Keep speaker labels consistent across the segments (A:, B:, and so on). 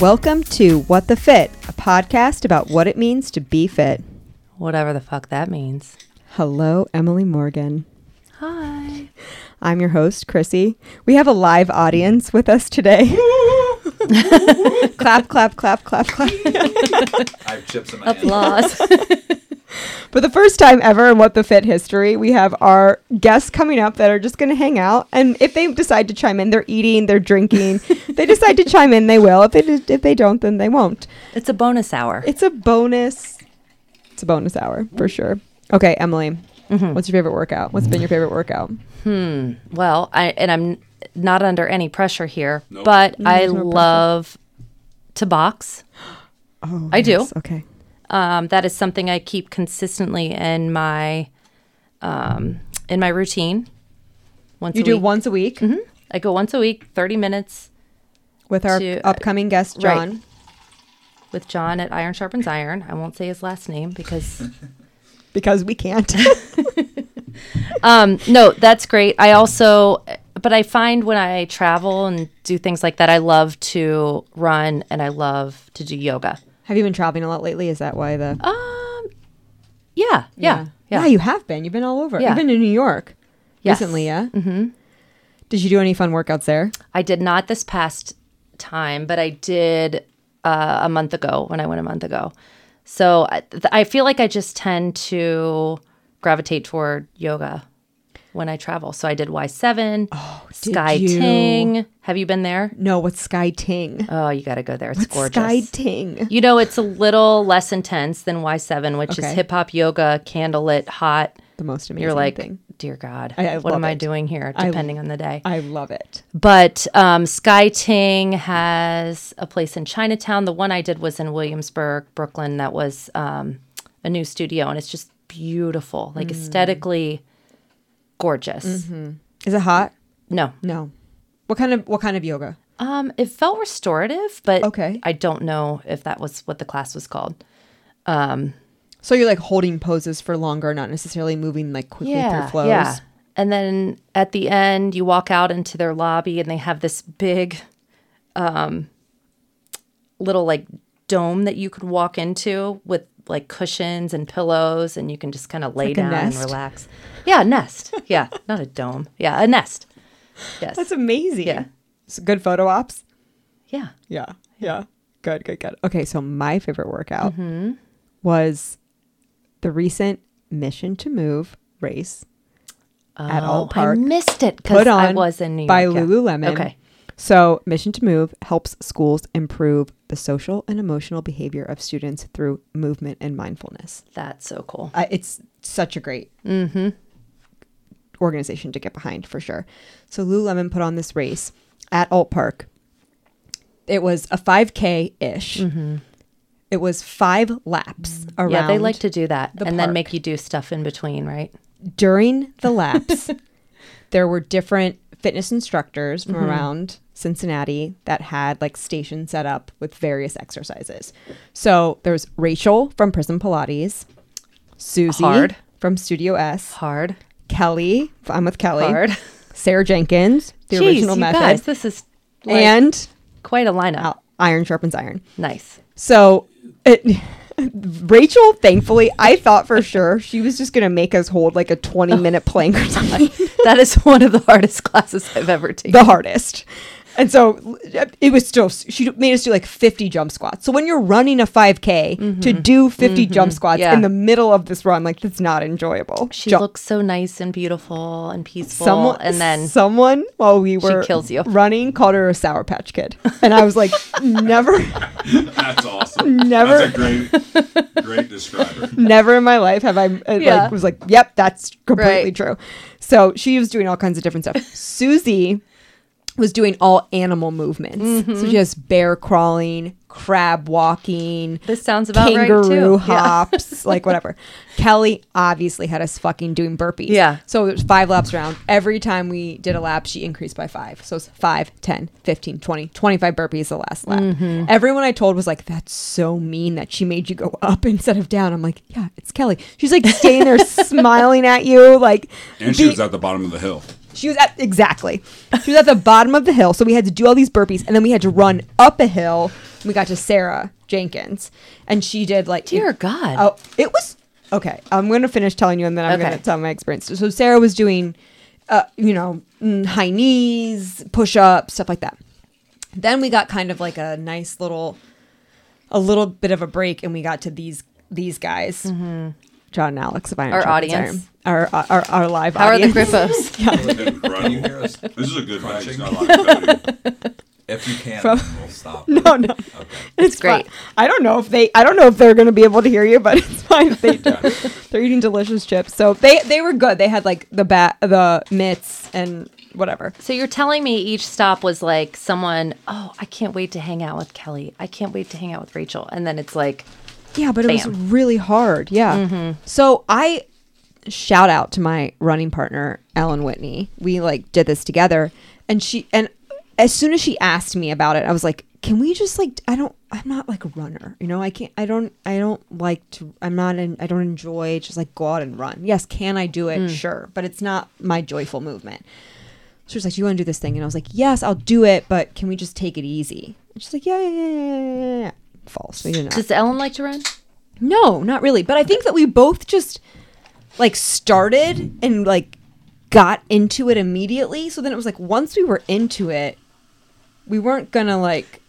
A: Welcome to What the Fit, a podcast about what it means to be fit.
B: Whatever the fuck that means.
A: Hello, Emily Morgan.
B: Hi.
A: I'm your host, Chrissy. We have a live audience with us today. clap, clap, clap, clap, clap.
C: I have chips in my hand.
B: Applause.
A: For the first time ever in What the Fit history, we have our guests coming up that are just going to hang out. And if they decide to chime in, they're eating, they're drinking. If they decide to chime in, they will. If they, d- if they don't, then they won't.
B: it's a bonus hour.
A: It's a bonus. It's a bonus hour for sure. Okay, Emily,
B: Mm-hmm.
A: what's your favorite workout? What's been your favorite workout?
B: Well, I and I'm not under any pressure here,
C: Nope.
B: but I
A: there's no pressure.
B: love to box.
A: Oh,
B: I do.
A: yes, Okay.
B: Um, that is something I keep consistently in my um, in my routine. Once
A: You
B: a
A: do
B: week.
A: once a week
B: Mm-hmm. I go once a week, thirty minutes
A: with our
B: To- uh,
A: upcoming guest
B: right.
A: John.
B: with John at Iron Sharpens Iron. I won't say his last name because
A: Because we can't.
B: Um, no, that's great. I also, but I find when I travel and do things like that, I love to run and I love to do yoga.
A: have you been traveling a lot lately? Is that why the?
B: Um, yeah, yeah, yeah.
A: you have been. You've been all over.
B: Yeah.
A: You've been in New York
B: Yes.
A: recently, yeah. Mm-hmm. Did you do any fun workouts there?
B: I did not this past time, but I did uh, a month ago when I went a month ago. So I, th- I feel like I just tend to gravitate toward yoga when I travel. So I did Y7,
A: Oh, did
B: Sky
A: you?
B: Ting. Have you been there?
A: No. What's Sky Ting?
B: Oh, you got to go there. It's gorgeous.
A: Sky Ting.
B: You know, it's a little less intense than Y7, which is
A: Okay.
B: hip hop yoga, candlelit, hot.
A: The most amazing.
B: You're like,
A: thing.
B: dear God,
A: I- I
B: what
A: love
B: am I
A: it.
B: doing here?
A: I-
B: Depending on the day.
A: I love it.
B: But um, Sky Ting has a place in Chinatown. The one I did was in Williamsburg, Brooklyn. That was um, a new studio, and it's just beautiful, like
A: Hmm.
B: aesthetically gorgeous.
A: Mm-hmm. Is it hot?
B: No,
A: No. What kind of what kind of yoga?
B: Um, it felt restorative, but
A: Okay.
B: I don't know if that was what the class was called.
A: So you're like holding poses for longer, not necessarily moving like quickly through flows.
B: Yeah. And then at the end, you walk out into their lobby and they have this big um, little like dome that you could walk into with like cushions and pillows and you can just kind of lay
A: Like a
B: down and
A: nest.
B: relax. Yeah, a nest. Yeah, not a dome. Yeah, a nest. Yes.
A: That's amazing.
B: Yeah.
A: So good photo ops.
B: yeah.
A: Yeah. Yeah. Good, good, good. Okay, so my favorite workout
B: Mm-hmm.
A: was the recent Mission to Move race at
B: Oh,
A: All Park.
B: I missed it because
A: put on
B: I was in New York.
A: by
B: yeah.
A: Lululemon.
B: Okay.
A: So, Mission to Move helps schools improve the social and emotional behavior of students through movement and mindfulness.
B: That's so cool. Mm-hmm.
A: I it's such a great organization to get behind for sure. So Lululemon put on this race at Alt Park. It was a 5K ish. It was five laps around.
B: Mm-hmm. Yeah, they like to do that and
A: the
B: then
A: park.
B: make you do stuff in between, right?
A: during the laps. there were different fitness instructors from
B: Mm-hmm.
A: around Cincinnati that had like stations set up with various exercises. So there was Rachel from Prison Pilates, Susie
B: Hard.
A: from Studio S,
B: Hard.
A: Kelly. I'm with Kelly.
B: Hard.
A: Sarah Jenkins, the
B: Jeez,
A: original
B: you
A: method,
B: Guys, this is like
A: and
B: quite a lineup.
A: uh, Iron Sharpens Iron.
B: Nice.
A: So, it, Rachel, thankfully, I thought for sure she was just gonna make us hold like a 20 minute plank or something,
B: that is one of the hardest classes I've ever taken.
A: the hardest. And so it was still, she made us do like 50 jump squats. So when you're running a 5K to do 50 jump squats
B: Mm-hmm. Yeah.
A: in the middle of this run, like that's not enjoyable.
B: She
A: Jump-
B: looks so nice and beautiful and peaceful.
A: someone
B: and then
A: someone while we were
B: kills you.
A: running called her a sour patch kid and i was like never
C: That's awesome.
A: Never-
C: That's a great, great describer.
A: never in my life have i uh,
B: Yeah.
A: like was like yep that's completely
B: Right.
A: true so she was doing all kinds of different stuff susie was doing all animal movements
B: Mm-hmm.
A: so just bear crawling crab walking
B: this sounds about right
A: kangaroo
B: too. Yeah.
A: hops, like whatever. Kelly obviously had us fucking doing burpees.
B: Yeah.
A: So it was five laps around. Every time we did a lap, she increased by five. So it's 5, 10, 15, 20, 25 burpees the last lap.
B: Mm-hmm.
A: Everyone I told was like, that's so mean that she made you go up instead of down. I'm like, yeah, it's Kelly. She's like staying there smiling at you. Like,
C: And she
A: be-
C: was at the bottom of the hill.
A: She was at exactly. She was at the bottom of the hill, so we had to do all these burpees, and then we had to run up a hill. And we got to Sarah Jenkins, and she did like
B: Dear God.
A: Oh, it was okay. I'm gonna finish telling you, and then I'm
B: Okay.
A: gonna tell my experience. So Sarah was doing, uh, you know, mm, high knees, push ups, stuff like that. Then we got kind of like a nice little, a little bit of a break, and we got to these these guys, John and Alex of Iron
B: Mm-hmm. Our
A: Sharpens
B: audience.
A: Iron. our our our live
B: How are the
A: audience.
B: grippos?
C: Can
D: you hear us?
C: This is a good one. She's
D: Crunching?
C: not like Cody.
D: If you can,
A: From-
D: we'll stop.
A: No, no.
D: Okay.
A: It's
B: great.
A: great. I don't know if they I don't know if they're gonna be able to hear you, but it's fine if they do. they're eating delicious chips. So they they were good. They had like the bat the mitts and whatever.
B: so you're telling me each stop was like someone, oh, I can't wait to hang out with Kelly. I can't wait to hang out with Rachel. And then it's like,
A: Yeah, but it was
B: Bam.
A: really hard. Yeah. So I shout out to my running partner, Ellen Whitney. We like did this together and she and as soon as she asked me about it, I was like, "Can we just like I don't I'm not like a runner. You know, I can't I don't I don't like to I'm not in I don't enjoy just like go out and run. Yes, can I do it? Sure, but it's not my joyful movement." She was like, "Do you want to do this thing?" And I was like, "Yes, I'll do it, but can we just take it easy?" And she's like, "Yeah, yeah, yeah, yeah, yeah, yeah." False. We did not.
B: does Ellen like to run?
A: No, not really. But I think that we both just like started and like got into it immediately. So then it was like once we were into it, we weren't gonna like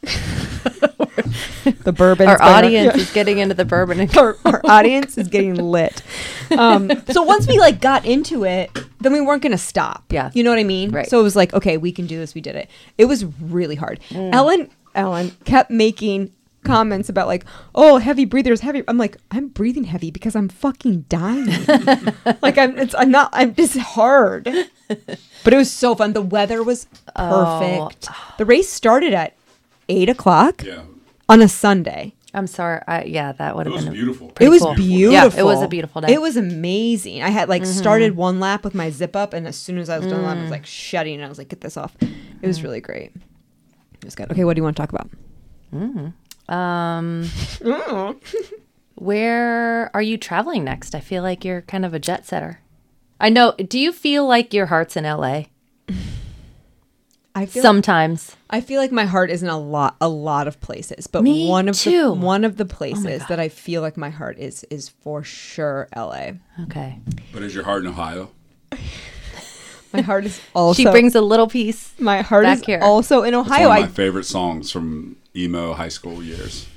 A: the bourbon.
B: Our audience is getting into the bourbon. And-
A: our, our audience is getting lit. Um, so once we like got into it, then we weren't gonna stop.
B: Yeah.
A: you know what I mean.
B: Right.
A: So it was like, okay, we can do this. We did it. It was really hard.
B: Mm.
A: Ellen, Ellen kept making comments about like, oh, heavy breathers, heavy. I'm like, I'm breathing heavy because I'm fucking dying. like I'm, it's, I'm not. I'm just hard. But it was so fun. The weather was
B: Oh.
A: perfect. The race started at eight o'clock
C: Yeah.
A: on a Sunday.
B: I'm sorry. I, yeah, that would
C: It
B: have
C: was
B: been. a-
C: beautiful.
A: It was
B: cool.
A: beautiful.
B: Yeah, it was a beautiful day. Mm-hmm,
A: It was amazing. I had like started one lap with my zip up, and as soon as I was done, I
B: Mm.
A: was like shutting, and I was like, "Get this off." It was really great. It was good. Okay, what do you want to talk about?
B: Um, where are you traveling next? I feel like you're kind of a jet setter. I know. Do you feel like your heart's in LA?
A: I feel
B: Sometimes.
A: I feel like my heart is in a lot a lot of places, but
B: Me
A: one of
B: too. Oh
A: the one of the places that I feel like my heart is is for sure LA.
B: Okay.
C: But is your heart in Ohio?
A: My heart is also
B: she brings a little piece.
A: my heart
B: back
A: is
B: here.
A: also in
C: It's
A: Ohio.
C: one of my
A: I,
C: favorite songs from emo high school years.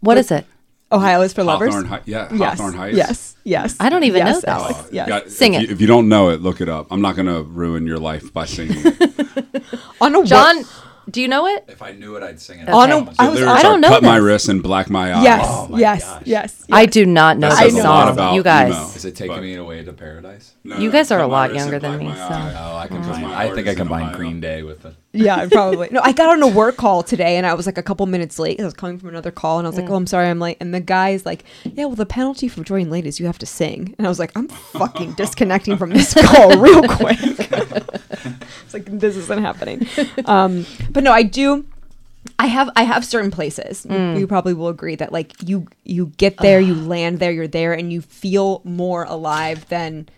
B: What is it?
A: Ohio is for lovers.
C: Hawthorne, Hi- yeah,
A: yes.
C: Hawthorne Heights.
A: Yes. Yes.
B: I don't even know
A: yes,
B: that.
A: Alex,
C: Uh,
A: yes.
C: you got-
B: Sing
C: if
B: it.
C: You, if you don't know it, look it up. I'm not going to ruin your life by singing. it.
A: On a
B: John, do you know it?
D: If I knew it, I'd sing it.
A: On a-
D: Okay.
A: I was-
C: Lyrics
A: I
C: are
B: don't know
C: Cut my
B: this.
C: wrist and black my eyes.
A: Yes,
D: Oh my
A: yes,
D: gosh.
A: yes, yes.
B: I do not know
C: That
B: this
C: says a lot
B: song.
C: about
B: You guys.
C: emo.
D: Is it taking
C: But-
D: me away to paradise?
C: No,
B: You guys are
C: Cut
B: a
C: My
B: lot
C: Wrist and
B: younger than
C: Black
B: me,
C: My
B: so-
C: Eyes.
D: Oh, I
C: Because
D: combine.
C: my
D: I
C: heart
D: think
C: is
D: I
C: in
D: combined
C: Ohio.
D: Green Day with the.
A: Yeah, probably. No, I got on a work call today and I was like a couple minutes late. 'cause I was coming from another call and I was
D: Mm.
A: like, oh, I'm sorry, I'm late. And the guy's like, yeah, well, the penalty for joining late is you have to sing. And I was like, I'm fucking disconnecting from this call real quick. it's like, this isn't happening. Um, but no, I do. I have I have certain places. You-
B: Mm.
A: You probably will agree that like you you get there, you land there, you're there, and you feel more alive than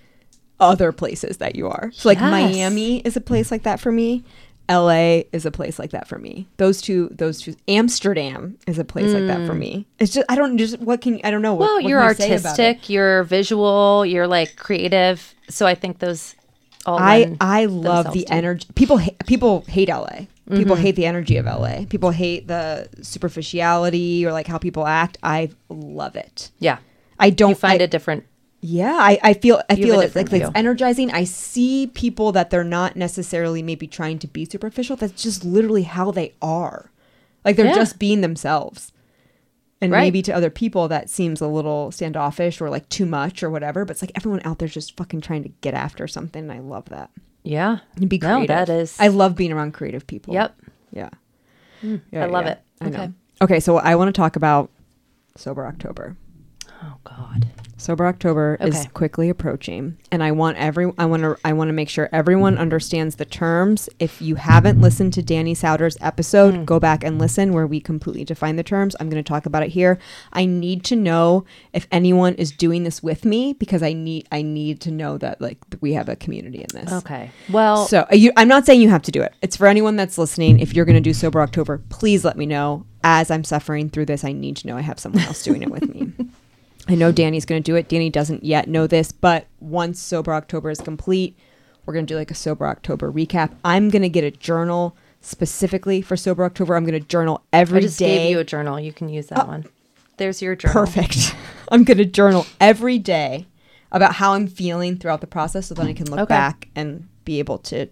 A: other places that you are. So like
B: Yes.
A: Miami is a place like that for me. LA is a place like that for me. Those two those two Amsterdam is a place like that for me. It's just I don't just what can I don't know what,
B: Mm. Well,
A: what can
B: you're
A: I say about it?
B: artistic, you're visual, you're like creative. So I think those all
A: I
B: lend
A: I love
B: themselves Mm-hmm.
A: the
B: to-
A: energy. People ha- people hate LA. People hate the energy of LA. People hate the superficiality or like how people act. I love it.
B: Yeah.
A: I don't
B: You find
A: I,
B: a different
A: Yeah, I, I feel I
B: You have
A: feel
B: a
A: it's like
B: different
A: it's
B: view.
A: energizing. I see people that they're not necessarily maybe trying to be superficial. That's just literally how they are. Like they're
B: Yeah.
A: just being themselves. And
B: Right.
A: maybe to other people that seems a little standoffish or like too much or whatever, but it's like everyone out there's just fucking trying to get after something and I love that.
B: Yeah.
A: And be creative.
B: No, that is
A: I love being around creative people.
B: Yep.
A: Yeah.
B: I love it.
A: I know.
B: Okay.
A: Okay, so I want to talk about sober October.
B: Oh God.
A: Sober October is
B: Okay.
A: quickly approaching, and I want every I want to I want to make sure everyone understands the terms. If you haven't listened to Danny Souter's episode,
B: Hmm.
A: go back and listen where we completely define the terms. I'm going to talk about it here. I need to know if anyone is doing this with me because I need I need to know that like we have a community in this.
B: Okay. Well,
A: So uh, you, I'm not saying you have to do it. It's for anyone that's listening. If you're going to do Sober October, please let me know. As I'm suffering through this, I need to know I have someone else doing it with me. I know Danny's going to do it. Danny doesn't yet know this, but once Sober October is complete, we're going to do like a Sober October recap. I'm going to get a journal specifically for Sober October. I'm going to journal every
B: I
A: day.
B: just Oh. gave you a journal. You can use that one. There's your journal.
A: Perfect. I'm going to journal every day about how I'm feeling throughout the process so then I can look
B: Okay.
A: back and be able to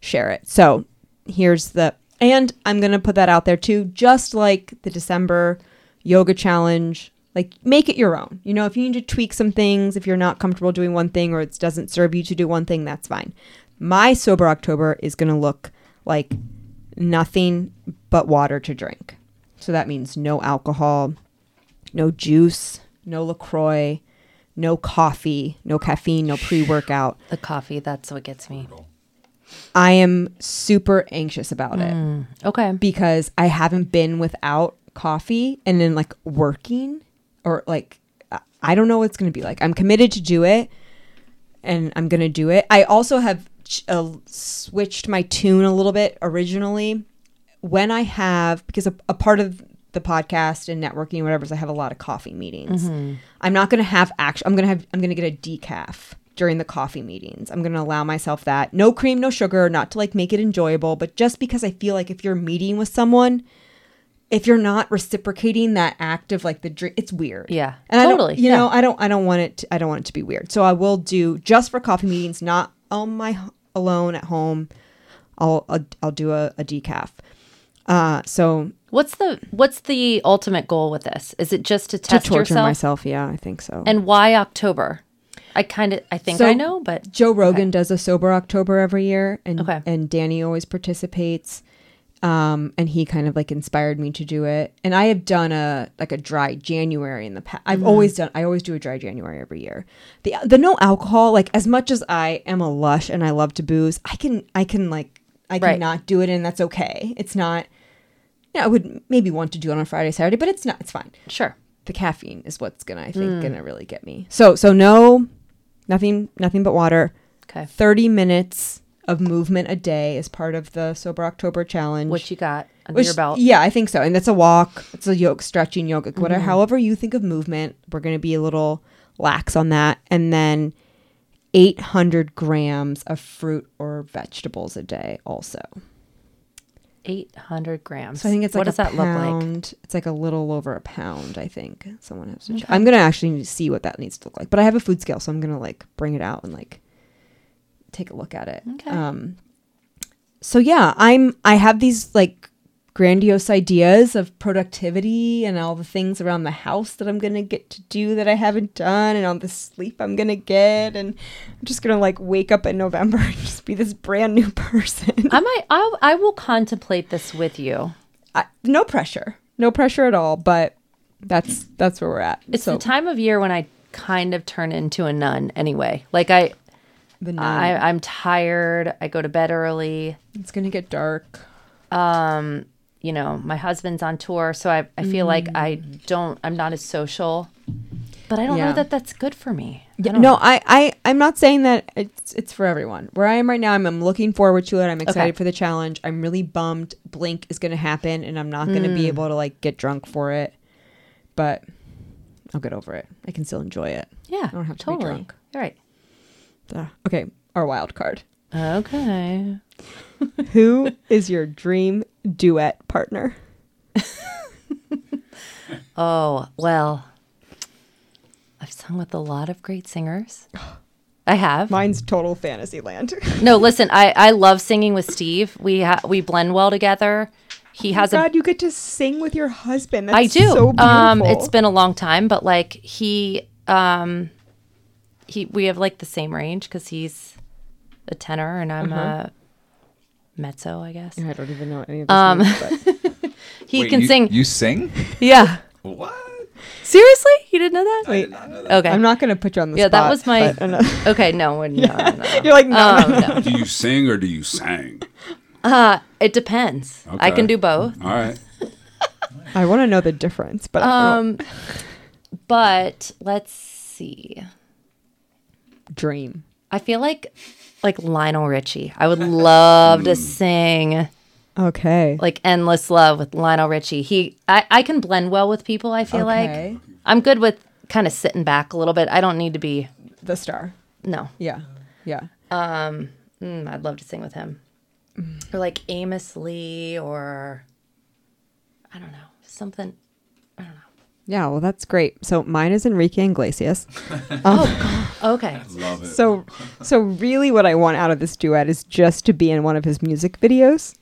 A: share it. So here's the, and I'm going to put that out there too, just like the December yoga challenge. Like, make it your own. You know, if you need to tweak some things, if you're not comfortable doing one thing or it doesn't serve you to do one thing, that's fine. My Sober October is going to look like nothing but water to drink. So that means no alcohol, no juice, no LaCroix, no coffee, no caffeine, no pre workout.
B: The coffee, that's what gets me.
A: I am super anxious about it
B: Okay.
A: because I haven't been without coffee and then like working or like I- I don't know what it's going to be like. I'm committed to do it and I'm going to do it. I also have ch- uh, switched my tune a little bit originally when I have because a, a part of the podcast and networking and whatever is I have a lot of coffee meetings. I'm not going to have action. I'm going to have I'm going to get a decaf during the coffee meetings. I'm going to allow myself that. No cream, no sugar, not to like make it enjoyable, but just because I feel like if you're meeting with someone if you're not reciprocating that act of like the drink, it's weird.
B: Yeah.
A: and I don't-
B: Totally.
A: you
B: Yeah.
A: know, I don't I don't want it to, I don't want it to be weird. So I will do just for coffee meetings, not on my alone at home. I'll I'll, I'll do a, a decaf. Uh, so
B: What's the what's the ultimate goal with this? Is it just to
A: to
B: test
A: torture
B: yourself?
A: myself, yeah, I think so.
B: And why October? I kind of I think
A: So-
B: I know, but
A: Joe Rogan does a sober October every year, and
B: Okay.
A: and Danny always participates. Um, and he kind of like inspired me to do it. And I have done a like a dry January in the past. I've
B: Mm-hmm.
A: always done. I always do a dry January every year. The the no alcohol like as much as I am a lush and I love to booze, I can I can like I
B: Right.
A: cannot do it, and that's okay. It's not. Yeah, I would maybe want to do it on a Friday, Saturday, but it's not. It's fine
B: sure.
A: the caffeine is what's gonna I
B: Mm.
A: think gonna really get me. So so no, nothing nothing but water.
B: Okay.
A: Thirty minutes of movement a day is part of the sober October challenge.
B: What you got under
A: Which-
B: your belt?
A: Yeah, I think so. And that's a walk. It's a yoke stretching yoga, whatever. However you think of movement, we're gonna be a little lax on that, and then. 800 grams of fruit or vegetables a day also
B: 800 grams.
A: so i think it's like
B: what does
A: a
B: that look like?
A: pound. it's like a little over a pound i think someone has to check. i'm gonna actually need to see what that needs to look like but i have a food scale so i'm gonna like bring it out and like take a look at it
B: Okay.
A: um so yeah i'm i have these like grandiose ideas of productivity and all the things around the house that i'm gonna get to do that i haven't done and all the sleep i'm gonna get and i'm just gonna like wake up in november and just be this brand new person
B: I might I I will contemplate this with you.
A: I, no pressure, no pressure at all. But that's that's where we're at.
B: It's
A: so
B: the time of year when I kind of turn into a nun anyway. Like I
A: the night.
B: I, I'm tired. I go to bed early.
A: It's gonna get dark.
B: um, You know, my husband's on tour, so I, I feel
A: Mm.
B: like I don't. I'm not as social, but I don't
A: Yeah.
B: know that that's good for me. I
A: Yeah,
B: don't
A: no, I, I I'm not saying that it's it's for everyone. Where I am right now, I'm, I'm looking forward to it. I'm excited for the challenge. I'm really bummed. Blink is gonna happen, and I'm not gonna
B: Hmm.
A: be able to like get drunk for it. But I'll get over it. I can still enjoy it.
B: Yeah,
A: I don't have to be
B: totally.
A: drunk.
B: You're right.
A: Ugh. Okay, our wild card.
B: Okay.
A: Who is your dream duet partner?
B: Oh well, I've sung with a lot of great singers. I have.
A: Mine's total fantasy land.
B: No, listen, I I love singing with Steve. We ha- we blend well together. He has a
A: Oh God, you get to sing with your husband. That's
B: I do.
A: So beautiful.
B: um it's been a long time, but like he um he we have like the same range cuz he's a tenor and
D: Mm-hmm.
B: I'm a mezzo, I guess.
A: I don't even know any of this. Um,
B: He
D: Wait,
B: can
D: you-
B: sing.
D: You sing?
B: yeah.
D: What?
B: Seriously? You didn't know that?
A: Wait.
D: I did not know that.
B: Okay.
A: I'm not going to put you on the
B: yeah,
A: spot.
B: that was my.
A: but I know.
B: Okay, no, we're, no, no, no.
A: You're like, no,
B: Um, no.
C: Do you sing or do you sang?
B: Uh, it depends. I
C: Okay.
B: can do both,
C: All right.
A: I want to know the difference, but
D: Mm-hmm.
A: um,
B: but let's see.
A: dream.
B: I feel like like Lionel Richie. I would love
D: Mm.
B: to sing
A: Okay.
B: like "Endless Love" with Lionel Richie. He, I, I can blend well with people. I feel
A: Okay.
B: like I'm good with kind of sitting back a little bit. I don't need to be.
A: the star.
B: No,
A: Yeah. Yeah.
B: Mm, I'd love to sing with him, or like Amos Lee, or I don't know something.
A: Yeah, well that's great. So mine is Enrique Iglesias.
B: Okay,
D: Love it.
A: So so really what I want out of this duet is just to be in one of his music videos,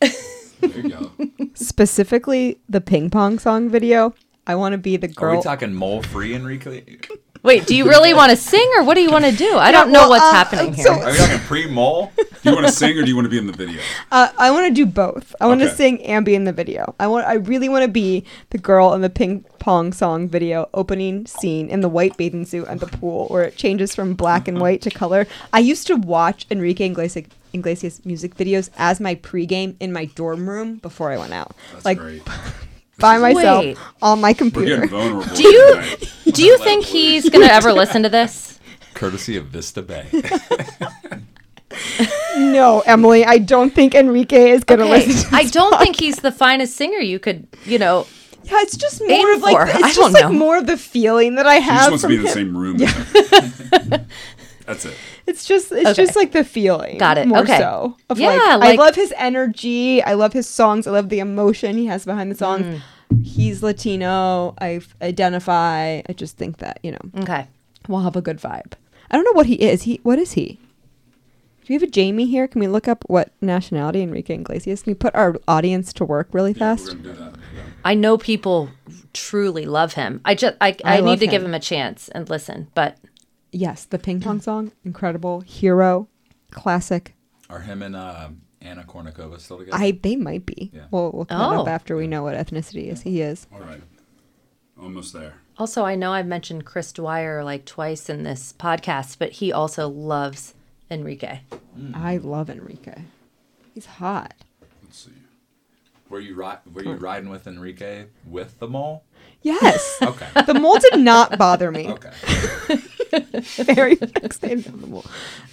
C: There you go.
A: specifically the ping pong song video. I want to be the
D: Are
A: girl.
D: we talking mole free Enrique?
B: wait. Do you really want to sing, or what do you want to do? I don't know
A: well,
B: what's
A: uh,
B: happening here.
A: so-
D: Are we talking pre mole?
C: Do you want to sing or do you want to be in the video?
A: uh, I want to do both. I want to
C: Okay.
A: sing and be in the video. I want I really want to be the girl in the ping pong song video opening scene in the white bathing suit at the pool where it changes from black and white to color. I used to watch Enrique Iglesias Iglesias music videos as my pregame in my dorm room before I went out.
C: That's
A: like
C: great.
A: by myself
B: Wait.
A: on my
C: We're
A: computer.
C: getting vulnerable.
B: Do you-
C: tonight.
B: Do you think he's gonna ever listen to this?
D: Courtesy of Vista Bay.
A: No, Emily, I don't think Enrique is going to
B: Okay,
A: listen. To
B: I don't think he's the finest singer you could, you know.
A: yeah, it's just
B: Aim
A: more of like
B: for.
A: it's
B: I
A: just
B: don't
A: like
B: know.
A: more of the feeling that I
C: He just
A: have
C: wants to
A: from
C: be in the
A: him.
C: same room. with him. That's it.
A: It's just it's
B: Okay.
A: just like the feeling.
B: Got it.
A: More
B: Okay.
A: so. Of
B: Yeah,
A: like,
B: like-
A: I love his energy. I love his songs. I love the emotion he has behind the songs.
B: Mm.
A: He's Latino. I f- identify. I just think that, you know,
B: Okay.
A: we'll have a good vibe. I don't know what he is. He what is he? Do we have a Jamie here? Can we look up what nationality Enrique Iglesias? Can we put our audience to work really
C: We're
A: fast?
C: gonna do that.
B: I know people truly love him. I just I, I,
A: I
B: need
A: love
B: to give
A: him.
B: him a chance and listen. But
A: Yes, the ping pong song, incredible hero, classic.
D: Are him and um, Anna Kournikova still together?
A: I they might be.
D: Yeah.
A: We'll we'll cut
B: Oh.
A: up after we know what ethnicity is he is.
C: All right. Almost there.
B: also I know I've mentioned Chris Dwyer like twice in this podcast, but he also loves Enrique.
A: I love Enrique. He's hot.
C: Let's see.
D: Were you ri- were you riding with Enrique with the mole?
A: Yes.
D: Okay.
A: the mole did not bother me.
D: Okay.
A: Very fixated on the mole.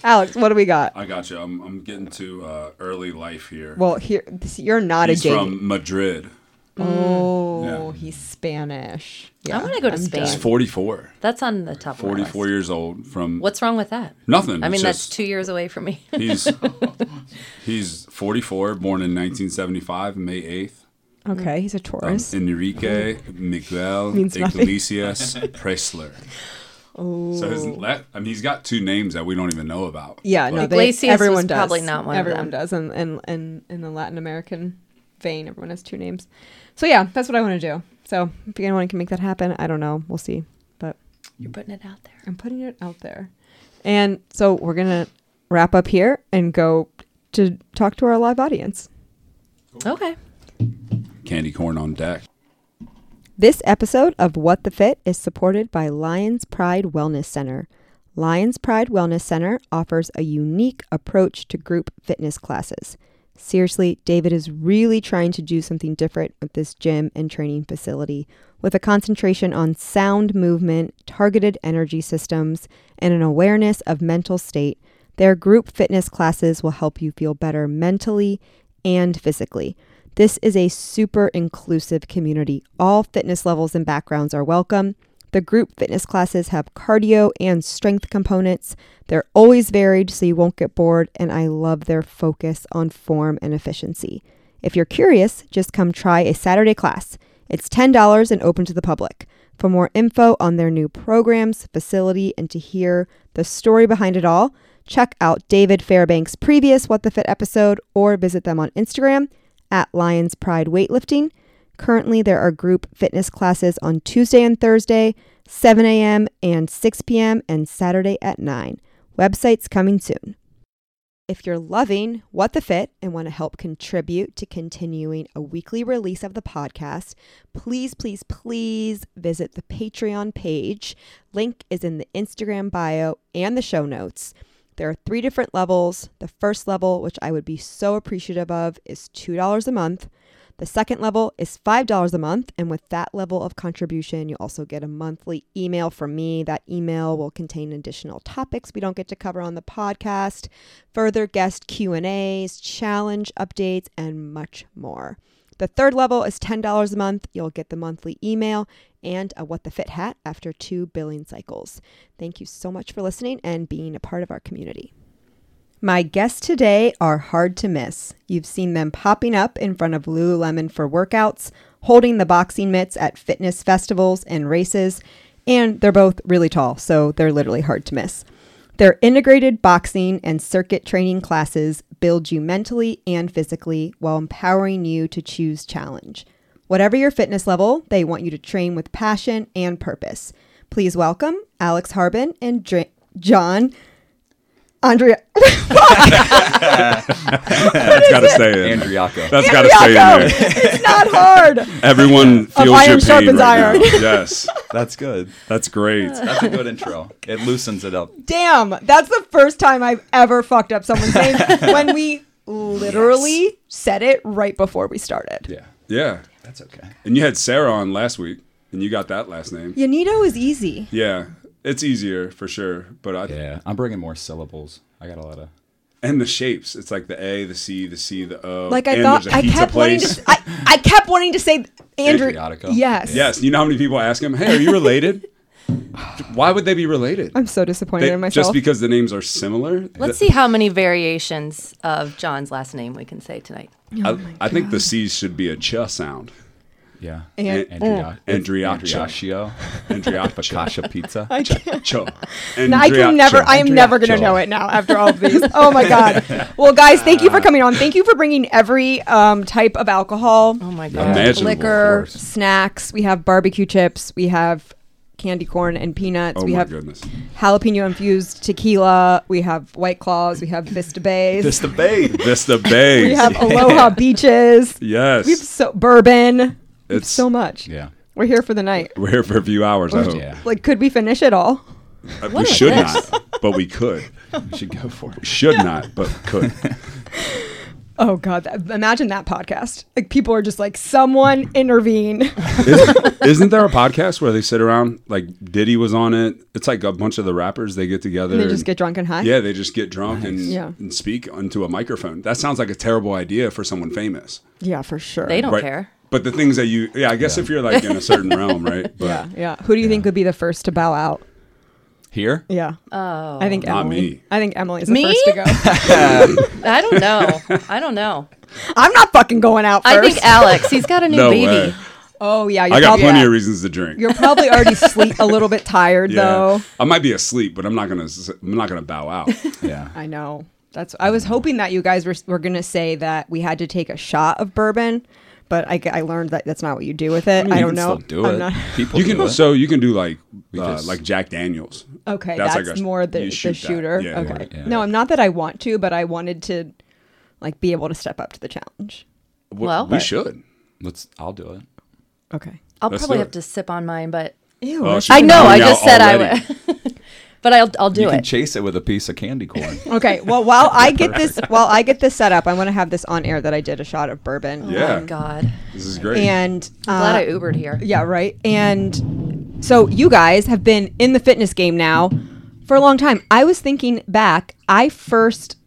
A: Alex, what do we got?
C: I got you. I'm, I'm getting to uh, early life here.
A: Well, here this, you're not
C: He's
A: a Jamie.
C: from Madrid.
B: Mm.
A: oh,
C: Yeah.
A: he's Spanish. Yeah,
B: I want to go to
A: I'm
B: Spain.
A: done.
C: He's 44.
B: That's on the top.
C: 44
B: Forty-four.
C: years old from
B: What's wrong with that?
C: nothing.
B: I mean,
C: It's
B: that's
C: just-
B: two years away from me.
C: He's he's 44, born in 1975, May 8th.
A: Okay, he's a
C: Um,
A: Taurus.
C: Enrique Miguel
A: Means nothing.
C: Iglesias Pressler. Oh. So his la- I mean, he's got two names that we don't even know about.
A: yeah, no,
C: Like,
A: they,
B: Iglesias was
A: everyone does.
B: probably not one of
A: everyone
B: them.
A: does, and and and in the Latin American vein, everyone has two names. So yeah, that's what I want to do. So if anyone can make that happen, I don't know. We'll see, but.
B: You're putting it out there.
A: I'm putting it out there. And so we're going to wrap up here and go to talk to our live audience.
B: Okay.
C: candy corn on deck.
A: This episode of What the Fit is supported by Lions Pride Wellness Center. Lions Pride Wellness Center offers a unique approach to group fitness classes. Seriously, David is really trying to do something different with this gym and training facility with a concentration on sound movement, targeted energy systems, and an awareness of mental state. Their group fitness classes will help you feel better mentally and physically. This is a super inclusive community. All fitness levels and backgrounds are welcome. The group fitness classes have cardio and strength components. They're always varied, so you won't get bored, and I love their focus on form and efficiency. If you're curious, just come try a Saturday class. It's $10 and open to the public. For more info on their new programs, facility, and to hear the story behind it all, check out David Fairbank's previous What the Fit episode or visit them on Instagram at Lions Pride Weightlifting. Currently, there are group fitness classes on Tuesday and Thursday, 7 a.m. and 6 p.m., and Saturday at 9. Websites coming soon. If you're loving What the Fit and want to help contribute to continuing a weekly release of the podcast, please, please, please visit the Patreon page. Link is in the Instagram bio and the show notes. There are three different levels. The first level, which I would be so appreciative of, is $2 a month. The second level is $5 a month. And with that level of contribution, you also get a monthly email from me. That email will contain additional topics we don't get to cover on the podcast, further guest Q&As, challenge updates, and much more. The third level is $10 a month. You'll get the monthly email and a What the Fit hat after two billing cycles. Thank you so much for listening and being a part of our community. My guests today are hard to miss. You've seen them popping up in front of Lululemon for workouts, holding the boxing mitts at fitness festivals and races, and they're both really tall, so they're literally hard to miss. Their integrated boxing and circuit training classes build you mentally and physically while empowering you to choose challenge. Whatever your fitness level, they want you to train with passion and purpose. Please welcome Alex Harbin and Dr- John Andrea.
C: That's got to stay in.
D: Andriaco.
C: That's got to stay in
A: Andriaco.
C: there.
A: It's not hard.
C: Everyone feels your
A: iron
C: pain
A: sharpens
C: right
A: iron.
C: now. Yes,
D: That's good.
C: that's great.
D: That's a good intro. It loosens it up.
A: Damn, that's the first time I've ever fucked up someone's name when we literally said it right before we started.
D: Yeah.
C: Yeah,
D: That's okay.
C: and you had Sarah on last week, and you got that last name.
A: Yanito is easy.
C: Yeah, it's easier for sure. But I
D: Yeah. I'm bringing more syllables. I got a lot of.
C: and the shapes. It's like the A, the C, the C, the O.
A: Like I
C: and
A: thought,
C: there's a
A: I
C: pizza
A: kept wanting
C: place.
A: to. I, I kept wanting to say Andrew.
D: Adriatico.
A: Yes.
C: Yes, you know how many people ask him, "Hey, are you related?" Why would they be related?
A: I'm so disappointed
C: They-
A: in myself.
C: just because the names are similar.
B: Let's see how many variations of John's last name we can say tonight.
C: I, I think the C's should be a ch sound.
D: Yeah.
A: And-
D: Andriaco.
E: Mm.
C: Andriacho.
D: Andriacio.
C: Andriacho.
D: Focaccia pizza.
C: Cho.
A: I can never. I am never going to
D: Andriacho.
A: know it now after all of these. Oh my god! Well, guys, thank you for coming on. Thank you for bringing every um, type of alcohol.
B: Oh my
D: Yeah.
B: god.
C: Imaginable, of
A: liquor,
C: course.
A: snacks. We have barbecue chips. We have candy corn and peanuts.
C: Oh
A: we
C: my
A: have
C: goodness.
A: jalapeno infused tequila. We have white claws. We have Vista Bays.
D: This the babe.
C: Vista Bay.
A: we have Aloha Beaches.
C: yes.
A: We have so bourbon. We have
C: It's-
A: so much.
D: Yeah.
A: We're here for the night.
C: We're here for a few hours. I hope.
D: Yeah.
A: Like, could we finish it all?
C: Uh, We
B: What a
C: should
B: mess.
C: not, but we could.
D: We should go for it.
C: Should not, but could.
A: Oh God! That, imagine that podcast. Like people are just like, someone intervene.
C: Isn't, isn't there a podcast where they sit around? Like Diddy was on it. It's like a bunch of the rappers. They get together.
A: they just
C: and-
A: get drunk and high.
C: Yeah, they just get drunk and,
A: Yeah.
C: and speak onto a microphone. That sounds like a terrible idea for someone famous.
A: Yeah, for sure.
B: They don't
C: right?
B: care.
C: But the things that you, yeah, I guess if you're like in a certain realm, right? But
A: Yeah, yeah. Who do you think would be the first to bow out?
D: Here?
A: Yeah.
B: Oh.
A: I think
C: Not
A: Emily.
C: me.
A: I think Emily's the
B: Me?
A: first to go.
B: I don't know. I don't know.
A: I'm not fucking going out first.
B: I think Alex, he's got a new
C: no
B: baby.
C: way.
A: oh yeah, you're
C: I got
A: probably
C: plenty of reasons to drink.
A: you're probably already sleep a little bit tired
C: yeah,
A: though.
C: I might be asleep, but I'm not gonna. s- I'm not gonna bow out.
D: Yeah.
A: I know. That's. I was hoping that you guys were were gonna say that we had to take a shot of bourbon, but I, g- I learned that that's not what you do with it. I,
D: you
A: don't
D: can
A: know.
D: Still do
A: I'm
D: it.
A: not-
D: People
C: you
D: do
C: can
D: it.
C: so you can do like uh,
D: just-
C: like Jack Daniels.
A: Okay, that's,
C: That's like a-
A: more the,
C: you shoot
A: the
C: that.
A: shooter.
C: Yeah,
A: okay.
C: right,
D: yeah.
A: No, I'm not that I want to, but I wanted to, like, be able to step up to the challenge.
C: W-
B: Well-
C: we should.
D: Let's. I'll do it.
A: Okay.
B: I'll
C: Let's
B: probably
C: do
B: have
C: it.
B: to sip on mine, but
A: Ew.
C: Oh,
A: that's-
C: she's
B: I know. I
C: bowing out
B: just said
C: already.
B: I would. but I'll I'll do
D: you can
B: it.
D: chase it with a piece of candy corn.
A: Okay. Well, while I get this, while I get this set up, I want to have this on air that I did a shot of bourbon.
C: Yeah.
B: Oh my god.
C: This is great.
A: And
B: I'm
A: uh,
B: glad I Ubered here.
A: yeah, right. And so you guys have been in the fitness game now for a long time. I was thinking back. I first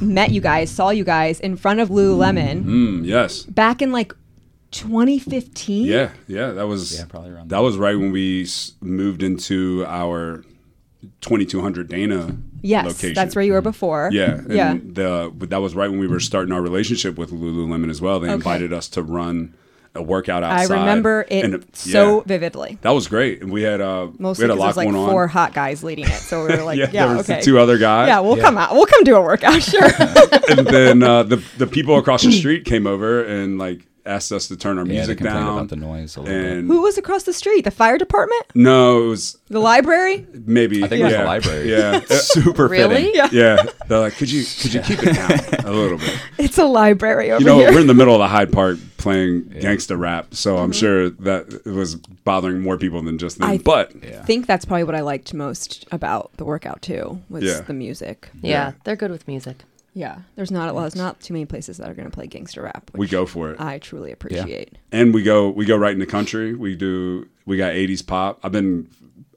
A: met you guys, saw you guys in front of Lululemon
C: Mm, yes.
A: back in like 2015.
C: Yeah, yeah, that was
D: Yeah, probably around
C: That was right when we s- moved into our 2200 Dana
A: Yes,
C: location. Mm.
A: that's where you were before.
C: Yeah, and
A: yeah.
C: The but that was right when we were starting our relationship with Lululemon as well. They invited us to run a workout
A: I
C: outside.
A: remember it
C: and,
A: so
C: yeah,
A: vividly.
C: that was great, and we had uh,
A: Mostly
C: we had
A: because
C: a
A: it
C: lot
A: was like
C: going
A: four
C: on.
A: hot guys leading it, so we were like,
C: yeah,
A: yeah,
C: there was
A: okay.
C: the two other guys.
A: yeah, we'll come out. We'll come do a workout. Sure.
C: and then uh, the the people across the street came over and like asked us to turn our
E: Yeah, they
C: music
E: complained
C: down.
E: about the noise a little bit.
C: and
A: Who was across the street? The fire department?
C: no, it was
A: The library?
C: maybe
E: I think it was
C: yeah,
E: the library.
C: Yeah, uh,
E: Super
B: Really?
E: fitting.
A: Yeah.
C: yeah. They're like, could you could you keep it down a little bit?
A: It's a library over
C: You know,
A: here.
C: we're in the middle of the Hyde Park playing gangsta rap, so I'm sure that it was bothering more people than just them.
A: Mm-hmm. I-
C: but
A: I think that's probably what I liked most about the workout too was
C: Yeah.
A: the music.
B: Yeah, they're good with music.
A: Yeah, there's not well, there's not too many places that are going to play gangster rap.
C: we
A: Which
C: go for it,
A: I truly appreciate.
C: and we go we go right in the country. We do we got 80s pop. I've been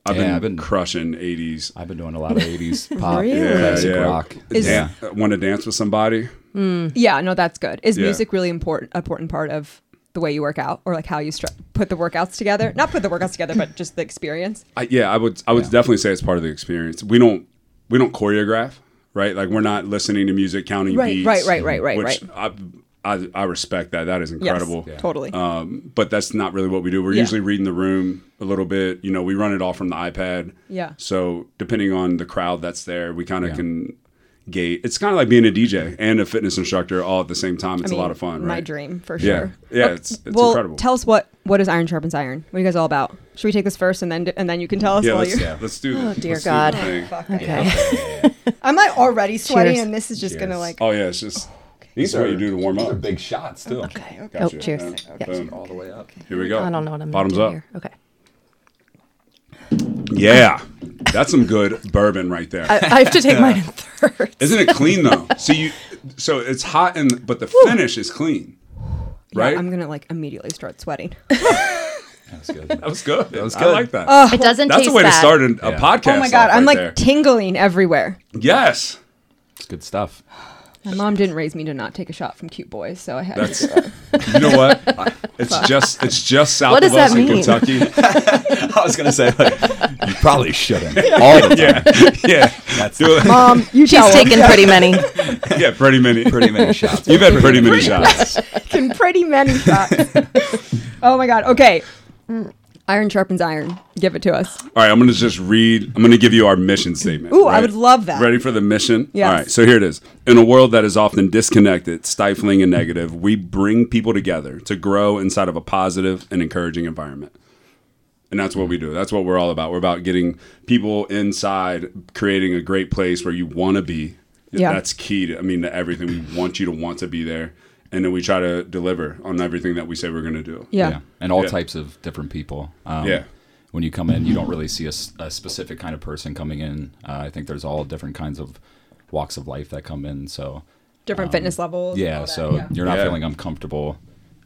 C: I've,
E: Yeah,
C: been,
E: I've been-
C: crushing 80s.
E: I've been doing a lot of 80s pop,
A: Really? Yeah,
E: classic rock.
A: Is-
C: yeah. Want to dance with somebody?
A: Yeah, no, that's good. Is
C: Yeah.
A: music really important? Important part of the way you work out, or like how you stru- put the workouts together? Not put the workouts together, but just the experience.
C: I, yeah, I would. I would definitely say it's part of the experience. We don't. We don't choreograph, right? Like we're not listening to music, counting
A: Right,
C: beats.
A: right, right, right, right,
C: which I, I, I respect that. That is incredible.
A: Yes, totally.
C: Um, but that's not really what we do. We're
A: Yeah.
C: usually reading the room a little bit. You know, we run it all from the iPad.
A: Yeah.
C: So depending on the crowd that's there, we kind of can gate. It's kind of like being a DJ and a fitness instructor all at the same time. It's a lot of fun.
A: My
C: right?
A: dream for
C: Yeah.
A: sure.
C: Yeah, it's- it's
A: well,
C: incredible.
A: Tell us what what is iron sharpens iron? What are you guys all about? Should we take this first and then do- and then you can tell us?
C: Yeah.
A: while
C: Let's,
A: you're-
E: Yeah.
C: let's do.
B: Oh, dear
C: let's do the
B: God.
C: thing.
B: Okay.
A: I'm like already sweating,
B: Cheers.
A: and this is just gonna
E: Cheers.
A: like.
C: Oh yeah, it's just. These are what you do to warm
E: These are
C: up.
E: big shots, too.
B: Oh, cheers. Yeah.
C: Boom.
D: all the way up.
C: Here we go.
B: I don't know what I'm
C: Bottoms
B: doing
C: up.
B: Here. Okay.
C: Yeah, that's some good bourbon right there.
B: I, I have to take mine in third.
C: Isn't it clean though? so you, so it's hot and but the finish is clean, right?
A: I'm gonna like immediately start sweating.
E: That was good.
C: that was good. That
E: was
C: I
E: good.
C: like that.
B: It doesn't
C: that's
B: Oh, taste
C: a way
B: bad.
C: to start an, a
E: Yeah.
C: podcast.
A: Oh my god,
C: off
A: I'm
C: right
A: like
C: there.
A: tingling everywhere.
C: yes.
E: It's good stuff.
A: My mom didn't raise me to not take a shot from cute boys, so I had
C: That's-
A: to do it.
C: You know what? It's just it's just south
B: What
C: of
B: does that
C: us in
B: mean?
C: Kentucky.
E: I was going to say, like, you probably shouldn't. All the time.
C: yeah,
E: That's
C: Do it.
A: Mom, Um, you
B: She's
C: Oh.
A: tell
B: taken pretty many.
C: yeah, pretty many.
E: pretty many shots.
C: You've had pretty many shots.
A: taken pretty many shots. oh my god. Okay. Mm, Iron sharpens iron. Give it to us.
C: All right, I'm going to just read. I'm going to give you our mission statement.
A: Ooh, I would love that.
C: Ready for the mission?
A: Yes.
C: All right, so here it is. In a world that is often disconnected, stifling, and negative, we bring people together to grow inside of a positive and encouraging environment. And that's what we do. That's what we're all about. We're about getting people inside, creating a great place where you want to be.
A: Yeah.
C: That's key to, I mean, to everything. We want you to want to be there. And then we try to deliver on everything that we say we're going to do.
A: Yeah.
E: And all
C: Yeah.
E: types of different people. Um,
C: Yeah.
E: When you come in, you don't really see a, s- a specific kind of person coming in. Uh, I think there's all different kinds of walks of life that come in. So,
A: Different fitness levels. and all
E: yeah,
A: that,
E: so you're not
C: Um, Yeah.
E: feeling uncomfortable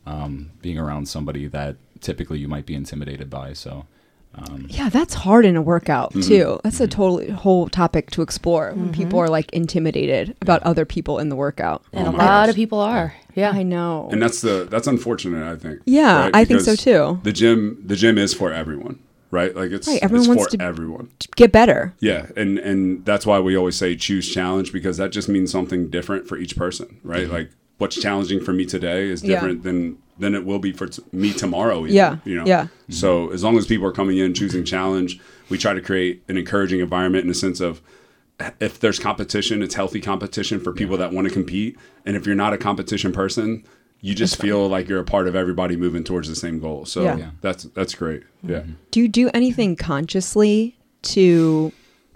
E: um, being around somebody that typically you might be intimidated by. So,
A: Yeah, that's hard in a workout
C: Mm-hmm.
A: too. That's a totally whole topic to explore when people are like intimidated about other people in the workout.
B: And a
C: Oh my
B: lot
C: gosh.
B: of people are. Yeah.
A: I know.
C: and that's the that's unfortunate i think
A: Yeah, I think so,
C: Because
A: too.
C: the gym the gym is for everyone right like it's,
A: Right, everyone
C: it's
A: wants
C: for
A: to-
C: everyone
A: Get better.
C: yeah and and that's why we always say choose challenge because that just means something different for each person right like what's challenging for me today is
A: Mm-hmm. Yeah.
C: different than than it will be for t- me tomorrow even,
A: Yeah,
C: you know
A: yeah.
C: so as long as people are coming in choosing challenge we try to create an encouraging environment in a sense of if there's competition, it's healthy competition for people that want to compete. And if you're not a competition person, you just feel like you're a part of everybody moving towards the same goal. So
A: Yeah. Mm-hmm. Yeah.
C: that's that's great. Yeah.
A: Do you do anything consciously to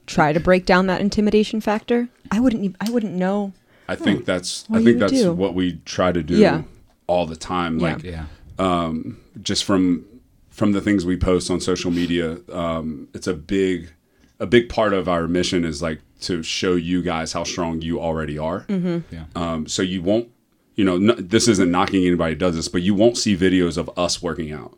A: try to break down that intimidation factor? I wouldn't. ev- I wouldn't know.
C: I think that's
A: What
C: I
A: do
C: think
A: Hmm. you
C: that's
A: do?
C: what we try to do
A: Yeah.
C: all the time. Like
E: yeah.
C: just from from the things we post on social media, um, it's a big a big part of our mission is like to show you guys how strong you already are.
A: Mm-hmm.
E: Yeah.
C: Um, so you won't, you know, no, this isn't knocking anybody who does this, but you won't see videos of us working out.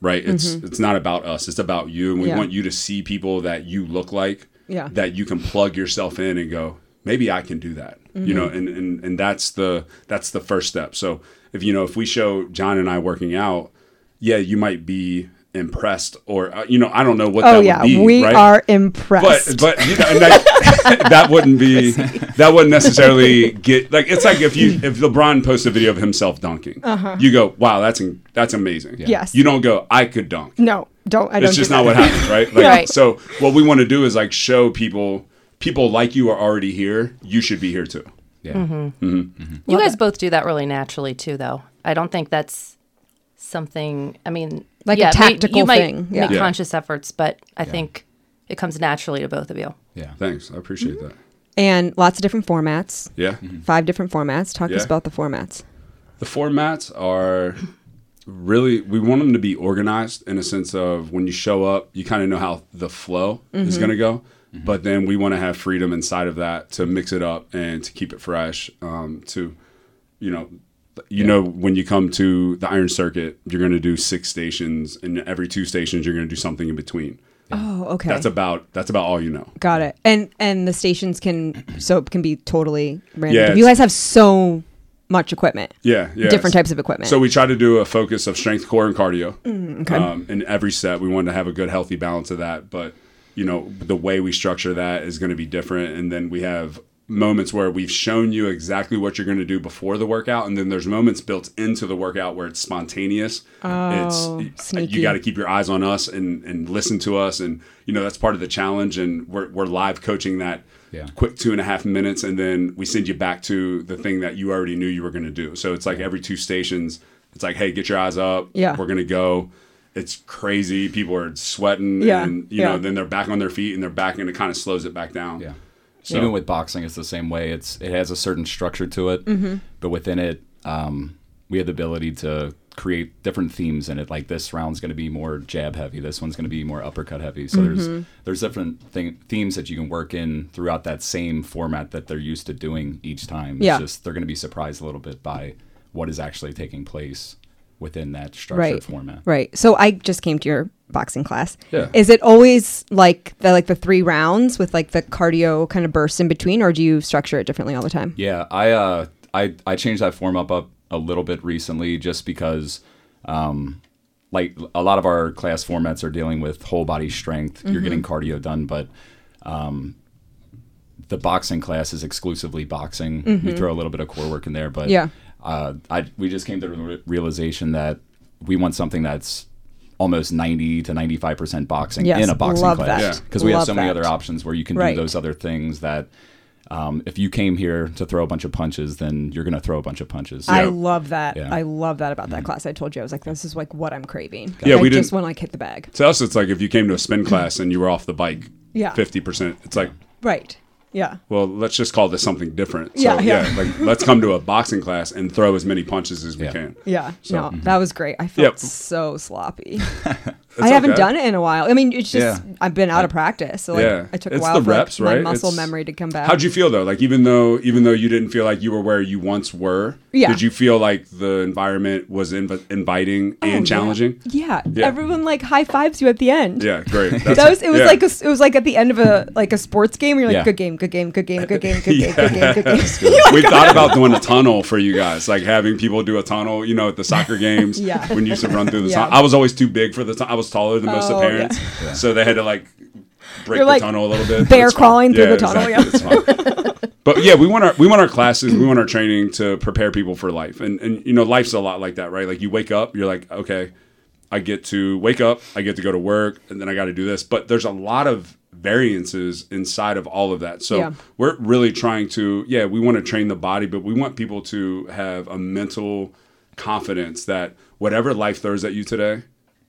C: Right? It's it's not about us. It's about you, and
A: Mm-hmm.
C: we
A: Yeah.
C: want you to see people that you look like.
A: Yeah.
C: That you can plug yourself in and go, maybe I can do that. You
A: Mm-hmm.
C: know, and, and and that's the that's the first step. So if you know if we show John and I working out, yeah, you might be impressed or uh, you know I don't know what.
A: Oh
C: that
A: yeah,
C: would be,
A: we
C: right?
A: are impressed.
C: But but you know, and that, that wouldn't be that wouldn't necessarily get like it's like if you if LeBron posts a video of himself dunking, you go wow that's in, that's amazing.
A: Uh-huh. Yes.
C: you don't go I could dunk.
A: no, don't. I don't.
C: it's just not what happens, right? Like,
B: Right.
C: So what we want to do is like show people people like you are already here. You should be here too.
E: yeah.
A: Mm-hmm.
B: You guys both do that really naturally too, though. I don't think that's something. I mean,
A: Like a
B: yeah, we-
A: tactical
B: you might
A: thing, yeah.
B: Make
C: Yeah.
B: conscious efforts, but I think it comes naturally to both of you.
E: Yeah.
C: Thanks. I appreciate that.
A: Mm-hmm. and lots of different formats.
C: Yeah.
A: Five different formats. Talk to us
C: Mm-hmm. Yeah.
A: about the formats.
C: The formats are really, we want them to be organized in a sense of when you show up, you kind of know how the flow is
A: Mm-hmm.
C: going to go. But then we want to have freedom inside of that to mix it up and to keep it fresh. Um, to, you know, you know, when you come to the Iron Circuit, you're going to do six stations, and every two stations, you're going to do something in between.
A: Oh, okay.
C: That's about that's about all you know.
A: Got it. And and the stations can so it can be totally random.
C: Yeah,
A: you
C: it's-
A: guys have so much equipment.
C: Yeah, yeah.
A: Different types of equipment.
C: So we try to do a focus of strength, core, and cardio.
A: Mm,
C: Um, in every set, we wanted to have a good, healthy balance of that. But you know, the way we structure that is going to be different. And then we have moments where we've shown you exactly what you're going to do before the workout, and then there's moments built into the workout where it's spontaneous.
A: Oh,
C: it's
A: sneaky.
C: you got to keep your eyes on us and and listen to us, and you know that's part of the challenge. And we're we're live coaching that
E: Yeah.
C: quick two and a half minutes, and then we send you back to the thing that you already knew you were going to do. So it's like every two stations, it's like, hey, get your eyes up.
A: Yeah.
C: We're going to go. It's crazy. People are sweating.
A: Yeah,
C: And, you
A: yeah.
C: know, then they're back on their feet and they're back, and it kind of slows it back down.
E: Yeah. Even with boxing, it's the same way. It's it has a certain structure to it,
A: Mm-hmm.
E: but within it, um, we have the ability to create different themes in it. Like this round's going to be more jab heavy. This one's going to be more uppercut heavy. So
A: Mm-hmm.
E: there's there's different thing, themes that you can work in throughout that same format that they're used to doing each time. It's
A: Yeah.
E: just they're going to be surprised a little bit by what is actually taking place within that structured
A: right.
E: format.
A: Right. So I just came to your boxing class.
E: Yeah.
A: Is it always like the like the three rounds with like the cardio kind of bursts in between, or do you structure it differently all the time?
E: Yeah, I uh, I I changed that form up up a little bit recently, just because, um, like a lot of our class formats are dealing with whole body strength. You're getting
A: Mm-hmm.
E: cardio done, but um, the boxing class is exclusively boxing. We throw a little bit of core work in there, but
A: Mm-hmm. Yeah.
E: uh, I we just came to the re- realization that we want something that's almost 90 to 95% boxing
A: Yes,
E: in a boxing
A: love
E: class
A: that.
E: because we have
A: Love
E: so many
A: that.
E: other options where you can
A: Right.
E: do those other things that um, if you came here to throw a bunch of punches, then you're going to throw a bunch of punches.
A: I
E: Yeah.
A: love that.
E: Yeah.
A: I love that about that class. I told you I was like, this is like what I'm craving.
C: Mm-hmm. Yeah,
A: I
C: we
A: just
C: didn't-
A: want to like hit the bag.
C: To us, it's like if you came to a spin class and you were off the bike
A: Yeah.
C: 50%, it's like,
A: Right. Yeah.
C: well, let's just call this something different. So,
A: Yeah,
C: yeah,
A: yeah.
C: like let's come to a boxing class and throw as many punches as we
E: Yeah.
C: can.
A: Yeah.
C: So- mm-hmm.
A: no, that was great. I felt
C: Yep.
A: so sloppy. I haven't
C: okay.
A: done it in a while. I mean, it's just
E: Yeah.
A: I've been out of practice, so like
C: yeah,
A: I took a
C: It's
A: while
C: the
A: for like,
C: reps, right?
A: my muscle
C: It's-
A: memory to come back.
C: How'd you feel though? Like even though even though you didn't feel like you were where you once were,
A: Yeah.
C: did you feel like the environment was inv- inviting and challenging?
A: Oh, Yeah.
C: Yeah.
A: Everyone like high fives you at the end.
C: Yeah, great.
A: That was it was
C: yeah.
A: like a, it was like at the end of a like a sports game. You're like
E: Yeah.
A: good game, good game, good game, good game, good game, good game, good game.
C: we thought about doing a tunnel for you guys, like having people do a tunnel, you know, at the soccer games.
A: Yeah.
C: When you used to run through the
A: Yeah.
C: tunnel. I was always too big for the tunnel. I was taller than most
A: Oh,
C: of
A: yeah.
C: the parents. So they had to like break
A: You're
C: the
A: like
C: tunnel a little bit.
A: bear
C: It's fine.
A: crawling through the tunnel,
C: It's fine. but yeah, we want our we want our classes, we want our training to prepare people for life. And and you know, life's a lot like that, right? Like you wake up, you're like, okay, I get to wake up, I get to go to work, and then I got to do this. But there's a lot of variances inside of all of that. So
A: Yeah.
C: we're really trying to, yeah, we want to train the body, but we want people to have a mental confidence that whatever life throws at you today,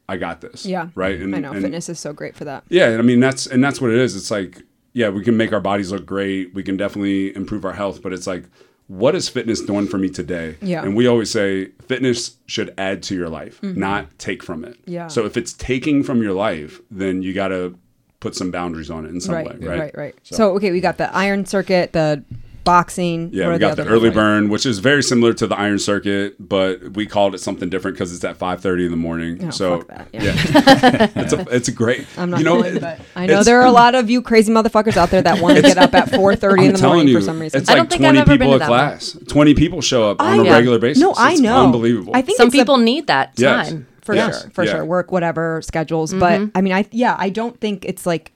C: I got this.
A: Yeah.
C: Right. And,
A: I know
C: and-
A: fitness is so great for that.
C: yeah, and I mean that's and that's what it is. It's like, yeah, we can make our bodies look great. We can definitely improve our health, but it's like, what is fitness doing for me today?
A: Yeah. Mm-hmm.
C: And we always say fitness should add to your life, not take from it.
A: Yeah.
C: So if it's taking from your life, then you got to put some boundaries on it in some
A: Right,
C: way,
A: right,
C: right?
A: right, So, okay, we got the iron circuit, the boxing.
C: Yeah,
A: what
C: we
A: are
C: got
A: other
C: the
A: ones?
C: early burn, which is very similar to the iron circuit, but we called it something different because it's at five thirty in the morning.
A: Oh,
C: so
A: fuck that. Yeah.
C: it's a it's a great.
A: I'm not
C: you know,
A: going,
C: it-
A: but I know
C: it's-
A: there are a lot of you crazy motherfuckers out there that want to get up at 4:30 in the morning for some reason.
C: It's
B: I
C: like
B: don't think I've
C: 20
B: ever been
C: people
B: to
C: a
B: that one.
C: class. 20 people show up on a
A: Yeah.
C: regular basis.
A: No, I
C: It's
A: know.
C: Unbelievable.
A: I think
B: Some
A: it's a-
B: people need that
C: Yes.
B: time.
A: for
C: Yes.
A: sure, for
C: Yeah.
A: sure, work whatever schedules. But I mean, I yeah, I don't think it's like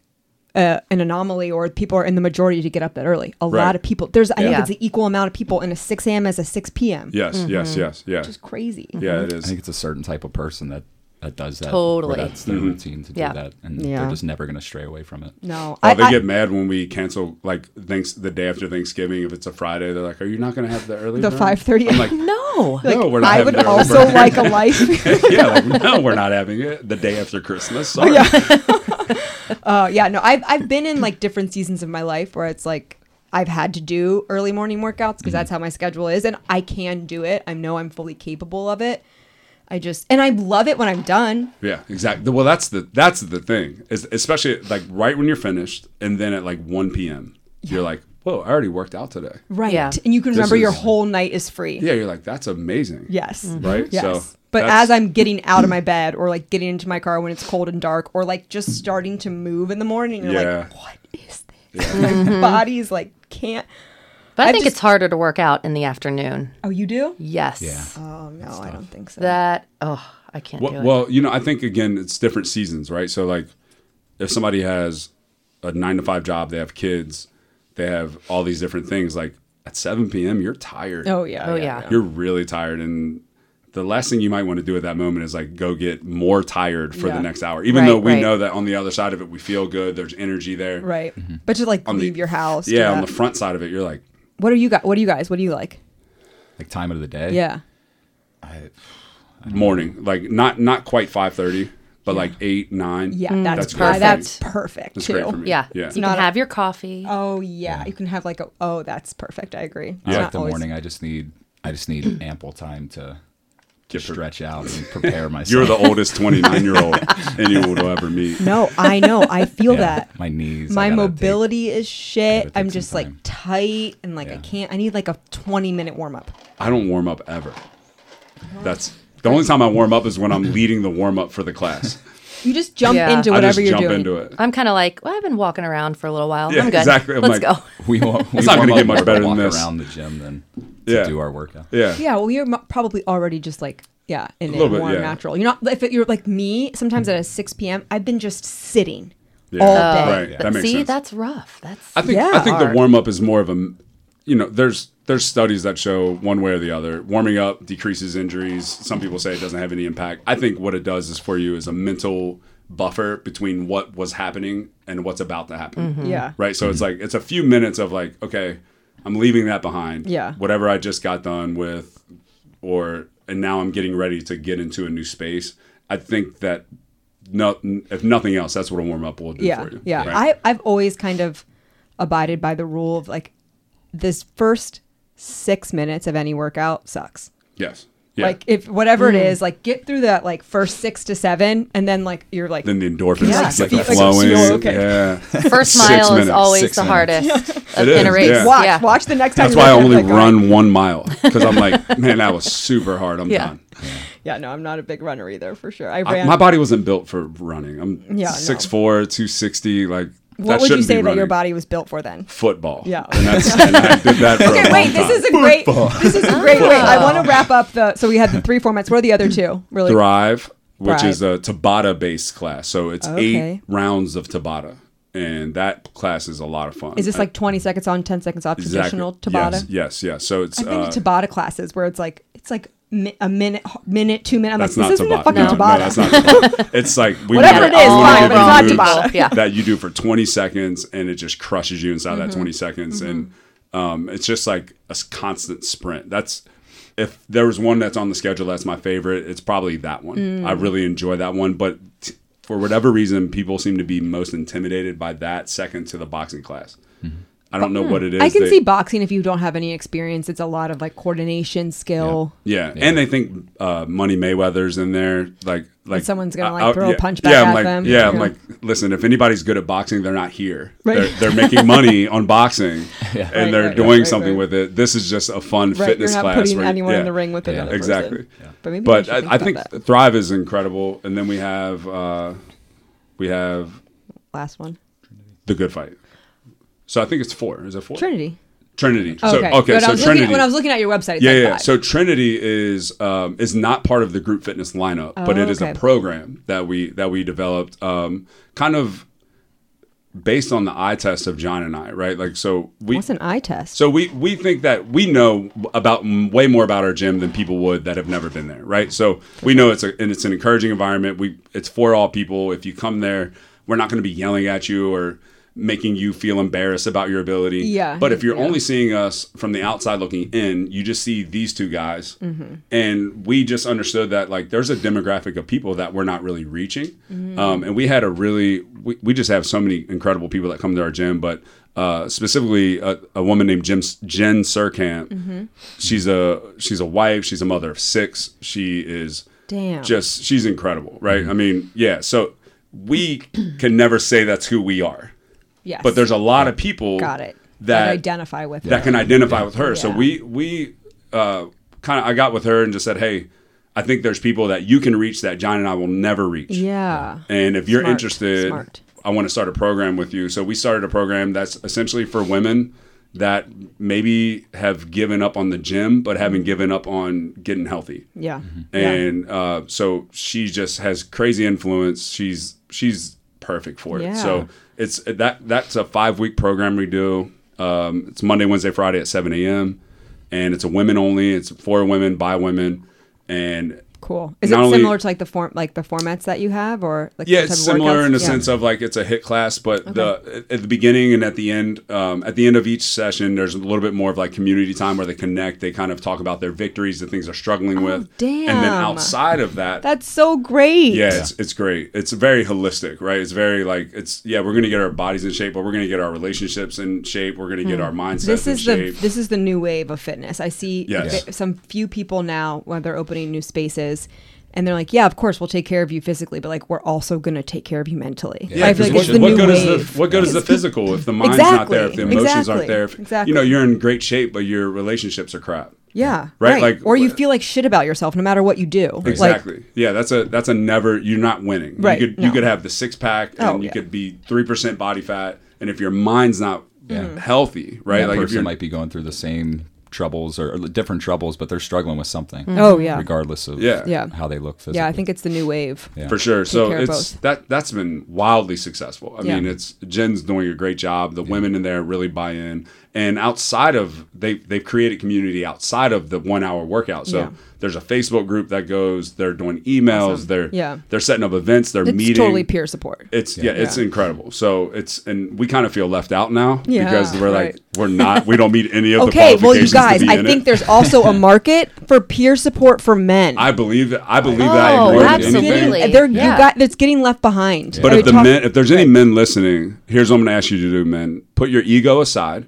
A: uh, an anomaly or people are in the majority to get up that early. A lot
C: Right.
A: of people. There's I think
B: Yeah.
A: it's the equal amount of people in a 6 a.m. as a 6 p.m. Mm-hmm.
C: Yes, yes, yes, yes.
A: which is crazy.
C: Yeah, it
E: I
C: is.
E: think it's a certain type of person that that does that. where
B: Totally.
E: that's
C: Mm-hmm.
E: their routine to do
B: Yeah.
E: that, and
A: Yeah.
E: they're just never going to stray away from it.
A: No,
C: Oh,
A: I,
C: they
A: I-
C: get mad when we cancel like thanks the day after Thanksgiving if it's a Friday. They're like, "Are you not going to have the early
A: the
C: bird?"
A: five thirty.
C: I'm like,
B: No.
C: no, we're not.
A: I
C: having
A: would
C: the early
A: also
C: bird."
A: like a life.
C: yeah, like, no, we're not having it the day after Christmas. Sorry.
A: uh, yeah, no, I've I've been in like different seasons of my life where it's like I've had to do early morning workouts because
C: Mm-hmm.
A: that's how my schedule is, and I can do it. I know I'm fully capable of it. I just and I love it when I'm done.
C: Yeah, exactly. Well, that's the that's the thing, is especially like right when you're finished, and then at like 1 p.m. You're like, "Whoa, I already worked out today."
A: Right.
B: Yeah.
A: And you can remember your
C: is-
A: whole night is free.
C: Yeah, you're like, "That's amazing."
A: Yes.
C: Right.
A: Yes.
C: So,
A: but
C: that's-
A: as I'm getting out of my bed or like getting into my car when it's cold and dark or like just starting to move in the morning, you're
C: Yeah.
A: like, what is this?
B: Mm-hmm.
A: My body's like, can't.
B: But I,
A: I
B: think
A: just-
B: it's harder to work out in the afternoon.
A: Oh, you do?
B: Yes.
E: Yeah.
A: Oh, no, I don't think so.
B: That oh, I can't do
C: Well,
B: it.
C: well, you know, I think again, it's different seasons, right? So, like, if somebody has a nine to five job, they have kids, they have all these different things. Like at seven p.m., you're tired.
A: oh, yeah.
B: Oh, yeah.
C: you're really tired, and the last thing you might want to do at that moment is like go get more tired for
A: Yeah.
C: the next hour, even
B: Right,
C: though we
B: right.
C: know that on the other side of it, we feel good. There's energy there.
A: Right.
E: Mm-hmm.
A: But to like
C: On the-
A: leave your house. do
C: Yeah, on
A: that.
C: the front side of it, you're like,
A: What are you guys? What do you guys? What do you like?
E: Like time of the day.
A: Yeah.
E: I,
C: morning, like not not quite five thirty, but like eight nine.
A: Yeah. That's,
C: That's
A: perfect.
C: great.
A: That's perfect
C: That's
A: too.
C: great for me.
B: yeah.
C: yeah.
B: You
A: Not
B: can
A: a-
B: have your coffee.
A: Oh, yeah. You can have like a, oh, that's perfect. I agree. It's
E: I
A: not
E: like the
A: always-
E: morning. I just need I just need ample time to to stretch out and prepare myself.
C: You're the oldest 29 year old anyone will ever meet.
A: No, I know. I feel
E: Yeah,
A: that.
E: my knees. I
A: my
E: gotta
A: mobility is shit.
E: gotta take
A: I'm
E: some
A: just like
E: time.
A: tight and like I
E: Yeah.
A: can't. I need like a 20 minute warm up.
C: I don't warm up ever. That's the only time I warm up is when I'm leading the warm up for the class.
A: You just jump
B: Yeah.
A: into
B: I
A: whatever
C: I just
A: you're
C: jump
A: doing.
C: into it.
B: I'm kind of like, well, I've been walking around for a little while.
C: Yeah,
B: I'm good.
C: exactly. I'm
B: Let's
C: like-
B: go.
E: Take, we wa- we
C: It's not
E: warm
C: gonna
E: up
C: get much
E: more to
C: better than
E: walk
C: this.
E: around the gym than to
C: Yeah.
E: do our workout.
C: Yeah.
A: Yeah, well, you're mo- probably already just like yeah, in
C: A
A: it,
C: little bit,
A: more
C: yeah.
A: natural. You're not if it, you're like me. Sometimes
E: Mm-hmm.
A: at a 6 p.m. I've been just sitting
C: Yeah.
A: all
C: Oh.
A: day.
C: Right. Yeah, that makes
B: see,
C: sense.
B: that's rough. That's
C: I think
A: Yeah,
C: I think
B: hard.
C: the warm up is more of a you know, there's there's studies that show one way or the other. Warming up decreases injuries. Some people say it doesn't have any impact. I think what it does is for you is a mental buffer between what was happening and what's about to happen.
A: Yeah,
C: Mm-hmm. right? So it's
A: Mm-hmm.
C: like it's a few minutes of like, okay, I'm leaving that behind.
A: Yeah.
C: Whatever I just got done with, or and now I'm getting ready to get into a new space. I think that no, if nothing else, that's what a warm up will do
A: yeah,
C: for you.
A: yeah.
C: right?
A: I I've always kind of abided by the rule of like this first six minutes of any workout sucks.
C: yes, yeah.
A: Like if whatever it is, like get through that like first six to seven, and then like you're like
C: then the endorphins
A: Yeah,
C: get
A: like, like,
C: flowing.
A: you're okay.
C: Yeah,
B: first
C: Six
B: mile is
C: minutes,
B: always
E: six
B: the
E: minutes.
B: hardest
C: It
B: of
C: is,
B: in a race.
C: yeah.
A: watch
B: yeah.
A: watch the next time.
C: that's
A: you
C: why I
A: work out,
C: only
A: like, all right.
C: run one mile because I'm like, man, that was super hard. I'm
B: Yeah.
C: done.
A: Yeah, no, I'm not a big runner either for sure. I
C: I-
A: ran.
C: my body wasn't built for running. I'm
A: Yeah, no.
C: 6'4", 260, Like,
A: what would
C: that
A: you
C: shouldn't be
A: say that your
C: running.
A: body was built for then?
C: football.
A: Yeah.
C: and, that's, and I did that. For
A: Okay,
C: a
A: wait.
C: long
A: This
C: time.
A: is a great. This is a great. Wait, I want to wrap up the. So we had the three formats. What are the other two? Really?
C: Thrive, which
A: Thrive.
C: is a Tabata based class. So it's
A: Okay.
C: eight rounds of Tabata, and that class is a lot of fun.
A: Is this like 20 seconds on, 10 seconds off? Traditional Tabata.
C: Yes, yes, yes. So it's
A: I've been
C: uh,
A: to Tabata classes where it's like it's like mi- a minute, minute, two minute. I'm like,
C: that's
A: this
C: not
A: isn't
C: Tabata.
A: a fucking
C: no, no,
A: Tabata.
C: that's not Tabata. it's like we
A: Whatever
C: wanna-
A: it is,
C: we wanna
A: fine,
C: do
A: but it's
C: moves
A: not Tabata.
B: Yeah.
C: That you do for 20 seconds, and it just crushes you inside
A: Mm-hmm.
C: that 20 seconds, and um, it's just like a s- constant sprint. That's if there was one that's on the schedule that's my favorite, it's probably that one. I
A: Mm.
C: really enjoy that one, but t- for whatever reason, people seem to be most intimidated by that second to the boxing class. I don't know what it is.
A: Hmm. I can
C: They-
A: see boxing if you don't have any experience. It's a lot of like coordination, skill.
C: Yeah. and they think uh, Money Mayweather's in there, like like
A: someone's gonna,
C: I-
A: like,
C: I-
A: throw a
C: yeah,
A: punch back
C: yeah, I'm
A: at
C: like,
A: them.
C: Yeah, I'm
A: Yeah.
C: like, listen, if anybody's good at boxing, they're not here.
A: Right.
C: They're, they're making money on boxing, and
A: Right,
C: they're
A: right,
C: doing
A: right, right,
C: something
A: right.
C: with it. This is just a fun
A: Right,
C: fitness
A: you're not
C: class.
A: putting
C: where you-
A: anyone in
C: yeah.
A: the ring with another person.
C: Exactly.
A: But maybe we
C: But
A: should
C: I, I
A: about
C: think
A: that.
C: Thrive is incredible, and then we have uh, we have
A: last one,
C: the Good Fight. So I think it's four. Is it four?
A: Trinity. Oh,
C: Trinity.
A: Okay.
C: So, okay.
A: When I
C: So
A: was looking at-
C: Trinity.
A: when I was looking at your website, it's
C: yeah,
A: like
C: yeah.
A: five.
C: So Trinity is um, is not part of the group fitness lineup, but
A: Oh,
C: it is
A: okay.
C: a program that we that we developed, um, kind of based on the eye test of John and I, right? Like, so we
A: What's an eye test?
C: so we we think that we know about way more about our gym than people would that have never been there, right? So we know it's a and it's an encouraging environment. We it's for all people. If you come there, we're not going to be yelling at you or making you feel embarrassed about your ability.
A: Yeah.
C: But if you're only seeing us from the outside looking in, you just see these two guys,
A: Mm-hmm.
C: and we just understood that like there's a demographic of people that we're not really reaching,
A: Mm-hmm.
C: um, and we had a really we, we just have so many incredible people that come to our gym, but uh, specifically a, a woman named Jim, Jen Surkamp.
A: Mm-hmm.
C: She's a she's a wife. She's a mother of six. She is
A: Damn. Mm-hmm.
C: just she's incredible, right? I mean, yeah. So we can never say that's who we are,
A: yes.
C: but there's a lot of people
A: got it.
C: that
A: That identify with
C: that
A: it.
C: can identify with her. So
A: Yeah.
C: we we uh, kind of I got with her and just said, hey, I think there's people that you can reach that John and I will never reach.
A: Yeah.
C: And if you're
A: Smart.
C: interested,
A: Smart.
C: I want to start a program with you. So we started a program that's essentially for women that maybe have given up on the gym but
A: Mm-hmm.
C: haven't given up on getting healthy.
A: Yeah. yeah.
C: Mm-hmm. And uh, so she just has crazy influence. She's she's perfect for it.
A: Yeah.
C: So it's that that's a five week program we do. Um, it's Monday, Wednesday, Friday at seven a.m. and it's a women only. It's for women by women, and
A: Cool. Is it
C: not
A: similar
C: only-
A: to like the form, like the formats that you have, or like
C: yeah,
A: the
C: it's
A: type of
C: similar in the
A: workouts? Yeah.
C: sense of like it's a hit class, but the at the beginning and at the end, um, at the end of each session, there's a little bit more of like community time where they connect. They kind of talk about their victories, the things they're struggling with, and
A: Oh,
C: then
A: damn.
C: outside of that,
A: That's so great.
C: yeah, it's it's great. It's very holistic, right? It's very like it's yeah, we're gonna get our bodies in shape, but we're gonna get our relationships in shape. We're gonna get our mindset
A: Hmm. This
C: in
A: is the
C: shape.
A: this is the new wave of fitness. I see
C: Yes.
A: ve- some few people now when they're opening new spaces, and they're like, "Yeah, of course we'll take care of you physically, but like we're also going to take care of you mentally."
C: yeah,
A: I feel like
C: 'cause
A: it's
C: what,
A: the
C: what
A: new
C: good
A: wave.
C: is the what good is the physical if the mind's not there, if the
A: Exactly,
C: emotions
A: exactly,
C: aren't there, if,
A: exactly.
C: you know, you're in great shape, but your relationships are crap.
A: yeah,
C: Right, like-
A: or you feel like shit about yourself no matter what you do. Like,
C: Exactly. yeah, that's a that's a never. You're not winning.
A: Right,
C: You could
A: no.
C: you could have the six pack and
A: Oh,
C: you
A: yeah.
C: could be three percent body fat, and if your mind's not healthy, right?
E: That
C: like if
E: person
C: you're
E: might be going through the same troubles or, or different troubles, but they're struggling with something.
A: Oh, yeah.
E: regardless of
C: Yeah.
A: Yeah.
E: how they look physically.
A: yeah, I think it's the new wave.
E: Yeah.
C: for sure. So
A: care of
C: it's
A: both.
C: that that's been wildly successful. I
A: Yeah.
C: mean, it's Jen's doing a great job. The women in there really buy in, and outside of they they've created community outside of the one hour workout. So
A: Yeah.
C: there's a Facebook group that goes. They're doing emails. They're
A: Yeah.
C: they're setting up events. They're
A: It's
C: meeting.
A: totally peer support.
C: It's yeah, it's
A: Yeah.
C: incredible. So it's and we kind of feel left out now
A: Yeah,
C: because we're like
A: right.
C: we're not we don't meet any of
A: okay,
C: the
A: well, you
C: qualifications.
A: guys,
C: to be
A: I
C: in
A: think
C: it.
A: there's also a market for peer support for men.
C: I believe that I believe that
B: Oh,
C: more than
B: absolutely.
C: anything.
B: Really?
A: They're,
B: Yeah.
A: you got, it's getting left behind.
C: But
A: Are
C: if
A: we
C: the
A: talk-
C: men, if there's any men listening, here's what I'm going to ask you to do, men. Put your ego aside.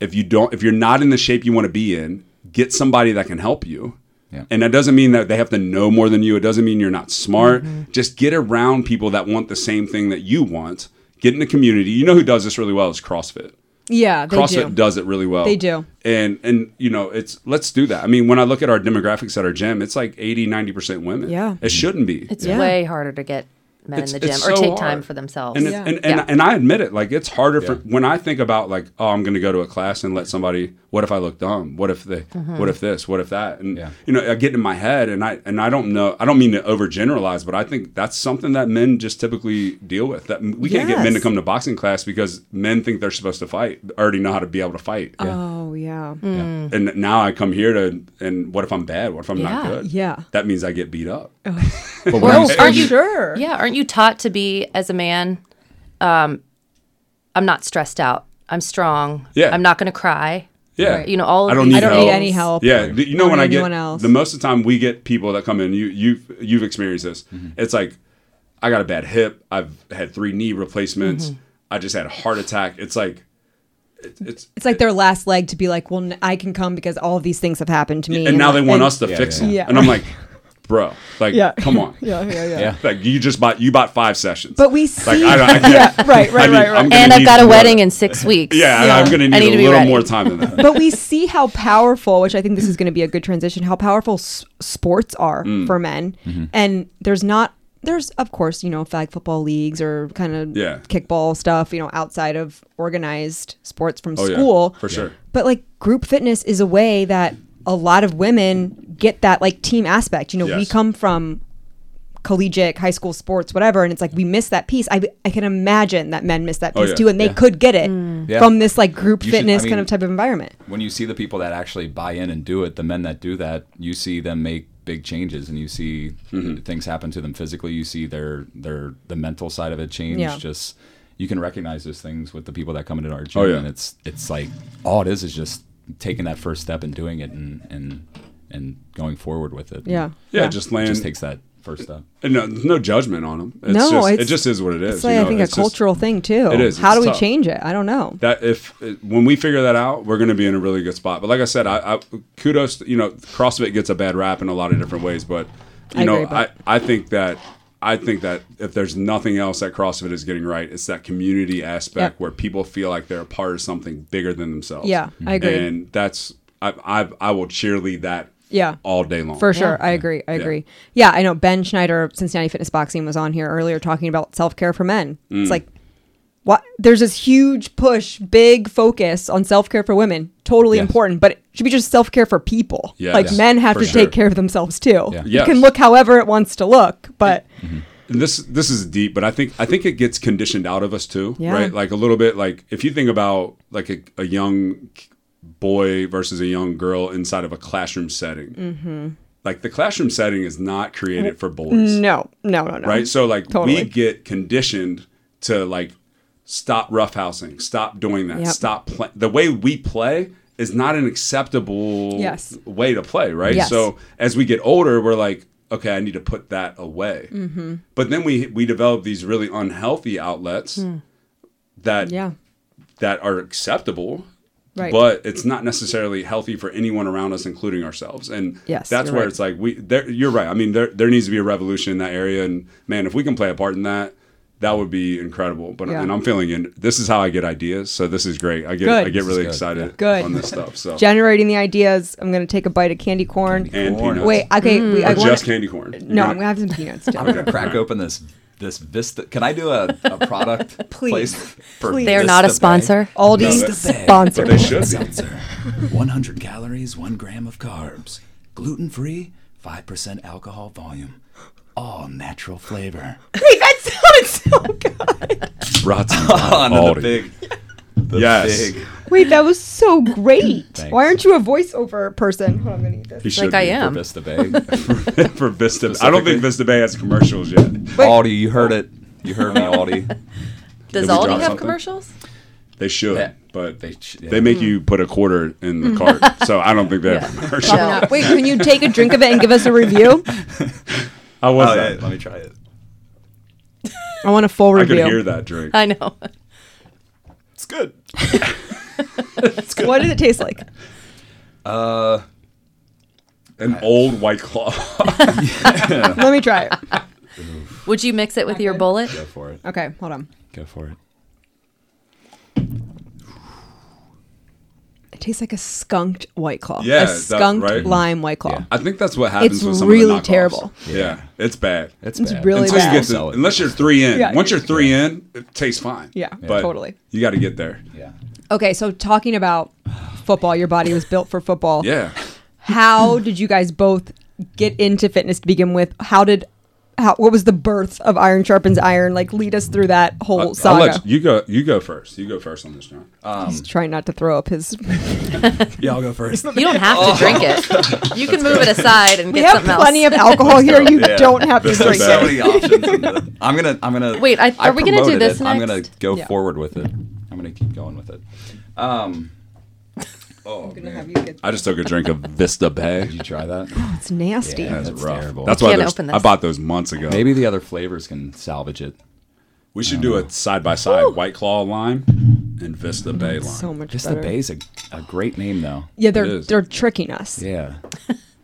C: If you don't, if you're not in the shape you want to be in, get somebody that can help you.
E: Yeah.
C: And that doesn't mean that they have to know more than you. It doesn't mean you're not smart.
A: Mm-hmm.
C: Just get around people that want the same thing that you want. Get in a community. You know who does this really well is CrossFit.
A: yeah, they
C: CrossFit
A: do.
C: does it really well.
A: They do.
C: And and you know, it's let's do that. I mean, when I look at our demographics at our gym, it's like 80, 90% women.
A: Yeah.
C: It shouldn't be.
B: It's
A: Yeah.
B: way harder to get men
C: It's-
B: in the
C: it's
B: gym or
C: so
B: take
C: hard.
B: time for themselves.
C: And, it-
A: Yeah.
C: and, and,
B: Yeah.
C: and I admit it, like it's harder for when I think about like, oh, I'm going to go to a class and let somebody. What if I look dumb? What if they?
B: Mm-hmm.
C: What if this? What if that? And
E: Yeah.
C: you know, I get in my head, and I and I don't know. I don't mean to overgeneralize, but I think that's something that men just typically deal with. That we can't get men to
A: Yes.
C: come to boxing class because men think they're supposed to fight, already know how to be able to fight.
B: Um.
A: Oh, yeah.
C: And now I come here to, and what if I'm bad? What if I'm not
B: Yeah.
C: good?
A: Yeah.
C: That means I get beat up.
E: But
B: Well,
E: when you-
B: aren't you-
A: sure?
B: Yeah, aren't you taught to be as a man? Um, I'm not stressed out. I'm strong.
C: Yeah.
B: I'm not going to cry.
C: Yeah.
B: Right. You know, all of
C: I don't
B: these
C: need
A: I don't need
C: help.
A: any help.
C: Yeah, th- you know
A: Or
C: when I get
A: anyone else.
C: the most of the time we get people that come in. You you've you've experienced this. It's like I got a bad hip. I've had three knee replacements.
A: Mm-hmm.
C: I just had a heart attack. It's like it's, it's
A: It's like their last leg to be like, well, n- I can come because all of these things have happened to me.
C: and now they
A: like-
C: want
A: and-
C: us to
E: Yeah,
C: fix
E: yeah,
C: it.
A: yeah.
C: And I'm like, bro, like
A: Yeah.
C: come on.
A: Yeah, yeah, yeah.
E: Yeah.
C: Like you just bought you bought five sessions.
A: But we see.
C: like I, don't- I can't.
A: yeah, right, right,
C: I mean,
A: right, right.
C: I'm gonna
B: And I've
C: need
B: got a
C: more-
B: wedding in six weeks.
C: Yeah, and I'm gonna
B: I need
C: need, a
B: to be
C: little
B: ready.
C: more time than that.
A: but we see how powerful, which I think this is going to be a good transition, how powerful s- sports are
C: Mm.
A: for men.
C: Mm-hmm.
A: And there's not, there's of course, you know, flag football leagues or kind of
C: Yeah.
A: kickball stuff, you know, outside of organized sports from
C: Oh, yeah,
A: school.
C: for sure.
A: But like group fitness is a way that a lot of women get that like team aspect. You know, we
C: Yes.
A: come from collegiate, high school sports, whatever. And it's like we miss that piece. I, I can imagine that men miss that
C: Oh,
A: piece
C: yeah.
A: too, and they
E: Yeah.
A: could get it
E: Yeah.
A: from this like group
E: You should- I
A: fitness kind
E: mean-
A: of type of environment.
E: when you see the people that actually buy in and do it, the men that do that, you see them make big changes and you see
C: Mm-hmm.
E: things happen to them physically. You see their their the mental side of it change.
A: Yeah.
E: Just you can recognize those things with the people that come into our gym,
C: Oh, yeah.
E: and it's it's like all it is is just taking that first step and doing it and and and going forward with it.
A: Yeah.
C: Yeah, just
E: it
C: laying.
E: just takes that first step.
C: and no, there's no judgment on them. It's
A: No,
C: just, it
A: it's-
C: just is what it is.
A: It's like
C: you
A: I
C: know,
A: think a
C: it's just-
A: cultural thing too.
C: It is.
A: How
C: It's
A: do we
C: tough.
A: change it? I don't know.
C: that if when we figure that out, we're going to be in a really good spot. But like I said, I, I kudos. You know, CrossFit gets a bad rap in a lot of different ways, but you
A: I
C: know,
A: agree, but-
C: I I think that I think that if there's nothing else that CrossFit is getting right, it's that community aspect
A: Yep.
C: where people feel like they're a part of something bigger than themselves.
A: Yeah, I agree.
C: And that's I I, I will cheerlead that.
A: Yeah.
C: all day long.
A: For sure. I agree. I agree. Yeah. I know Ben Schneider, of Cincinnati Fitness Boxing, was on here earlier talking about self care for men.
C: Mm.
A: It's like, what? There's this huge push, big focus on self care for women. Totally
E: Yes.
A: important, but it should be just self care for people.
C: Yes,
A: like men have
C: for
A: to
C: sure.
A: take care of themselves too.
E: Yeah.
A: It can
C: Yes.
A: look however it wants to look, but
C: And this this is deep, but I think I think it gets conditioned out of us too,
A: Yeah.
C: right? Like a little bit. Like if you think about like a, a young boy versus a young girl inside of a classroom setting, like the classroom setting is not created for boys,
A: no, no, no, no.
C: right? So like
A: Totally.
C: we get conditioned to like stop roughhousing, stop doing that,
A: Yep.
C: stop play. The way we play is not an acceptable
A: Yes.
C: way to play, right?
A: Yes.
C: So as we get older, we're like, okay, I need to put that away.
A: Mm-hmm.
C: But then we we develop these really unhealthy outlets that
A: Hmm. Yeah.
C: that are acceptable.
A: Right.
C: But it's not necessarily healthy for anyone around us, including ourselves. And
A: Yes,
C: that's
A: you're
C: where
A: right.
C: it's like we. There, you're right. I mean, there there needs to be a revolution in that area. And man, if we can play a part in that, that would be incredible. But
A: Yeah.
C: and I'm feeling in. This is how I get ideas. So this is great. I get
A: Good.
C: I get really
E: This is good,
C: excited
A: yeah. Good.
C: on this stuff. So
A: Generating the ideas. I'm going to take a bite of candy corn.
C: and peanuts.
A: Wait, okay. We, I
C: or
A: want
C: just candy corn.
A: No, I'm going to have some peanuts too.
E: I'm gonna crack open this this Vista. Can I do a, a product
A: Please.
E: place for
A: Please.
B: They are not a sponsor.
A: Aldi
C: No,
A: sponsor.
C: They should be.
E: Seltzer. 100 calories, 1 gram of carbs. Gluten free, 5% alcohol volume. All natural flavor.
A: Wait, that sounded so good.
C: Brought some
E: On
C: Aldi.
E: the big. The
C: Yes.
E: big-
A: Wait, that was so great.
E: Thanks.
A: Why aren't you a voiceover person? Hold on, I'm gonna eat this.
C: He should
B: I
C: be.
A: Um,
B: am.
E: For Vista Bay.
C: for Vista. I don't think Vista Bay has commercials yet.
E: Aldi, you heard it. You heard me, Aldi.
B: Does Aldi
C: Did we drop
B: have
C: something?
B: commercials?
C: They should,
E: Yeah.
C: but they
E: They sh-
C: they
E: yeah.
C: make you put a quarter in the cart. So I don't think they have commercials.
B: No.
A: Wait, can you take a drink of it and give us a review?
C: How was
E: Oh, yeah,
C: that?
E: let me try it.
A: I want a full
C: I could
A: review. Uh,
C: hear that drink.
B: I know.
E: It's good.
A: What did it taste like?
E: Uh,
C: An old white claw.
A: Let me try it.
B: Would you mix it with your bullet?
E: go for it.
A: Okay, hold on.
E: Go for it.
A: It tastes like a skunked white claw.
C: Yeah,
A: a
C: that-
A: skunked
C: right?
A: lime white claw.
E: Yeah.
C: I think that's what happens
A: It's
C: with some
A: really
C: of the knockoffs.
A: terrible.
C: Yeah. it's bad.
A: It's really
C: unless,
A: Until
C: you
A: bad.
C: get to,
E: Sell it.
C: unless you're three in.
A: Yeah.
C: Once you're three in, it tastes fine.
A: Yeah,
C: but
A: totally.
C: You got to get there.
E: Yeah.
A: Okay, so talking about football, your body was built for football.
C: Yeah.
A: How did you guys both get into fitness to begin with? How did how what was the birth of Iron Sharpens Iron? Like lead us through that whole
C: I'll- I'll
A: saga.
C: let you um, you go. You go first. You go first on this, John.
A: He's trying not to throw up his.
E: Yeah, I'll go first.
B: You don't have
C: Oh.
B: to drink it. You can move it aside and
A: We
B: get
A: have
B: something
A: plenty
B: else.
A: of alcohol here. You
E: Yeah.
A: don't have to
C: This is
A: drink
C: bad.
E: so
A: it.
E: many options. in the- I'm gonna. I'm gonna.
B: Wait, I- are we gonna do
E: promoted
B: this
E: it. I'm gonna
B: next?
E: go
A: Yeah.
E: forward with it. I'm gonna keep going with it. Um. Oh man.
C: I just took a drink of Vista Bay.
E: Did you try that?
A: It's nasty.
E: Yeah.
C: That's,
E: That's
C: rough.
E: terrible.
C: That's why
B: Can't
C: those-
B: open
C: I
B: this.
C: bought those months ago.
E: Maybe the other flavors can salvage it.
C: We should do a side by side White Claw lime and Vista Bay lime.
A: So much
E: Just the
A: better.
E: Bay's a, a great name though.
A: Yeah,
C: It
A: they're
C: is.
A: they're tricking us.
E: Yeah.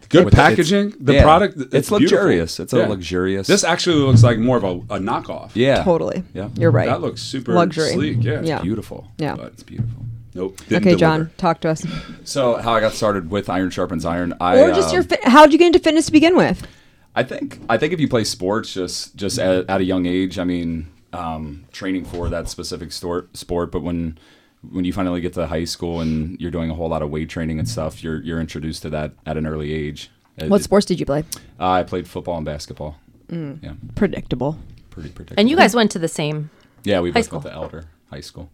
C: Good
E: With the- it's-
C: packaging. The
E: yeah.
C: product. It's,
E: It's
C: beautiful.
E: luxurious. It's a luxurious-
C: This actually looks like more of a, a knockoff.
E: Yeah.
A: Totally.
E: Yeah. Mm-hmm.
A: You're right.
C: Mm-hmm. That looks super
A: Luxury.
C: sleek. Yeah.
A: Yeah.
E: Beautiful.
A: Yeah.
C: But
E: It's beautiful.
C: nope.
A: okay,
C: didn't
A: John,
C: deliver.
A: talk to us,
E: So how I got started with Iron Sharpens Iron. I,
A: or
C: uh,
A: just
E: um,
A: your. Fit- how did you get into fitness to begin with?
E: I think I think if you play sports just just at, at a young age, I mean, um, training for that specific sport sport, but when when you finally get to high school and you're doing a whole lot of weight training and stuff, you're you're introduced to that at an early age. Uh,
A: What sports did you play?
E: I played football and basketball. Yeah,
A: Predictable,
E: pretty predictable.
B: Mm. And you guys went to the same.
E: yeah, we both
B: school.
E: went to Elder High School.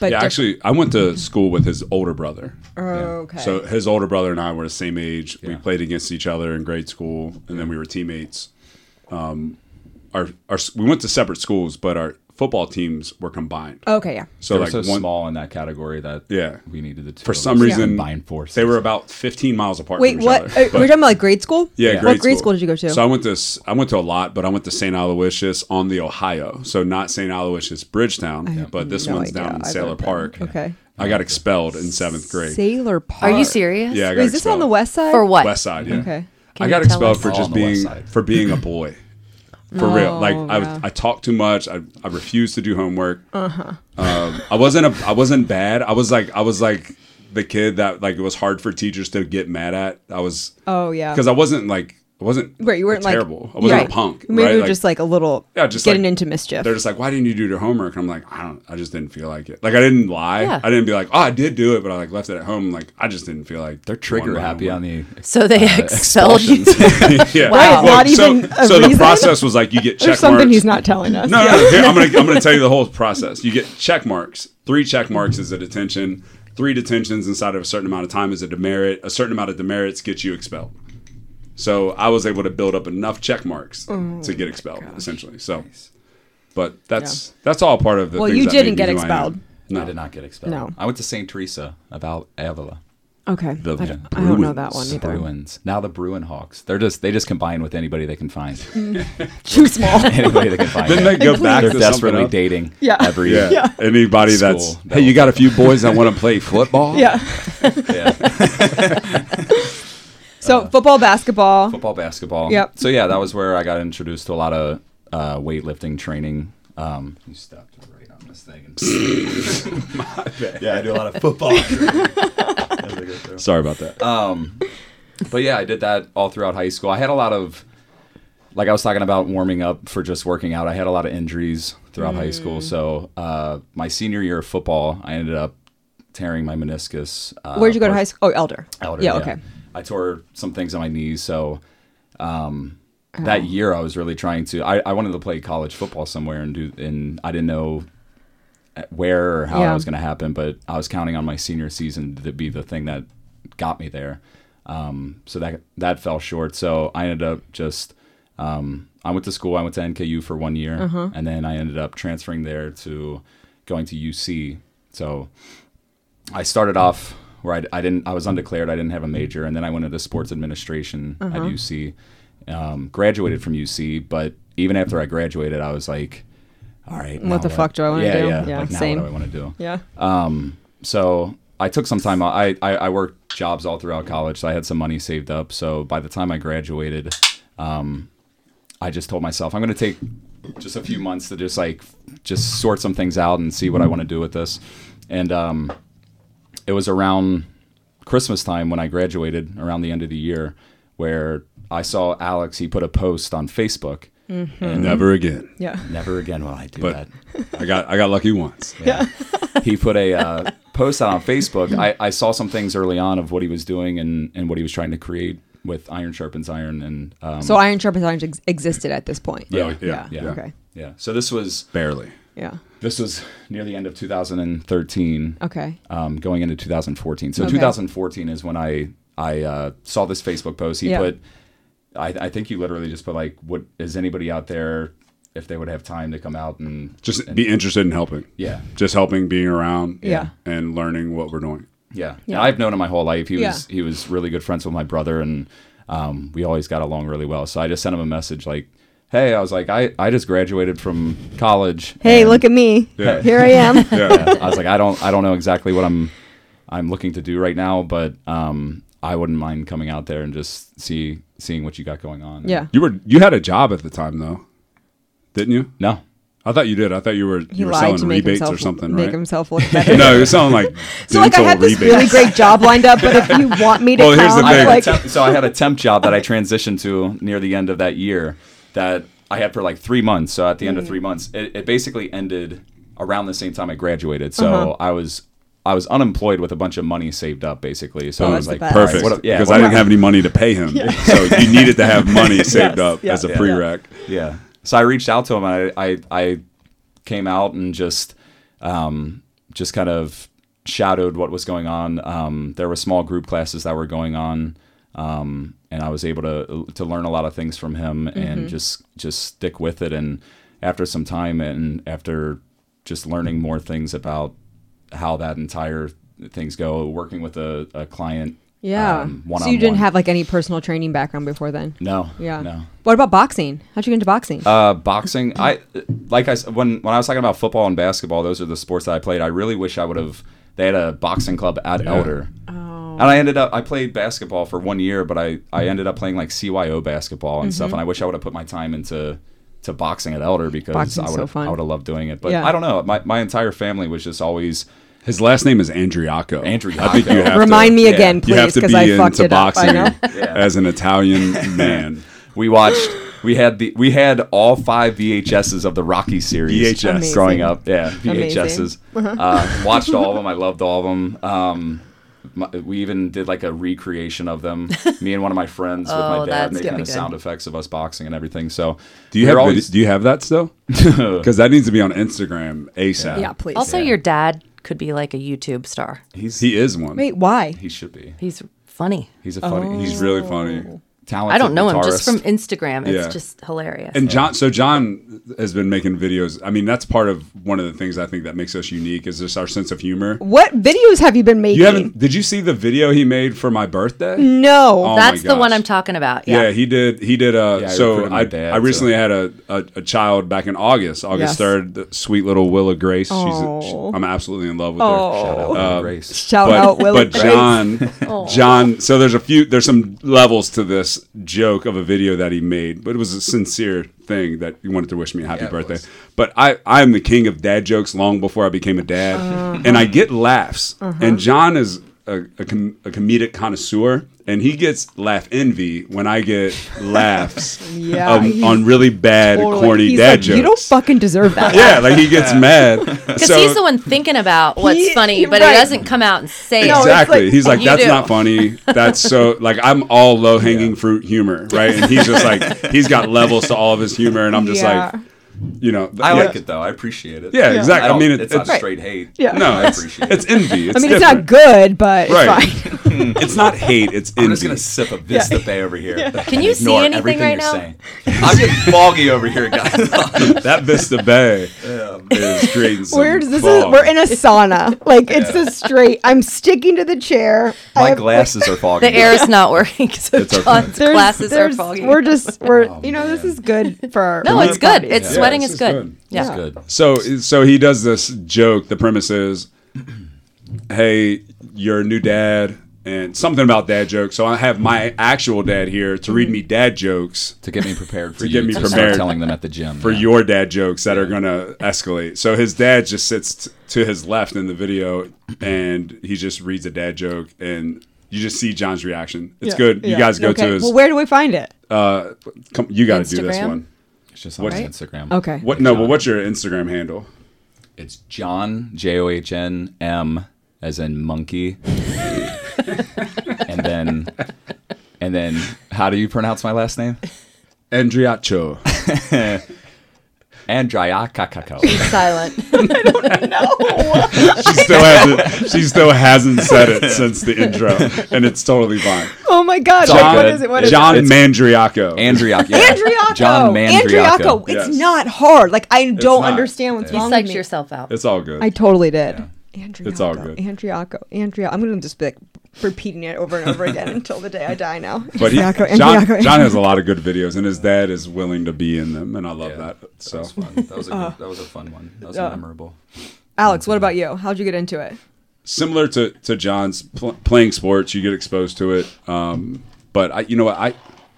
A: but
C: yeah,
A: diff-
C: actually, I went to school with his older brother.
A: okay.
C: So his older brother and I were the same age. We
E: Yeah.
C: played against each other in grade school, and then we were teammates. Um, our our we went to separate schools, but our football teams were combined.
A: okay, yeah.
C: so
E: they
C: like
E: were so
C: one,
E: small in that category that
C: Yeah.
E: we needed the two
C: for
E: of
C: some
E: us to
C: reason,
E: combine forces.
C: they were about 15 miles apart.
A: Wait,
C: from each
A: what? Uh,
C: Other,
A: Are, we're
C: But-
A: talking about like grade school?
C: yeah,
E: Yeah.
C: Grade
A: what grade school. did you go to?
C: So I went to s- I went to a lot, but I went to St. Aloysius on the Ohio. So not St. Aloysius Bridgetown, but this
A: no
C: one's
A: idea.
C: down in
A: I've
C: Sailor
A: lived in-
C: Park.
A: okay.
C: I got expelled in seventh grade.
A: Sailor Park.
B: Are you serious?
C: yeah, I got
A: Wait, is this on
C: expelled.
A: the west side?
B: For what?
C: West Side, yeah.
A: Okay.
B: Can
C: I
B: you
C: got
B: tell
C: expelled
B: us?
C: for
E: All
C: just
E: on the west
C: being
E: side.
C: for being a boy. For
A: Oh,
C: real, like
A: wow.
C: I, I talked too much. I, I refused to do homework. Uh-huh. Um, I wasn't a I wasn't bad. I was like I was like the kid that like it was hard for teachers to get mad at. I was
A: Oh yeah.
C: because I wasn't like I wasn't
A: Right, you weren't like
C: terrible. I wasn't
A: right.
C: a punk.
A: Maybe
C: right?
A: you were just like a little
C: Yeah, just,
A: getting
C: like,
A: into mischief.
C: they're just like, why didn't you do your homework? And I'm like, I don't. I just didn't feel like it. Like I didn't lie.
B: Yeah.
C: I didn't be like, oh, I did do it, but I like left it at home. Like I just didn't feel like
E: They're
C: doing
E: trigger
C: my
E: happy
C: homework.
E: on the
B: So they
C: Uh,
B: expelled you.
C: yeah.
A: Wow. Not even
C: so,
A: a
C: so the
A: reason?
C: process was like you get check
A: There's something
C: marks.
A: he's not telling us.
C: no, no, no, here, I'm gonna I'm gonna tell you the whole process. You get check marks. Three check marks is a detention. Three detentions inside of a certain amount of time is a demerit. A certain amount of demerits gets you expelled. So I was able to build up enough check marks
A: Oh
C: to get expelled, essentially. So, but that's that's all part of the.
A: Well,
C: things
A: you
C: that
A: didn't
C: made
A: get
C: me who I am.
A: expelled.
C: No,
E: I did not get expelled.
A: No.
E: I went to St. Teresa about Avila.
A: Okay.
C: The
A: I, don't- I don't know that one
E: Bruins.
A: either.
E: Bruins. Now the Bruin Hawks. They're just they just combine with anybody they can find.
A: Too small.
E: anybody they can find.
C: Then they go back
E: They're
C: to
E: desperately
C: something else.
E: dating.
A: Yeah.
E: Every
C: Yeah. Anybody that's
E: School.
C: hey, you got a few boys that want to play football.
A: yeah.
E: yeah.
A: So
E: Uh,
A: football, basketball.
E: football, basketball.
A: Yep.
E: So yeah, that was where I got introduced to a lot of uh, weightlifting training. Um, you stepped right on this thing. yeah, I do a lot of football.
C: Sorry about that.
E: but yeah, I did that all throughout high school. I had a lot of, like I was talking about warming up for just working out. I had a lot of injuries throughout high
A: Mm.
E: school. So uh, my senior year of football, I ended up tearing my meniscus. Uh,
A: Where'd you go to
E: part-
A: high school? Oh, Elder.
E: Elder,
A: Yeah. Okay.
E: I tore some things on my knees, so
A: Oh.
E: um, that year I was really trying to. I, I wanted to play college football somewhere and do, and I didn't know uh, where or how
A: Yeah.
E: that was going to happen, but I was counting on my senior season to be the thing that got me there. Um, so that that fell short. So I ended up just. Um, I went to school. I went to NKU for one year,
A: Uh-huh.
E: and then I ended up transferring there to going to UC. So I started off where I, I didn't I was undeclared I didn't have a major and then I went into sports administration at
A: Uh-huh.
E: UC um, graduated from UC but even after I graduated I was like all right now
A: What the fuck do I wanna
E: yeah,
A: do?
E: yeah
A: Yeah,
E: like, now
A: same.
E: what do I want to do
A: Yeah.
E: so I took some time out I, I I worked jobs all throughout college so I had some money saved up so by the time I graduated um, I just told myself I'm going to take just a few months to just like just sort some things out and see what I want to do with this. And um, it was around Christmas time when I graduated, around the end of the year, where I saw Alex. He put a post on Facebook.
A: Mm-hmm.
C: Never again.
A: yeah.
E: Never again will I do
C: But
E: that.
C: I got I got lucky once.
E: he put a uh, post out on Facebook. I, I saw some things early on of what he was doing and, and what he was trying to create with Iron Sharpens Iron and um,
A: So Iron Sharpens Iron ex- existed at this point.
C: Yeah, yeah,
A: Yeah.
E: yeah.
A: Okay.
E: yeah. So this was
C: Barely.
A: Yeah.
E: this was near the end of 2013.
A: Okay.
E: um, going into 2014. So
A: Okay.
E: 2014 is when I I uh, saw this Facebook post. He
A: Yeah.
E: put, I, I think you literally just put like, "What is anybody out there if they would have time to come out and
C: Just be interested in helping.
E: yeah
C: Just helping, being around,
A: Yeah.
C: and learning what we're doing.
E: yeah." And
A: Yeah.
E: I've known him my whole life. He was
A: Yeah.
E: he was really good friends with my brother, and um, we always got along really well. So I just sent him a message like. Hey, I was like, I, I just graduated from college.
A: Hey,
E: and-
A: look at me.
C: Yeah.
A: Here I am.
C: Yeah,
E: I was like, I don't, I don't know exactly what I'm, I'm looking to do right now, but um, I wouldn't mind coming out there and just see, seeing what you got going on.
A: yeah.
C: you were you had a job at the time though, didn't you?
E: No.
C: I thought you did. I thought you were
A: He
C: you were
A: lied
C: selling
A: to make
C: rebates
A: himself
C: or something,
A: make
C: right?
A: himself look better.
C: no, you're selling like
A: So
C: dental
A: like I had this
C: rebates.
A: really great job lined up, but if you want me to
C: Well, here's the
A: come,
E: I had a
A: like
E: temp- so I had a temp job that I transitioned to near the end of that year that I had for like three months. So
A: Mm. Uh-huh.
E: at the end of three months, it, it basically ended around the same time I graduated. So I was I was unemployed with a bunch of money saved up, basically. So I
A: Oh, that's
E: was
A: the
E: like,
A: best.
C: Perfect.
E: What a- yeah,
C: because
E: what
C: I
E: a-
C: didn't have any money to pay him. So you needed to have money saved up
A: yeah,
C: as a
A: yeah.
C: prereq.
E: Yeah. So I reached out to him. And I, I I came out and just um, just kind of shadowed what was going on. Um, there were small group classes that were going on, um, and I was able to to learn a lot of things from him
A: Mm-hmm.
E: and just just stick with it. And after some time, and after just learning more things about how that entire things go, working with a, a client.
A: Yeah.
E: um,
A: so you didn't
E: one-on-one.
A: have like any personal training background before then.
E: no
A: Yeah.
E: no
A: What about boxing? How'd you get into boxing?
E: Uh, boxing. I like I s- when when I was talking about football and basketball. Those are the sports that I played. I really wish I would have. They had a boxing club at Elder,
A: Oh.
E: and I ended up. I played basketball for one year, but I I ended up playing like CYO basketball and
A: Mm-hmm.
E: stuff. And I wish I would have put my time into to boxing at Elder because
A: Boxing's
E: I
A: so
E: would have
A: fun.
E: I would have loved doing it. But
A: Yeah.
E: I don't know. My my entire family was just always
C: His last name is Andriaco.
E: Andriaco.
C: I think you have
A: Remind
C: to,
A: me
E: yeah.
A: again,
C: You have
A: please,
C: to
A: because
C: be
A: I fucked
C: into
A: it up. I
C: boxing
A: know.
C: as an Italian man.
E: we watched. We had the we had all five VHSs of the Rocky series.
C: VHS.
A: Amazing.
E: growing up, yeah,
A: Amazing.
E: VHSs.
B: Uh-huh.
E: Uh, watched all of them. I loved all of them. Um, my, we even did like a recreation of them. Me and one of my friends
B: Oh,
E: with my
B: that's
E: dad making
B: gonna be
E: the
B: good.
E: sound effects of us boxing and everything. So
C: Do you
E: we were
C: have
E: always-
C: vid- Do you have that still? Because that needs to be on Instagram ASAP.
A: Yeah, please.
B: Also, your dad could be like a YouTube star.
C: He's he is one.
A: Wait, why?
E: he should be.
B: He's funny.
E: He's a funny.
C: He's
E: He's
C: really funny.
E: talented.
B: I Oh. don't know him just from
E: guitarist.
B: Instagram. It's
C: Yeah.
B: just hilarious.
C: And John, so John has been making videos. I mean, that's part of one of the things I think that makes us unique is just our sense of humor.
A: What videos have you been making?
C: You haven't? Did you see the video he made for my birthday?
A: Mm, no.
C: Oh
B: That's
C: my
B: the one
C: gosh.
B: I'm talking about.
C: Yeah.
B: Yeah.
C: he did. He did. Uh,
E: Yeah, I
C: so
E: recruited my
C: I,
E: dad
C: I
E: to-
C: recently had a, a, a child back in August, August
A: Yes.
C: third. the Sweet little Willa Grace. She's a, she,
A: Aw.
C: I'm absolutely in love with her.
E: Shout out
A: oh.
E: to
C: Uh,
E: Grace.
A: Shout out, Will.
C: but John,
B: Oh.
C: John. So there's a few. There's some levels to this joke of a video that he made, but it was a sincere thing that he wanted to wish me a happy
D: Yeah, it
C: birthday.
D: was.
C: But I, I'm the king of dad jokes long before I became a dad,
A: Uh-huh.
C: and I get laughs. And John is a, a, com- a comedic connoisseur, and he gets laugh envy when I get laughs
A: Yeah,
C: um,
A: he's
C: on really bad,
A: Or, like,
C: corny
A: he's
C: dad
A: like,
C: jokes.
A: You don't fucking deserve that.
C: yeah, like he gets mad.
B: Because he's the one thinking about what's
A: He-
B: funny, but
A: right.
B: he doesn't come out and say
A: No,
B: it.
C: exactly.
A: like-
C: he's like,
B: You
C: that's
B: do.
C: not funny. That's so like I'm all low hanging fruit humor, right? And he's just like he's got levels to all of his humor, and I'm just
A: Yeah.
C: like, you know,
E: I
C: yeah.
E: like it though. I appreciate it.
C: Yeah, exactly. I,
E: don't-
C: mean, it,
E: it's,
C: it's
E: not
A: Right.
E: straight hate.
A: Yeah.
C: no,
E: I
C: it's,
E: appreciate
C: it's envy. It's
A: I mean, it's not good,
C: different.
A: but
C: Right.
A: it's fine.
C: It's not hate. It's envy.
E: I'm just gonna sip of this the bay over here.
B: Can you see
E: Ignore
B: anything
E: everything
B: right
E: you're
B: now?
E: saying. I'm getting foggy over here, guys.
C: that Vista Bay is creating some
A: We're, this is,
C: fog.
A: we're in a sauna. Like, it's a straight. I'm sticking to the chair. I
E: My
A: have-
E: glasses are foggy.
B: The air is not working, so
E: It's okay.
B: John's
A: there's-
B: glasses are
A: there's-
B: foggy.
A: We're just, we're,
E: Oh,
A: you know, this
E: man.
A: is good for our.
B: no,
A: our
B: it's good.
A: bodies.
B: It's
E: Yeah,
B: sweating
C: this
B: is
C: is
B: good.
C: good.
B: Yeah.
E: It's good.
C: So so he does this joke. The premise is, "Hey, you're a new dad." And something about dad jokes. So I have my actual dad here to read
A: Mm-hmm.
C: me dad jokes
E: to get me prepared for
C: To
E: you,
C: get me
E: to start
C: prepared
E: telling them at the gym
C: for your dad jokes that are gonna escalate. So his dad just sits t- to his left in the video, and he just reads a dad joke, and you just see John's reaction. It's
A: Yeah.
C: good. You
A: Yeah.
C: guys go
A: Okay.
C: to his.
A: Well, where do we find it?
C: uh, come, you got to do this
B: Instagram?
C: one.
E: It's just on
C: What's-
E: Instagram.
A: Okay.
C: Uh, What? No. Well, what's your Instagram handle?
E: It's John J O H N M as in monkey, and then and then how do you pronounce my last name?
C: Andriacho.
E: Andrea Kakako.
B: Silent.
C: she still hasn't. She still hasn't said it since the intro, and it's totally fine.
A: Oh my God.
E: all
A: John, what
E: good.
A: is it? What is
C: John
A: it?
E: It's-
C: Mandriaco.
E: Andriaco.
A: Andriaco.
E: John Mandriaco.
A: Andriaco. It's
C: Yes.
A: not hard. Like, I don't
C: not.
A: understand what's
B: You
A: wrong
B: psyched
A: with me.
B: yourself out.
C: it's all good.
A: I totally did. Andriaco.
C: It's all good.
A: Andriaco. Andrea. I'm going to just be like repeating it over and over again until the day I die now.
C: but he,
A: Andriaco,
C: John,
A: Andriaco,
C: John has a lot of good videos, and his dad is willing to be in them, and I love that. So.
E: That was fun. That was a good, that was a fun one. That was
A: Yeah.
E: memorable.
A: Alex, what about you? How'd you get into it?
C: similar to to John's pl- playing sports, you get exposed to it. Um, but I, you know what I.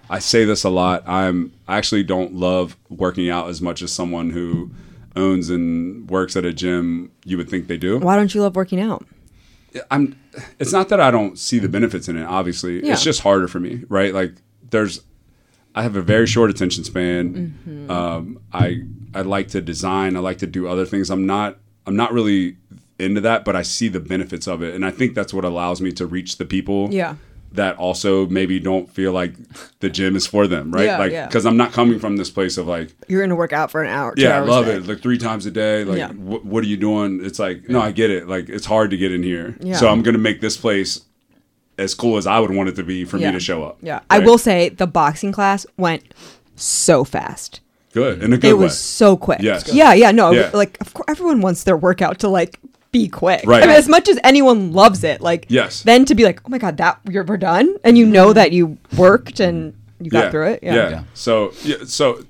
C: I say this a lot. I'm I actually don't love working out as much as someone who owns and works at a gym. You would think they do.
A: Why don't you love working out?
C: I'm it's not that I don't see the benefits in it, obviously.
A: Yeah.
C: It's just harder for me, right? Like there's I have a very short attention span.
A: Mm-hmm.
C: Um, I I like to design, I like to do other things. I'm not I'm not really into that, but I see the benefits of it, and I think that's what allows me to reach the people.
A: Yeah.
C: That also maybe don't feel like the gym is for them, right?
A: Yeah,
C: like,
A: yeah.
C: because I'm not coming from this place of like,
A: You're gonna work out for an hour. two
C: yeah, I
A: hours
C: love
A: a day.
C: it. Like three times a day. Like,
A: Yeah.
C: wh- what are you doing? It's like, no, I get it. Like, it's hard to get in here.
A: Yeah.
C: So I'm going to make this place as cool as I would want it to be for
A: Yeah.
C: me to show up.
A: Yeah, I
C: Right?
A: will say the boxing class went so fast.
C: Good. In a good
A: it
C: way.
A: was so quick.
C: Yes. Good.
A: Yeah, yeah, no,
C: Yeah.
A: like of course everyone wants their workout to like be quick.
C: Right.
A: I mean, as much as anyone loves it, like
C: Yes.
A: then to be like, oh my god, that you're we're done, and you know that you worked and you got through it. Yeah.
E: Yeah.
C: So yeah, so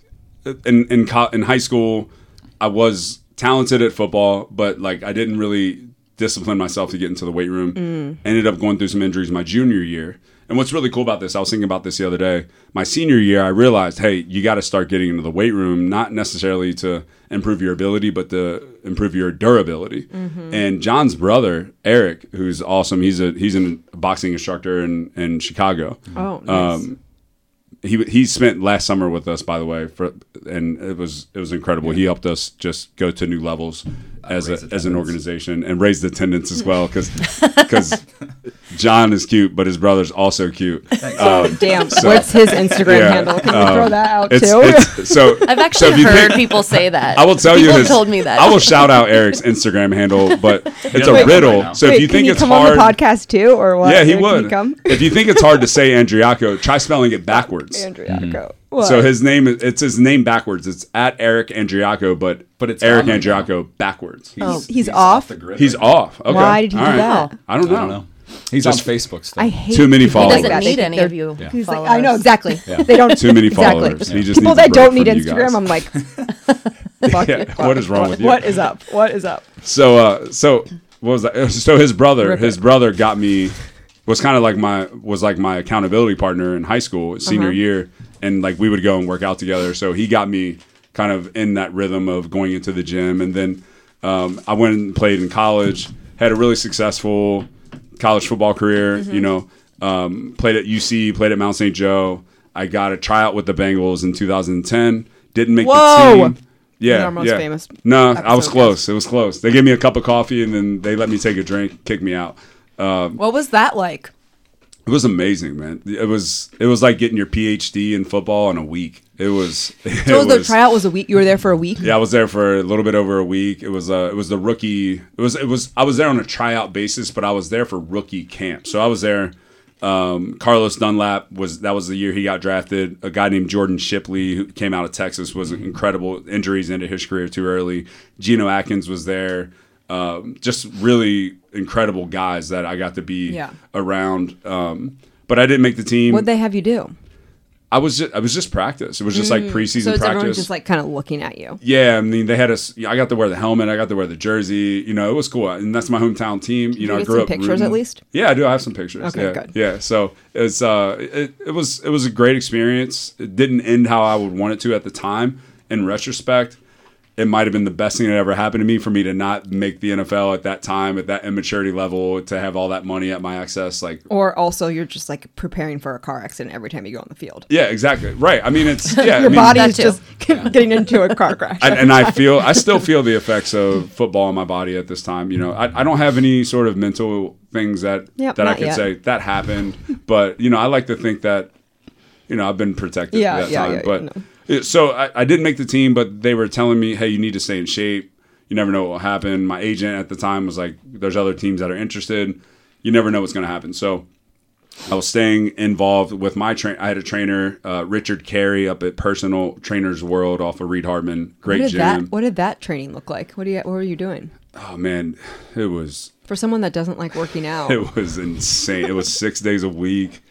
C: uh, in in co- in high school, I was talented at football, but like I didn't really discipline myself to get into the weight room.
A: Mm.
C: Ended up going through some injuries my junior year. And what's really cool about this, I was thinking about this the other day. My senior year, I realized, hey, you got to start getting into the weight room, not necessarily to improve your ability, but to improve your durability.
A: Mm-hmm.
C: And John's brother, Eric, who's awesome, he's a he's a boxing instructor in in Chicago Um,
A: Oh, nice.
C: he he spent last summer with us by the way for and it was it was incredible he helped us just go to new levels as a, as
E: raise
C: an
E: attendance.
C: organization and raise the attendance as well because john is cute but his brother's also cute Um,
A: oh damn!
C: so-
A: What's his Instagram
C: Yeah, Um,
A: handle? Can you throw that out
C: it's,
A: too?
C: it's so
B: I've
C: so if
B: actually
C: you
B: heard
C: think-
B: people say that.
C: I will tell
B: people
C: you
B: have
C: this.
B: told me that.
C: I will shout out Eric's Instagram handle, but it's
E: doesn't
C: a
E: have one
C: riddle.
E: right now.
C: so if
A: Wait,
C: you
A: can
C: think
A: he
C: it's
A: come on
C: hard,
A: the podcast too, or what?
C: yeah, he
A: Can
C: would.
A: come?
C: If you think it's hard to say Andriaco, try spelling it backwards.
A: Andrew Yako. What?
C: Mm-hmm. So his name is it's his name backwards. It's at Eric Andriaco, but
E: But it's
C: Eric
E: common now.
C: Andriaco backwards.
A: Oh, he's off?
E: the grid
C: He's
E: right
C: off. Okay.
A: Why did he
C: All
A: do
C: right.
A: that?
C: I don't
E: now.
C: know.
E: I don't know. He's on Facebook still.
A: Oh. I hate
C: Too many
A: people
C: followers.
A: Like that.
B: Doesn't
A: They
B: need
A: think
B: any
A: they're-
B: of you
A: He's like, I know
B: followers.
A: exactly. They don't
C: Too many
A: exactly.
C: followers. He just
A: people
C: needs a
A: that
C: break
A: don't need
C: from you guys.
A: Instagram. I'm like, fuck
C: Yeah,
A: you.
C: what
A: fuck,
C: is wrong
A: fuck.
C: with you?
A: What is up? What is up?
C: So uh so what was that? So his brother,
A: Rip
C: his
A: it.
C: brother got me was kind of like my was like my accountability partner in high school,
A: Uh-huh.
C: senior year, and like we would go and work out together. So he got me kind of in that rhythm of going into the gym, and then um, I went and played in college. Had a really successful college football career.
A: Mm-hmm.
C: You know, um, played at UC, played at Mount St. Joe. I got a tryout with the Bengals in 2010. Didn't make
A: Whoa!
C: the team. Yeah,
A: Our most
C: yeah.
A: famous
C: No, I was
A: episode,
C: close. It was close. They gave me a cup of coffee and then they let me take a drink, kick me out.
A: What was that like?
C: It was amazing, man. It was it was like getting your PhD in football in a week. It was. It
A: So the
C: was-
A: tryout was a week. You were there for a week.
C: Yeah, I was there for a little bit over a week. It was uh, it was the rookie. It was it was I was there on a tryout basis, but I was there for rookie camp. So I was there. Um, Carlos Dunlap was that was the year he got drafted. A guy named Jordan Shipley who came out of Texas was
A: Mm-hmm.
C: incredible. Injuries ended his career too early. Geno Atkins was there. Um, just really incredible guys that I got to be
A: Yeah.
C: around. Um, but I didn't make the team.
A: What'd they have you do?
C: I was just, I was just practice. It was just like preseason
A: Mm-hmm. So it's
C: practice.
A: everyone just like kind of looking at you.
C: Yeah, I mean, they had us. I got to wear the helmet. I got to wear the jersey. You know, it was cool, and that's my hometown team. You know,
A: get
C: I grew
A: some
C: up.
A: pictures
C: rooting-
A: at least?
C: Yeah, I do. I have some pictures.
A: Okay,
C: yeah.
A: good.
C: Yeah, so it's uh, it, it was it was a great experience. It didn't end how I would want it to at the time. In retrospect, it might have been the best thing that ever happened to me for me to not make the NFL at that time, at that immaturity level, to have all that money at my access. Like,
A: Or also, you're just like preparing for a car accident every time you go on the field.
C: yeah, exactly, right. I mean, it's yeah, I
A: Your
C: mean,
A: body
B: That
A: is
B: too.
A: just getting into a car crash.
C: and, and I feel I still feel the effects of football on my body at this time. You know, I, I don't have any sort of mental things that
A: Yep,
C: that I
A: not
C: could
A: yet.
C: say that happened, but you know, I like to think that you know I've been protected
A: Yeah,
C: for that
A: yeah,
C: time.
A: yeah,
C: but it- so I, I didn't make the team, but they were telling me, hey, you need to stay in shape. You never know what will happen. My agent at the time was like, there's other teams that are interested. You never know what's going to happen. So I was staying involved with my train. I had a trainer, uh, Richard Carey, up at Personal Trainers World off of Reed Hartman.
A: what
C: Great
A: did
C: gym.
A: that? What did that training look like? What do you? What were you doing?
C: Oh man, it was
A: For someone that doesn't like working out,
C: it was insane. it was six days a week,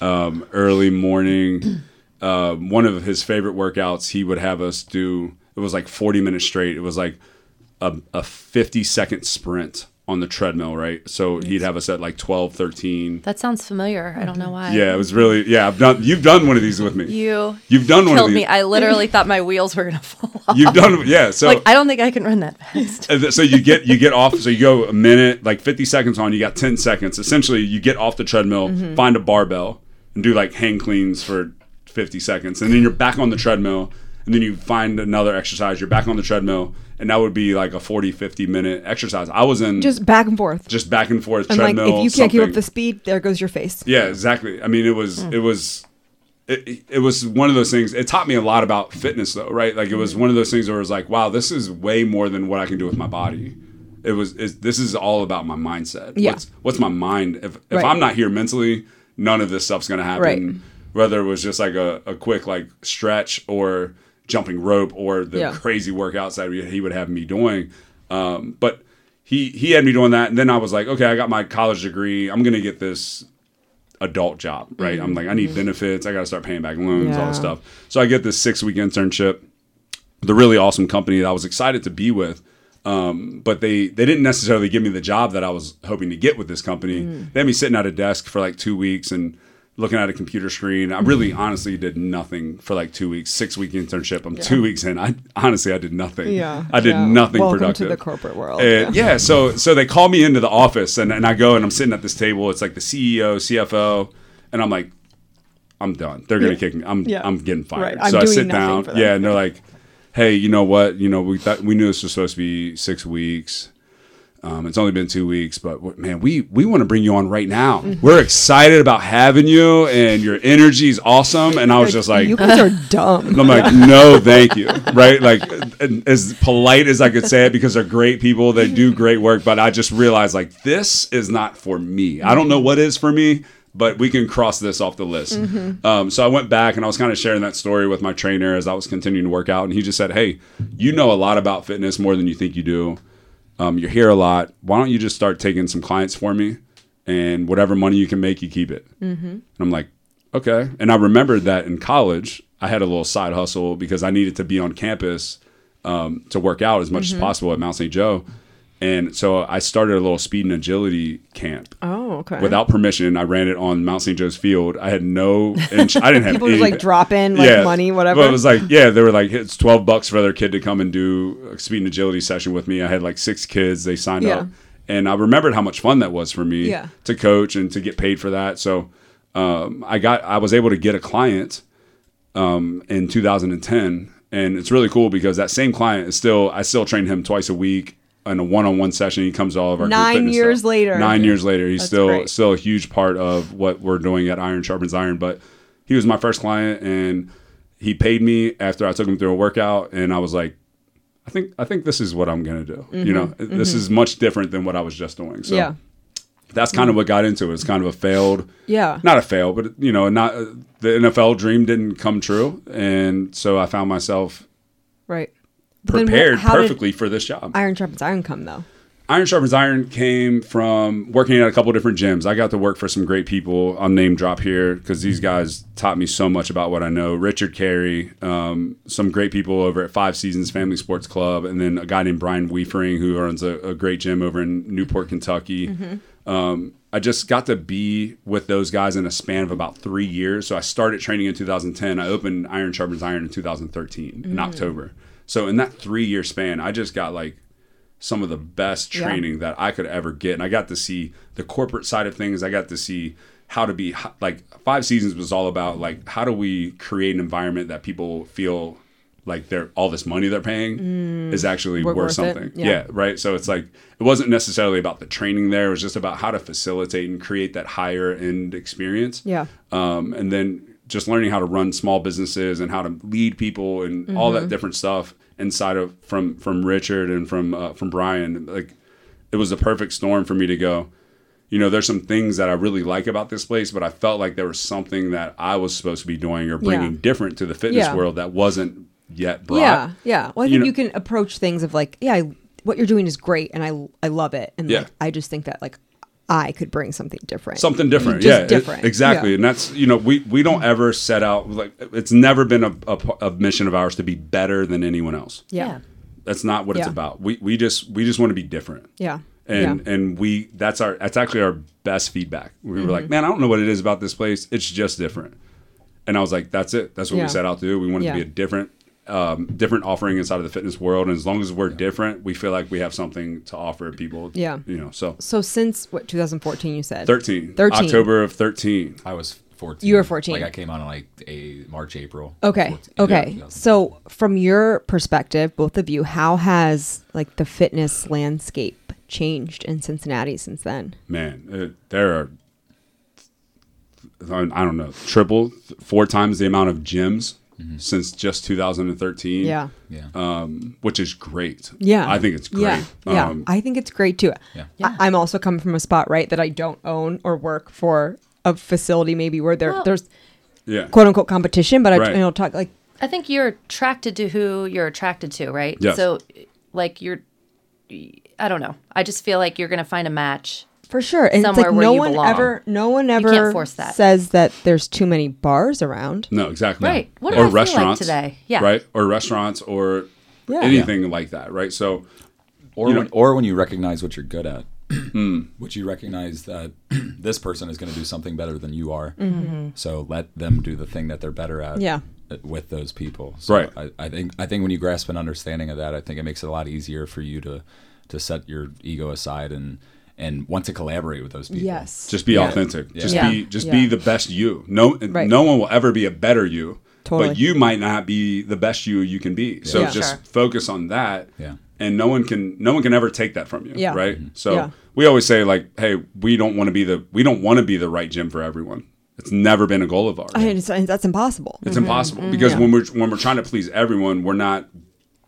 C: um, early morning. Um, one of his favorite workouts, he would have us do. It was like forty minutes straight. It was like a, a fifty second sprint on the treadmill, right? So he'd have us at like 12, 13.
B: That sounds familiar. I don't know why.
C: Yeah, it was really yeah. I've done you've done one of these with me.
B: You
C: You've done one of
B: killed
C: these.
B: me. I literally thought my wheels were gonna fall off.
C: You've done yeah. So
B: Like I don't think I can run that fast.
C: Uh, th- so you get you get off so you go a minute like 50 seconds on you got 10 seconds essentially you get off the treadmill
A: Mm-hmm.
C: find a barbell and do like hang cleans for 50 seconds and then you're back on the treadmill and then you find another exercise. You're back on the treadmill, and that would be like a 40, 50 minute exercise. I was in just,
A: Just back and forth.
C: back and forth
A: and like,
C: treadmill.
A: if you can't keep up
C: something.
A: the speed, there goes your face.
C: Yeah, exactly. I mean, it was
A: Hmm.
C: it was it, it was one of those things. It taught me a lot about fitness, though, right? Like it was
A: Hmm.
C: one of those things where it was like, wow, this is way more than what I can do with my body. It was it's, this is all about my mindset.
A: Yeah.
C: What's, what's my mind? If if
A: Right.
C: I'm not here mentally, none of this stuff's gonna happen.
A: Right.
C: Whether it was just like a, a quick like stretch or jumping rope or the
A: Yeah.
C: crazy workouts that he would have me doing. Um, but he he had me doing that, and then I was like, okay, I got my college degree. I'm gonna get this adult job, right? I'm like, I need benefits. I got to start paying back loans, all
A: Mm-hmm. Yeah.
C: this stuff. So I get this six week internship, the really awesome company that I was excited to be with. Um, but they they didn't necessarily give me the job that I was hoping to get with this company.
A: Mm.
C: They had me sitting at a desk for like two weeks and looking at a computer screen. I really
A: Mm.
C: honestly did nothing for like two weeks. Six week internship. I'm two weeks in. I honestly I did nothing.
A: Yeah,
C: I did
A: yeah.
C: nothing
A: Welcome to
C: productive
A: the corporate world,
C: And- yeah. so so they call me into the office and, and I go and I'm sitting at this table. It's like the E CEO, CFO, and I'm like, I'm done. They're gonna kick me. I'm
A: Yeah.
C: I'm getting fired.
A: Right. I'm
C: so I
A: doing
C: sit
A: nothing
C: down.
A: for them.
C: Yeah, and they're like, Hey, you know what? You know we thought we knew this was supposed to be six weeks. Um, it's only been two weeks, but w- man, we we want to bring you on right now.
A: Mm-hmm.
C: We're excited about having you, and your energy is awesome. And I was just like,
A: you guys are dumb.
C: and I'm like, no, thank you. Right? Like, and as polite as I could say it because they're great people, they do great work, but I just realized like this is not for me. I don't know what is for me, but we can cross this off the list. Um, so I went back and I was kind of sharing that story with my trainer as I was continuing to work out, and he just said, "Hey, you know a lot about fitness more than you think you do. Um, you're here a lot. Why don't you just start taking some clients for me?" And whatever money you can make, you keep it. And I'm like, okay. And I remembered that in college, I had a little side hustle because I needed to be on campus um, to work out as much
A: Mm-hmm.
C: as possible at Mount St. Joe. And so I started a little speed and agility camp.
A: Oh, okay.
C: Without permission, I ran it on Mount St. Joe's field. I had no, ins- I didn't have
A: people just
C: any-
A: like drop in like money, whatever.
C: but it was like, yeah, they were like, it's 12 bucks for their kid to come and do a speed and agility session with me. I had like six kids. They signed
A: Yeah.
C: up. And I remembered how much fun that was for me
A: Yeah.
C: to coach and to get paid for that. So um, I got, I was able to get a client um, in 2010. And it's really cool because that same client is still, I still train him twice a week in a one-on-one session. He comes to all of our group
A: Nine
C: fitness
A: years
C: stuff.
A: later.
C: Nine years later, he's
A: That's
C: still
A: great.
C: still a huge part of what we're doing at Iron Sharpens Iron. But he was my first client, and he paid me after I took him through a workout, and I was like, I think I think this is what I'm gonna do. You know, this is much different than what I was just doing.
A: Mm-hmm.
C: So
A: yeah.
C: that's kind of what got into it. It's kind of a failed,
A: Yeah.
C: not a fail, but you know, not the NFL dream didn't come true, and so I found myself
A: Right. But then wh-
C: prepared
A: how did
C: perfectly for this job.
A: Iron sharpens iron come though.
C: Iron Sharpens Iron came from working at a couple different gyms. I got to work for some great people. I'll name drop here because these guys taught me so much about what I know. Richard Carey, um, some great people over at Five Seasons Family Sports Club, and then a guy named Brian Weefering who owns a, a great gym over in Newport, Kentucky. Um, I just got to be with those guys in a span of about three years. So I started training in 2010. I opened Iron Sharpens Iron in 2013
A: Mm-hmm.
C: in October. So in that three year span, I just got like some of the best
A: Yeah.
C: training that I could ever get. And I got to see the corporate side of things. I got to see how to be like five seasons was all about like how do we create an environment that people feel like they're all this money they're paying is actually
A: Wor-
C: worth,
A: Mm. worth it.
C: something.
A: Yeah.
C: Yeah. right. So it's like it wasn't necessarily about the training there. It was just about how to facilitate and create that higher end experience
A: Yeah.
C: um, and then just learning how to run small businesses and how to lead people and all
A: Mm-hmm.
C: that different stuff inside of from from Richard and from uh, from Brian. Like it was the perfect storm for me to go. You know, there's some things that I really like about this place, but I felt like there was something that I was supposed to be doing or bringing
A: Yeah.
C: different to the fitness
A: Yeah.
C: world that wasn't yet brought.
A: Yeah. Yeah. Well, I think
C: You
A: you,
C: know-
A: can approach things of like, yeah, I, what you're doing is great, and I I love it, and
C: Yeah.
A: like, I just think that like I could bring something different.
C: something different
A: Just
C: yeah it-
A: different.
C: exactly
A: Yeah.
C: and that's you know we we don't ever set out like it's never been a, a, a mission of ours to be better than anyone else
A: Yeah.
C: That's not what it's
A: Yeah.
C: about. We we just we just want to be different.
A: Yeah.
C: And
A: yeah.
C: and we that's our that's actually our best feedback. We were
A: Mm-hmm.
C: like, man, I don't know what it is about this place. It's just different. And I was like, that's it. That's what
A: Yeah.
C: we set out to do. We wanted
A: Yeah.
C: to be a different um, different offering inside of the fitness world. And as long as we're different, we feel like we have something to offer people.
A: Yeah.
C: You know, so
A: So since what 2014 you said
C: 13,
A: 13.
C: October of 13.
E: I was fourteen.
A: You were 14.
E: Like I came out in like a March, April.
A: Okay.
E: 14. Yeah,
A: Okay.
E: 2000.
A: So, from your perspective, both of you, how has like the fitness landscape changed in Cincinnati since then?
C: man, uh, there are I I don't know triple, four times the amount of gyms since just
A: Mm-hmm.
C: 2013.
A: Yeah.
E: yeah.
A: Uh,
C: um, which is great.
A: Yeah.
C: I think it's great.
A: Yeah. yeah.
C: Um,
A: I think it's great too.
E: Yeah.
A: I- I'm also coming from a spot, right, that I don't own or work for a facility maybe where there,
B: Well-
A: there's
C: yeah.
A: quote unquote competition, but I,
C: Right.
A: you know, talk like,
B: I think you're attracted to who you're attracted to, right?
C: Yes.
B: So, like, you're, I don't know. I just feel like you're going to find a match.
A: for sure. And it's
B: Somewhere
A: like
B: where
A: no
B: you
A: one
B: belong.
A: ever, no one ever
B: force that.
A: says that there's too many bars around.
C: No, exactly.
B: Right. What do
C: or
B: I feel like
C: restaurants
B: today? Yeah.
C: Right. Or restaurants or
A: Yeah.
C: anything like that. Right. So
E: or
C: You know-
E: when, or when you recognize what you're good at,
A: Hmm.
E: which you recognize that this person is going to do something better than you are. So let them do the thing that they're better at.
A: Mm-hmm. Yeah.
E: uh, With those people, so
C: Right.
E: I, I think I think when you grasp an understanding of that, I think it makes it a lot easier for you to to set your ego aside and and want to collaborate with those people.
A: Yes.
C: just be
E: Yeah.
C: authentic.
E: Yeah.
C: Just
B: Yeah.
C: be just
A: Yeah.
C: be the best you. No
A: Right.
C: no one will ever be a better you.
A: Totally.
C: But you might not be the best you you can be. So
A: Yeah.
C: just
B: Sure.
C: focus on that.
E: Yeah. Mm-hmm.
C: And no one can no one can ever take that from you.
A: Yeah.
C: Right. So
A: Yeah.
C: we always say like, hey, we don't want to be the we don't want to be the right gym for everyone. It's never been a goal of ours.
A: I understand. That's impossible.
C: It's impossible
A: mm-hmm.
C: because when we're when we're trying to please everyone, we're not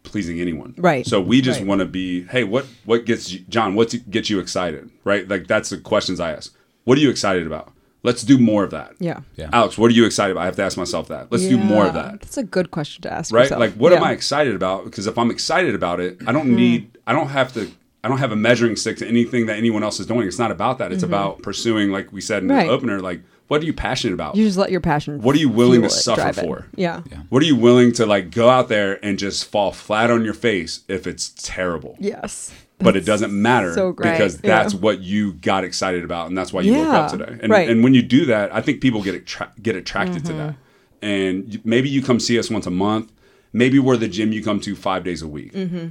C: pleasing anyone.
A: Right.
C: So we just
A: Right.
C: want to be, hey, what what gets you, John? What gets you excited? Right. Like that's the questions I ask. What are you excited about? Let's do more of that.
A: Yeah.
E: Yeah.
C: Alex, what are you excited about? I have to ask myself that. Let's do more of
A: Yeah.
C: that.
A: That's a good question to ask.
C: Right.
A: yourself.
C: Like, what am
A: Yeah. Mm-hmm.
C: I excited about? Because if I'm excited about it, I don't need. I don't have to. I don't have a measuring stick to anything that anyone else is doing. It's not about that. It's about pursuing, like we said in
A: Mm-hmm. Right.
C: the opener, like what are you passionate about?
A: You just let your passion.
C: What are you willing
A: fuel
C: to
A: it,
C: suffer
A: drive it.
C: for?
A: Yeah.
E: Yeah.
C: What are you willing to like go out there and just fall flat on your face if it's terrible?
A: Yes.
C: But it doesn't matter
A: so great.
C: because
A: Right, yeah.
C: that's what you got excited about and that's why you woke up
A: Yeah,
C: today. And,
A: right.
C: and when you do that, I think people get attra- get attracted to that.
A: Mm-hmm.
C: And you- maybe you come see us once a month. Maybe we're the gym you come to five days a week. It
A: Mm-hmm.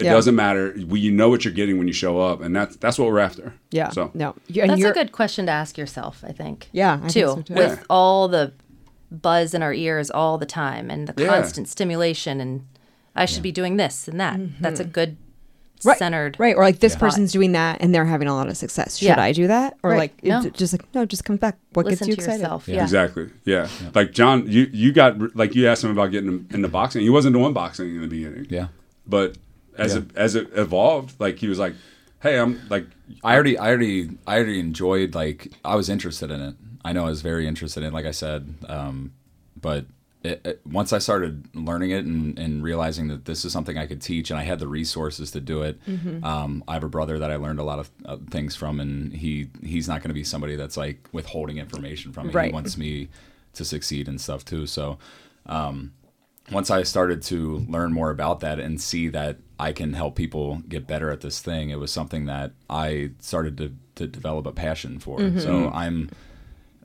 A: Yeah.
C: doesn't matter. We, you know what you're getting when you show up, and that's that's what we're after.
A: Yeah.
C: So
A: no. You- and
B: That's a
A: you're-
B: good question to ask yourself, I think.
A: Yeah, I think
B: too.
A: so, too.
B: With
C: Yeah.
B: all the buzz in our ears all the time and the
C: Yeah.
B: constant stimulation, and I should be doing this and that. That's a good
A: Mm-hmm. right,
B: centered.
A: Right. Or like this
B: Yeah.
A: person's doing that and they're having a lot of success. Should
B: Yeah.
A: I do that? Or
B: Right.
A: like it-
B: No.
A: it just like no, just come back. What
B: Listen
A: gets you
B: to
A: excited?
B: yourself. Yeah.
C: Exactly. Yeah. Like John, you you got like you asked him about getting into boxing. He wasn't doing boxing in the beginning.
E: Yeah.
C: But as
E: Yeah.
C: it as it evolved, like he was like, "Hey, I'm like,
E: I already, I already, I already enjoyed. Like, I was interested in it. I know I was very interested in. it, Like I said, um, but it, it- once I started learning it and, and realizing that this is something I could teach, and I had the resources to do it. Um, I have a brother that I learned a lot of uh, things from, and he he's not going to be somebody that's like withholding information from me.
A: Right.
E: He wants me to succeed and stuff too. So um, once I started to learn more about that and see that I can help people get better at this thing, it was something that I started to, to develop a passion for. So I'm,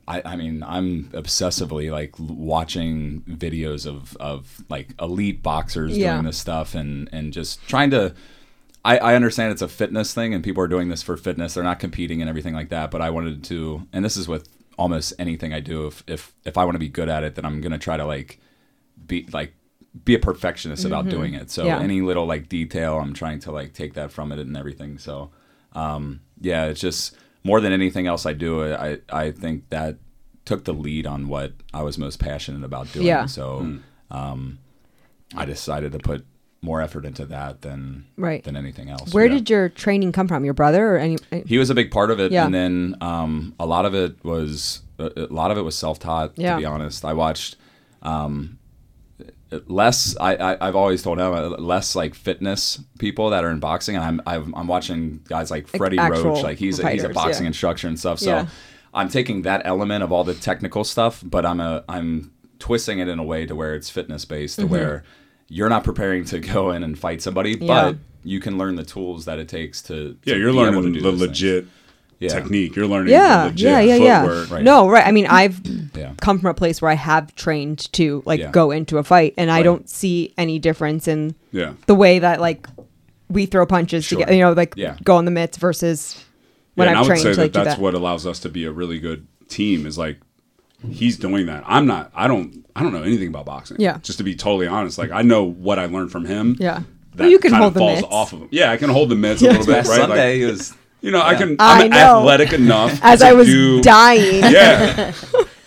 E: I, I mean, I'm obsessively like l- watching videos of, of like elite boxers
A: Yeah.
E: doing this stuff and, and just trying to, I, I understand it's a fitness thing and people are doing this for fitness. They're not competing and everything like that. But I wanted to, and this is with almost anything I do. If if if I want to be good at it, then I'm gonna try to like be like be a perfectionist about doing it. So
A: Mm-hmm. Yeah.
E: any little like detail, I'm trying to like take that from it and everything. So um, yeah, it's just more than anything else I do. I I think that took the lead on what I was most passionate about doing.
A: Yeah.
E: So um, I decided to put more effort into that than
A: Right.
E: than anything else.
A: Where
E: Yeah.
A: did your training come from? Your brother or any I-
E: he was a big part of it,
A: Yeah.
E: and then um, a lot of it was a a lot of it was self taught.
A: Yeah.
E: To be honest, I watched um, less. I, I I've always told him uh, less like fitness people that are in boxing, and I'm I'm, I'm watching guys like Freddie
A: actual
E: Roach, like he's a, he's a
A: fighters,
E: boxing
A: yeah.
E: instructor and stuff. So
A: Yeah.
E: I'm taking that element of all the technical stuff, but I'm a I'm twisting it in a way to where it's fitness based, to where you're not preparing to go in and fight somebody,
A: Mm-hmm. Yeah.
E: but you can learn the tools that it takes to, to
C: yeah, you're
E: be able
C: learning
E: to do
C: the
E: those things.
C: legit
E: Yeah.
C: technique. You're learning
A: Yeah,
C: the legit
A: yeah, yeah, yeah.
C: footwork.
E: Right.
A: No, right. I mean, I've
E: Yeah.
A: come from a place where I have trained to like
E: Yeah.
A: go into a fight, and I
E: Right.
A: don't see any difference in
C: Yeah.
A: the way that like we throw punches
E: Sure.
A: together. You know, like
E: Yeah.
A: go on the mitts versus when
C: Yeah, and
A: I've
C: I would
A: trained
C: say
A: to like
C: that
A: do
C: that's
A: that.
C: what allows us to be a really good team is like he's doing that. I'm not. I don't. I don't know anything about boxing.
A: Yeah.
C: Just to be totally honest, like I know what I learned from him.
A: Yeah.
C: That
A: Well, you can
C: kind
A: hold
C: of
A: the
C: falls
A: mitts.
C: off of him. Yeah, I can hold the mitts a little bit,
D: Last
C: right? Like,
D: Sunday it was
C: you know, I can.
A: I
C: I'm
A: know.
C: athletic enough.
A: As
C: to
A: I was
C: do-
A: dying.
C: yeah.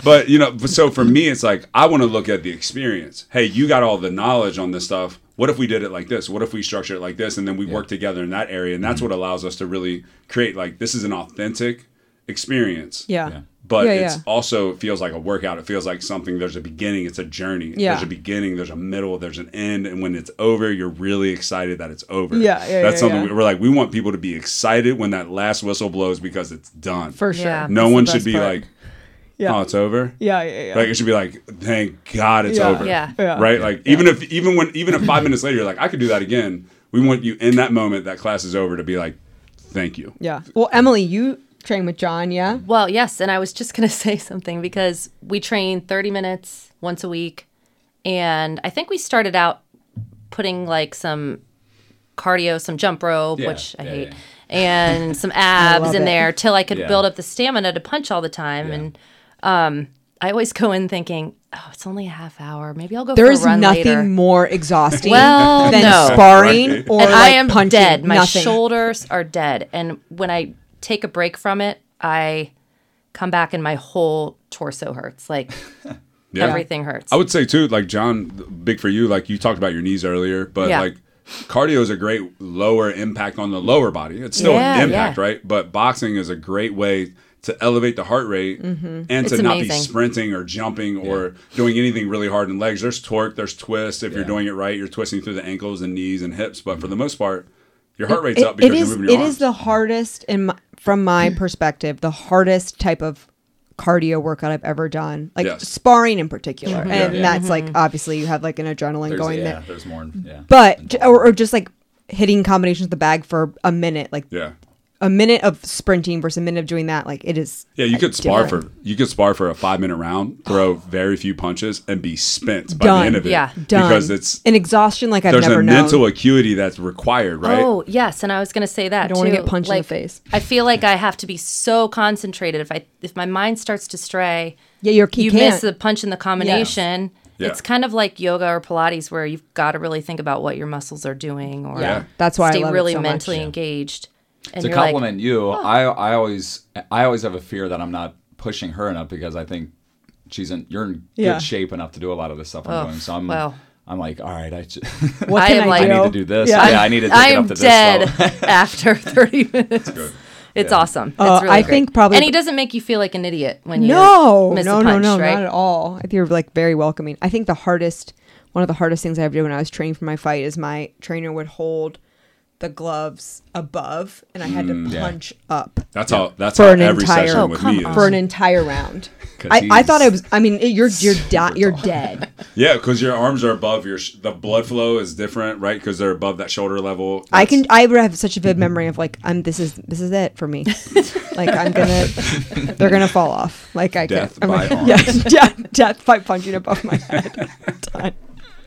C: But you know, but so for me, it's like I want to look at the experience. Hey, you got all the knowledge on this stuff. What if we did it like this? What if we structure it like this, and then we work together in that area? And that's what allows us to really create like this is an authentic experience.
A: Yeah.
E: Yeah.
C: But
A: Yeah,
C: it's
A: yeah.
C: also it feels like a workout. It feels like something. There's a beginning. It's a journey.
A: Yeah.
C: There's a beginning. There's a middle. There's an end. And when it's over, you're really excited that it's over.
A: Yeah, yeah,
C: That's
A: yeah,
C: something
A: yeah.
C: we- we're like. We want people to be excited when that last whistle blows because it's done.
A: For sure.
B: Yeah.
C: no
B: That's
C: one
B: the
C: should
B: best
C: be
B: part.
C: like,
A: Yeah.
C: oh, it's over.
A: Yeah, yeah, yeah.
C: Like it should be like, thank God it's
A: Yeah.
C: over.
B: Yeah.
A: Yeah.
C: Right. Like even if even when even if five minutes later you're like, I could do that again. We want you in that moment that class is over to be like, thank you.
A: yeah. Well, Emily, you train with John,
C: Mm-hmm.
A: yeah?
B: Well, yes, and I was just going to say something because we train 30 minutes once a week and I think we started out putting like some cardio, some jump rope,
E: Yeah,
B: which I
E: yeah,
B: hate,
E: yeah.
B: and some abs
A: love
B: in
A: it.
B: there till I could
E: Yeah.
B: build up the stamina to punch all the time
E: Yeah.
B: and um I always go in thinking, "Oh, it's only a half hour. Maybe I'll go
A: There
B: for a
A: is
B: run
A: nothing
B: later."
A: more exhausting
B: Well,
A: than
B: no.
A: sparring or like
B: and I am
A: punching.
B: dead. My
A: Nothing.
B: shoulders are dead. And when I take a break from it, I come back and my whole torso hurts. Like
C: Yeah.
B: everything hurts.
C: I would say too, like John, big for you. Like you talked about your knees earlier, but
B: Yeah.
C: like cardio is a great lower impact on the lower body. It's still
B: Yeah,
C: an impact,
B: yeah.
C: right? But boxing is a great way to elevate the heart rate
A: Mm-hmm.
C: and to
B: It's
C: not be
B: amazing.
C: sprinting or jumping or doing anything really hard in legs. There's torque, there's twist. If you're
E: Yeah.
C: doing it right, you're twisting through the ankles and knees and hips. But for the most part, your heart rate's
A: It-
C: up because
A: it
C: you're
A: is,
C: moving your
A: it
C: arms.
A: is the hardest in my, from my perspective the hardest type of cardio workout i've ever done like
C: Yes.
A: sparring in particular
B: Mm-hmm.
A: and
E: Yeah.
A: that's like obviously you have like an adrenaline
E: There's,
A: going
E: yeah,
A: there
E: there's more. Yeah.
A: but or, or just like hitting combinations with the bag for a minute like
C: yeah.
A: a minute of sprinting versus a minute of doing that like it is
C: Yeah, you could spar
A: different.
C: for you could spar for a five minute round, throw very few punches, and be spent by
A: Done.
C: the end of it.
B: Yeah.
A: done
C: because it's
A: an exhaustion like i've
C: there's
A: never
C: a
A: known
C: mental acuity that's required, right?
B: Oh yes, and I was going to say that
A: don't
B: too.
A: wanna get punched in the
B: Like,
A: face.
B: I feel like I have to be so concentrated. If I if my mind starts to stray,
A: yeah you're you
B: you
A: can't.
B: miss the punch in the combination.
C: Yeah.
B: It's kind of like yoga or Pilates, where you've got to really think about what your muscles are doing, or
C: Yeah.
A: That's why I
B: stay
A: love it
B: really
A: so much.
B: mentally engaged. And
E: to
B: you're like,
E: compliment you, I I always I always have a fear that I'm not pushing her enough because I think she's in you're in
A: Yeah.
E: good shape enough to do a lot of the stuff I'm
B: Oh,
E: doing. So I'm
B: well.
E: I'm like, all right, I, ju-
A: what
B: I
A: can
B: am
A: I
B: like-
E: I
A: do?
E: need to do this.
A: Yeah.
E: Yeah, I need to take
B: I
E: it
B: am
E: up to this
B: dead
E: level.
B: after 30 minutes.
C: good.
B: It's
E: Yeah.
B: awesome.
A: Uh,
B: it's really
A: I
B: great.
A: think probably-
B: And he doesn't make you feel like an idiot when you
A: no,
B: miss
A: no,
B: a punch,
A: no, no,
B: right?
A: not at all. I think you're like very welcoming. I think the hardest, one of the hardest things I ever did when I was training for my fight is my trainer would hold the gloves above, and I had
C: Mm,
A: to
E: yeah.
A: punch up
C: That's how that's
A: For
C: how
A: an
C: every
A: entire-
C: session
A: Oh,
C: with
B: come
C: me is.
B: on.
A: for an entire round.
E: 'Cause
A: I, I thought I
E: he's-
A: was. I mean, it- you're you're di- you're dead.
C: Yeah, because your arms are above your sh- the blood flow is different, right? Because they're above that shoulder level.
A: I
C: That's-
A: can. I would have such a vivid memory of like, I'm. This is this is it for me. like I'm gonna. They're gonna fall off. Like I
C: Death
A: can't. I'm
C: by
A: like,
C: arms.
A: Yeah, death, death by punching above my head. Done.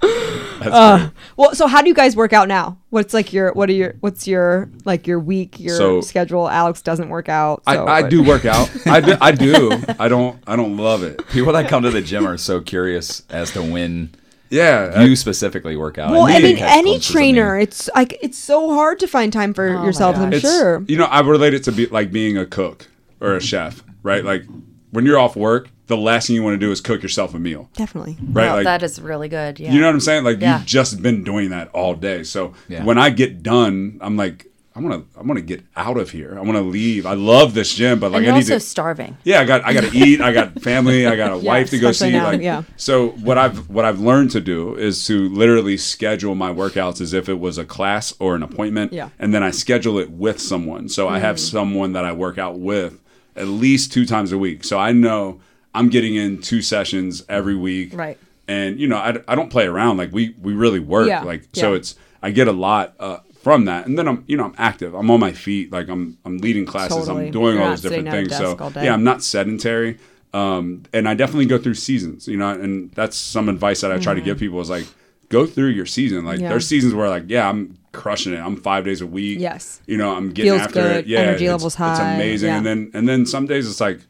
C: that's
A: Uh, well, so how do you guys work out now? What's like your what are your what's your like your week your
C: So-
A: schedule? Alex doesn't work out.
C: great.
A: so
C: I, I
A: what-
C: do work out. I do, I do. I don't. I don't love it.
E: People that come to the gym are so curious as to when
C: Yeah, I-
E: you specifically work out.
A: Well, I
E: you
A: mean,
E: catch
A: any
E: glimpses of me.
A: trainer, it's like it's so hard to find time for
B: my
A: yourself. I'm
B: gosh.
C: It's-
A: sure.
C: You know, I relate it to be like being a cook or a chef, right? Like when you're off work, the last thing you want to do is cook yourself a meal,
A: Definitely.
C: right?
B: Oh,
C: like
B: that is really good. Yeah.
C: You know what I'm saying? Like
B: Yeah.
C: you've just been doing that all day. So
E: Yeah.
C: when I get done, I'm like, I want to, I want to get out of here. I want to leave. I love this gym, but like
B: and you're
C: I need
B: also
C: to.
B: starving.
C: yeah, I got, I got to eat. I got family. I got a wife to go see.
A: especially now,
C: like,
A: yeah.
C: So what I've, what I've learned to do is to literally schedule my workouts as if it was a class or an appointment.
A: Yeah. Mm.
C: And then I schedule it with someone. So I have someone that I work out with at least two times a week. So I know I'm getting in two sessions every week
A: Right.
C: and you know I, I don't play around like we we really work
A: Yeah,
C: like so
A: yeah.
C: it's i get a lot uh, from that and then i'm you know i'm active i'm on my feet like i'm i'm leading classes
A: Totally.
C: i'm doing
A: You're
C: all
A: not
C: those different
A: sitting at a
C: things
A: desk all
C: so
A: day.
C: yeah i'm not sedentary um, and i definitely go through seasons you know and that's some advice that i try to give people is like go through your season like
A: Mm-hmm. Yeah.
C: there's seasons where like yeah i'm crushing it i'm five days a week
A: Yes.
C: you know i'm getting
A: Feels
C: after
A: good,
C: it yeah
A: energy
C: it's-
A: levels
C: it's
A: high,
C: amazing
A: yeah.
C: and then and then some days it's like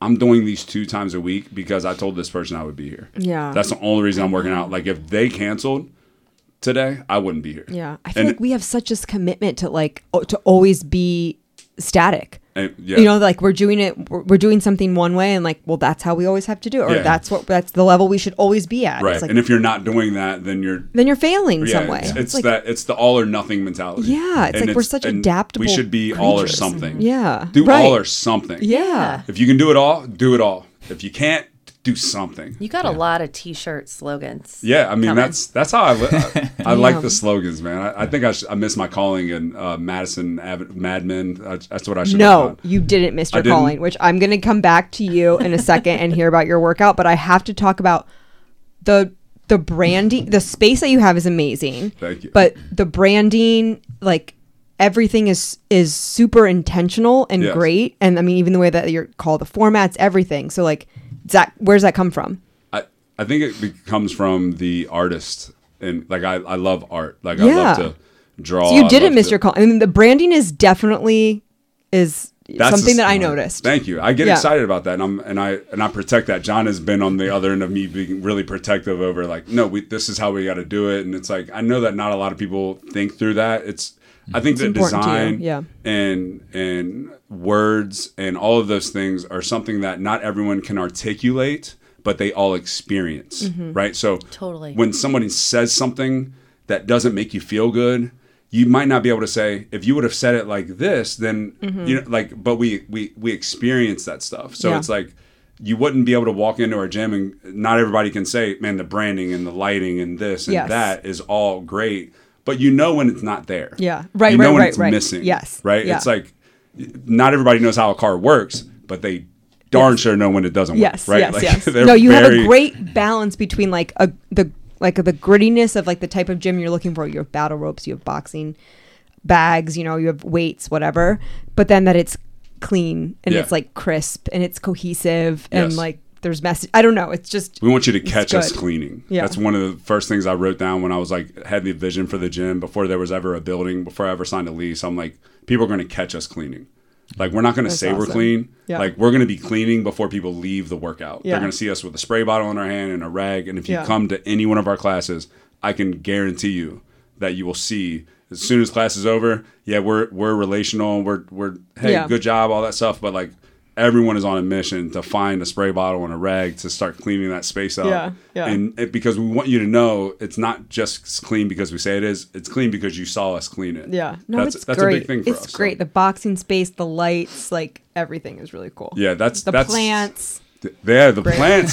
C: I'm doing these two times a week because I told this person I would be here.
A: Yeah.
C: That's the only reason I'm working out. Like if they canceled today, I wouldn't be here.
A: Yeah, I feel
C: And-
A: like we have such this commitment to like o- to always be static.
C: And- yeah.
A: You know, like we're doing it, we're, we're doing something one way, and like, well, that's how we always have to do it, or
C: Yeah.
A: that's what that's the level we should always be at. It's
C: Right.
A: like-
C: and if you're not doing that, then you're
A: then you're failing in some way.
C: It's, it's
A: like,
C: that it's the all or nothing mentality.
A: Yeah, it's like we're such
C: and
A: adaptable
C: We should be all or
A: creatures.
C: something.
A: Yeah,
C: do
A: right.
C: all or something.
A: Yeah.
C: if you can do it all, do it all. If you can't, do something.
B: You got a lot of t-shirt slogans.
C: yeah, I mean
B: Coming.
C: that's that's how I li- I, I like
A: Yeah.
C: the slogans, man. I, I think I, sh- I missed my calling in uh, Madison Ave- Mad Men. I, that's what I should.
A: No,
C: have done.
A: you didn't miss
C: I
A: your
C: didn't.
A: calling, which I'm going to come back to you in a second and hear about your workout. But I have to talk about the the branding. The space that you have is amazing.
C: Thank you.
A: But the branding, like everything, is is super intentional and
C: Yes.
A: great. And I mean, even the way that you're called, the formats, everything. So like, that where's that come from?
C: I, I think it be- comes from the artist and like I, I love art. Like I
A: Yeah.
C: love to draw.
A: So
C: Oh, I
A: you
C: love
A: didn't miss
C: to-
A: your call. I mean, the branding is definitely is
C: That's
A: something
C: a-
A: that I noticed.
C: Thank you. I get
A: Yeah.
C: excited about that, and I'm and I and I protect that. John has been on the other end of me being really protective over like, no, we this is how we got to do it, and it's like I know that not a lot of people think through that. It's I think that
A: important to you,
C: design,
A: yeah.
C: and and words and all of those things are something that not everyone can articulate, but they all experience,
A: Mm-hmm.
C: right? So
B: Totally.
C: when somebody says something that doesn't make you feel good you might not be able to say if you would have said it like this then you know like but we we we experience that stuff so
A: Mm-hmm. Yeah.
C: it's like you wouldn't be able to walk into our gym and not everybody can say man the branding and the lighting and this and
A: Yes.
C: that is all great but you know when it's not there
A: Yeah. Right,
C: you know
A: right,
C: when
A: right,
C: it's
A: right.
C: missing
A: Yes.
C: right
A: Yeah.
C: it's like not everybody knows how a car works but they darn sure know when it doesn't
A: Yes,
C: work right
A: yes,
C: Like,
A: yes.
C: they're
A: No, you have a
C: very-
A: great balance between like a the like the grittiness of like the type of gym you're looking for. You have battle ropes, you have boxing bags, you know, you have weights, whatever. But then that it's clean and
C: Yeah.
A: it's like crisp and it's cohesive and
C: Yes.
A: like there's message. I don't know. It's just
C: We want you to catch us
A: good.
C: cleaning.
A: Yeah.
C: That's one of the first things I wrote down when I was like had the vision for the gym before there was ever a building, before I ever signed a lease. I'm like, people are gonna catch us cleaning. Like we're not gonna say we're
A: awesome.
C: clean.
A: Yeah.
C: Like we're gonna be cleaning before people leave the workout.
A: Yeah.
C: They're gonna see us with a spray bottle in our hand and a rag. And if you
A: Yeah.
C: come to any one of our classes, I can guarantee you that you will see as soon as class is over, yeah, we're we're relational and we're we're hey,
A: Yeah.
C: good job, all that stuff. But like everyone is on a mission to find a spray bottle and a rag to start cleaning that space up.
A: Yeah, yeah.
C: And it, because we want you to know it's not just clean because we say it is, it's clean because you saw us clean it.
A: yeah. No,
C: that's,
A: it's
C: that's
A: great.
C: a big thing for
A: it's
C: us. so.
A: great. The boxing space, the lights, like everything is really cool.
C: Yeah, that's
A: The
C: that's,
A: plants.
C: Th- Yeah, the plants.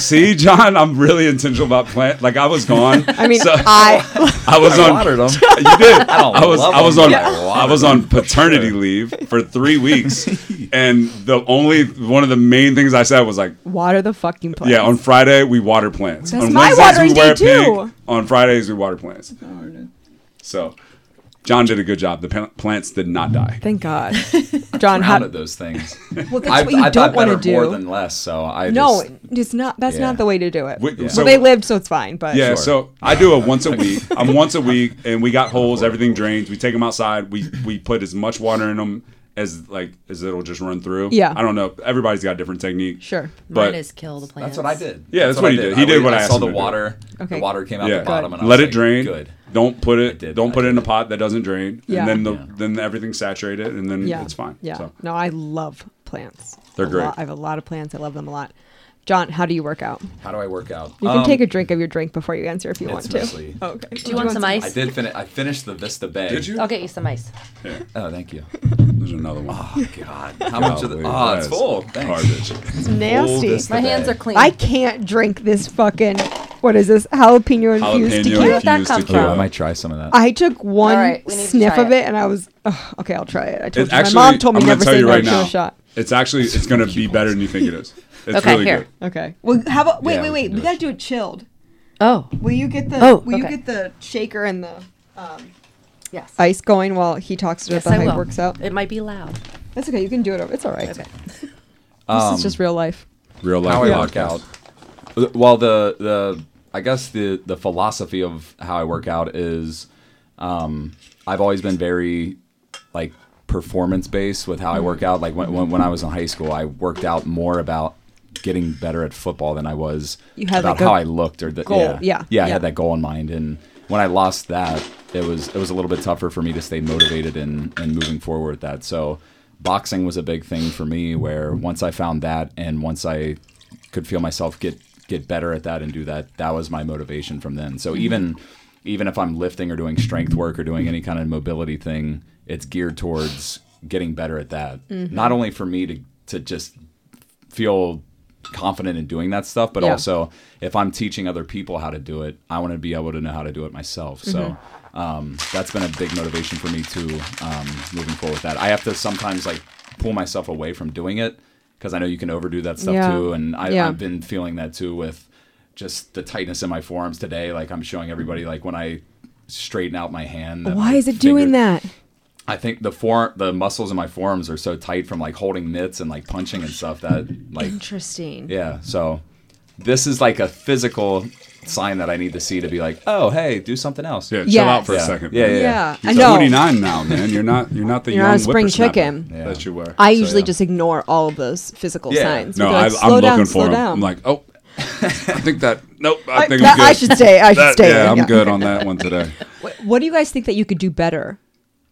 C: See, John, I'm really intentional about plant. Like I was gone.
A: I mean,
C: so
A: I
C: I was
E: I
C: on.
E: watered them.
C: You did. I,
E: don't
C: was.
E: love
C: I was
E: them,
C: on.
E: but I
C: I was on paternity leave for three weeks, and the only one of the main things I said was like,
A: water the fucking plants.
C: yeah, on Friday we water plants.
A: That's
C: on
A: my watering
C: we wear
A: day,
C: pink.
A: too.
C: On Fridays we water plants. So, John did a good job. The pa- plants did not die.
A: Thank God, John.
E: Proud
A: How,
E: of those things.
A: well, that's
E: I,
A: what you
E: I
A: don't
E: thought
A: want
E: better
A: to do.
E: more than less, so I
A: No,
E: just,
A: it's not. That's
E: Yeah.
A: not the way to do it.
C: Wait,
A: well,
C: so-
A: they lived, so it's fine. But
C: Yeah,
E: Sure.
C: so I do it once a week. I'm once a week, and we got holes. Everything drains. We take them outside. We we put as much water in them as like as it'll just run through.
A: Yeah.
C: I don't know. Everybody's got a different technique.
A: Sure.
C: but
B: Mine is kill the plants.
E: That's what I did.
C: Yeah, that's what he
E: I
C: did. He did
E: waited-
C: what I asked
E: saw
C: him
E: the
C: to do.
E: water.
A: Okay.
E: The water came out
C: yeah,
E: the bottom, and I
C: let
E: was
C: it
E: like,
C: drain.
E: Good.
C: Don't put it.
E: did,
C: don't
E: I
C: put it in a
E: did.
C: pot that doesn't drain.
A: Yeah.
C: And then the then everything's saturated, and then
A: yeah,
C: it's fine.
A: Yeah.
C: So.
A: No, I love plants.
C: They're
A: A
C: great.
A: lot- I have a lot of plants. I love them a lot. John, how do you work out?
E: How do I work out? Um,
A: You can
C: Um,
A: take a drink of your drink before you answer if you want to.
E: mostly-
A: Oh, okay.
B: Do you want some ice?
E: I did finish. I finished the Vista Bay.
C: Did you?
B: I'll get you some ice.
E: Oh, thank you.
C: There's another one.
E: Oh God, how much of the? Oh,
C: That's
E: it's full. Thanks.
C: Garbage.
A: It's nasty.
E: Oldest-
B: My hands
E: Okay.
B: are clean.
A: I can't drink this fucking. What is this jalapeno infused
C: Jalapeno
A: tequila?
B: did that
C: infused
B: come
C: tequila.
B: from?
E: I might try some of that.
A: I took one
B: All right, we need to
A: sniff
B: try
A: of
B: it.
A: it and I was ugh, okay. I'll try it. I told
C: It's
A: you,
C: actually.
A: my mom told me
C: I'm gonna
A: never
C: tell
A: say
C: you
A: no
C: right
A: to
C: now.
A: a shot.
C: It's actually. It's gonna be better than you think it is. It's
B: Okay,
C: really
B: here.
C: good.
A: Okay. Well, how about wait,
E: Yeah,
A: wait,
E: we
A: wait?
E: can
A: We
E: do
A: gotta do a chilled.
B: Oh,
A: Will you get the?
B: Oh,
A: will you
B: okay.
A: get the shaker and the
B: yes.
A: ice going while he talks to us
B: yes,
A: about
B: I
A: how
B: will.
A: he works out?
B: It might be loud.
A: That's okay. You can do it. Over. It's all right.
B: Okay.
A: this is just
C: Um,
A: real life.
C: Real life.
E: how I
C: podcast.
E: work out. Well, the the I guess the the philosophy of how I work out is, um, I've always been very like performance based with how I work out. Like when, when when I was in high school, I worked out more about getting better at football than I was
A: You had,
E: about
A: like, a
E: how I looked or the
A: goal.
E: Yeah.
A: Yeah.
E: yeah, I
A: Yeah.
E: had that goal in mind, and when I lost that, it was it was a little bit tougher for me to stay motivated and and moving forward with that. So, boxing was a big thing for me. Where once I found that, and once I could feel myself get get better at that and do that, that was my motivation from then. So
A: Mm-hmm.
E: even even if I'm lifting or doing strength work or doing any kind of mobility thing, it's geared towards getting better at that.
A: Mm-hmm.
E: Not only for me to to just feel confident in doing that stuff, but
A: Yeah.
E: also if I'm teaching other people how to do it, I want to be able to know how to do it myself. So
A: Mm-hmm.
E: um, that's been a big motivation for me too, um, moving forward with that. I have to sometimes like pull myself away from doing it because I know you can overdo that stuff
A: Yeah.
E: too. And I,
A: Yeah.
E: I've been feeling that too with just the tightness in my forearms today. Like I'm showing everybody, like when I straighten out my hand. that
A: Mm-hmm. Why
E: my
A: is it doing
E: finger-
A: that?
E: I think the for the muscles in my forearms are so tight from like holding mitts and like punching and stuff that like
A: Interesting.
E: yeah. So this is like a physical sign that I need to see to be like, oh hey, do something else.
C: Yeah,
A: Yes.
C: chill out for
E: Yeah.
C: a second.
E: Yeah,
C: man.
A: Yeah, I
C: You're
A: know.
C: 29 now, man. You're not. You're not the
A: You're
C: young
A: not a spring
C: whippersnapper
A: chicken.
C: that you were.
A: I usually
E: yeah.
A: just ignore all of those physical
E: Yeah.
A: signs.
C: no,
A: We'd be like,
C: I've, I'm
A: "Slow
C: looking
A: down,
C: for
A: slow
C: him.
A: down."
C: I'm like, oh, I think that. Nope, I
A: I,
C: think I'm
A: that-
C: good.
A: I should stay. I should
C: That-
A: stay.
C: Yeah,
A: in,
C: I'm good on that one today.
A: Wh- What do you guys think that you could do better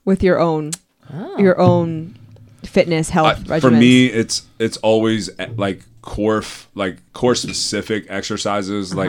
A: with your own
B: Oh.
A: your own fitness health
C: I-
A: regimen?
C: for me it's it's always eh, like core f- like core specific exercises like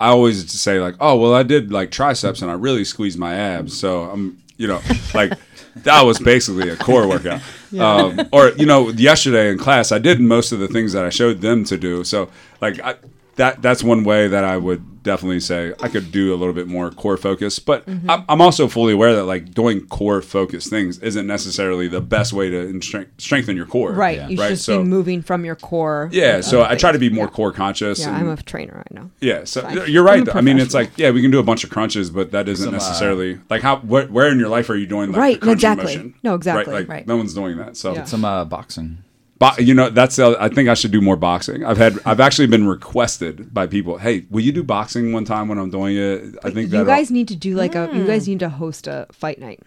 C: i always say like oh well i did like triceps and i really squeezed my abs so i'm you know like that was basically a core workout um, or you know yesterday in class i did most of the things that i showed them to do so like I, that that's one way that i would definitely say i could do a little bit more core focus but I'm, I'm also fully aware that like doing core focus things isn't necessarily the best way to in- strength- strengthen your core
A: right? You should just
C: so
A: be moving from your core.
C: yeah, so I try to be more
A: Yeah.
C: core conscious.
A: Yeah,
C: and-
A: I'm a trainer. I know.
C: yeah, so
A: fine.
C: you're right.
A: I'm a
C: I mean, it's
A: professional.
C: like yeah, we can do a bunch of crunches, but that isn't
E: Some, uh,
C: necessarily like how where, where in your life are you doing like,
A: Right,
C: the crunching
A: exactly.
C: motion?
A: No, exactly.
C: Right, like
B: Right.
C: no one's doing that. So
A: Yeah.
E: Some uh, boxing.
C: Bo- you know, that's the, I think I should do more boxing. I've had I've actually been requested by people. Hey, will you do boxing one time when I'm doing it? I think
A: You
C: that'll-
A: guys need to do like a. You guys need to host a fight night.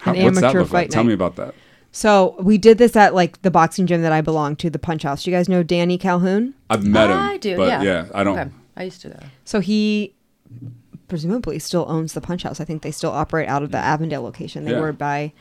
C: how-
A: an
C: what's that
A: amateur
C: look like?
A: fight
C: Tell
A: night.
C: me about that.
A: So we did this at like the boxing gym that I belong to, the Punch House. Do you guys know Danny Calhoun?
C: I've met him.
B: I do.
C: but
B: yeah.
C: I don't.
B: Okay. I used to do that.
A: So he presumably still owns the Punch House. I think they still operate out of the Avondale location. They
C: Yeah.
A: were by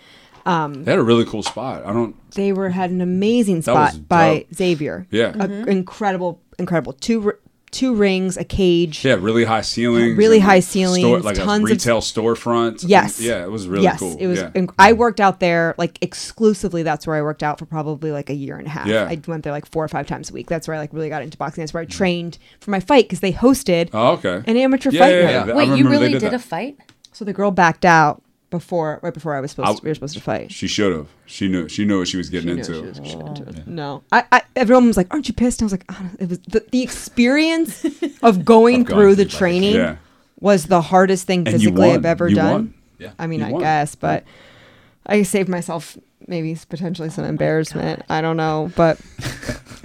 C: They had a really cool spot. I don't.
A: they were had an amazing
C: That was
A: spot by
C: dope.
A: Xavier.
C: Yeah.
A: A- incredible, incredible. Two r- two rings, a cage.
C: Yeah, really high ceilings.
A: Really
C: and
A: high
C: store-
A: ceilings,
C: like
A: tons of-
C: a retail storefront.
A: Yes.
C: Yeah, it was really
A: yes,
C: cool.
A: It was.
C: Yeah.
A: inc- I worked out there like exclusively. That's where I worked out for probably like a year and a half.
C: Yeah.
A: I went there like four or five times a week. That's where I like really got into boxing. That's where I trained for my fight because they hosted
C: Oh, okay.
A: an amateur
C: Yeah,
A: fight
C: yeah,
A: night.
C: yeah. I
B: Wait, you
C: remember they
B: really
C: did
B: did,
C: that.
B: a fight?
A: So the girl backed out before, right before I was supposed
C: I-
A: to, we were supposed to fight.
C: She should have. She knew. She knew what she was getting
A: No, she
C: into.
A: was- she got into it. No, I, I, everyone was like, "Aren't you pissed?" And I was like, oh, "It was the, the experience of going
E: Of going
A: through the
E: through, like,
A: training
C: yeah.
A: was the hardest thing
C: And you
A: physically I've
C: won.
A: ever
C: You
A: done."
C: won.
E: Yeah.
A: I mean,
C: You
A: I
C: won.
A: guess, but I saved myself maybe s- potentially some embarrassment. I don't know, but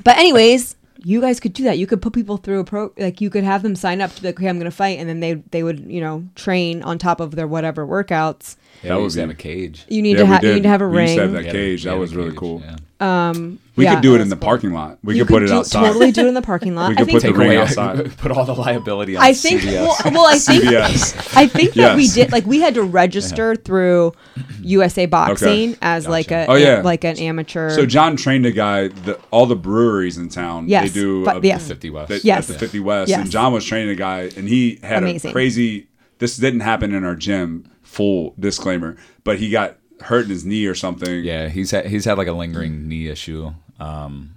A: but anyways, you guys could do that. You could put people through a pro, like you could have them sign up to be like, "Okay, I'm going to fight," and then they they would you know train on top of their whatever workouts.
E: Yeah,
C: That
E: we
C: would
E: used to
C: be-
E: have a cage.
A: You need
C: Yeah,
A: to
C: we
A: have you
C: did.
A: need to have a
C: We used
A: ring.
C: to have that
E: We had a-
C: cage.
E: we
C: That
E: had a
C: was really
E: cage,
C: cool.
E: yeah.
C: We
A: Yeah.
C: could do it in the parking lot. We
A: You
C: could put it
A: do-
C: outside.
A: Totally do it in the parking lot.
C: We
A: I
C: could
A: think
C: put the
E: Take
C: ring
E: away-
C: outside.
E: Put all the liability on
A: I think
E: CBS.
A: well, well, I think
C: CBS.
A: I think that we
C: Yes.
A: did like we had to register through USA Boxing as like a
E: Gotcha.
C: Oh, yeah.
A: like an amateur.
C: So John trained a guy. The, all the breweries in town.
A: Yes,
C: They do.
A: but-
C: a-
A: yes.
E: 50 West.
C: They,
A: Yes.
C: At the 50 West.
A: Yes.
C: And John was training a guy, and he had
A: Amazing.
C: a crazy. This didn't happen in our gym. Full disclaimer, but he got hurt in his knee or something.
E: Yeah, he's had, he's had like a lingering knee issue. Um,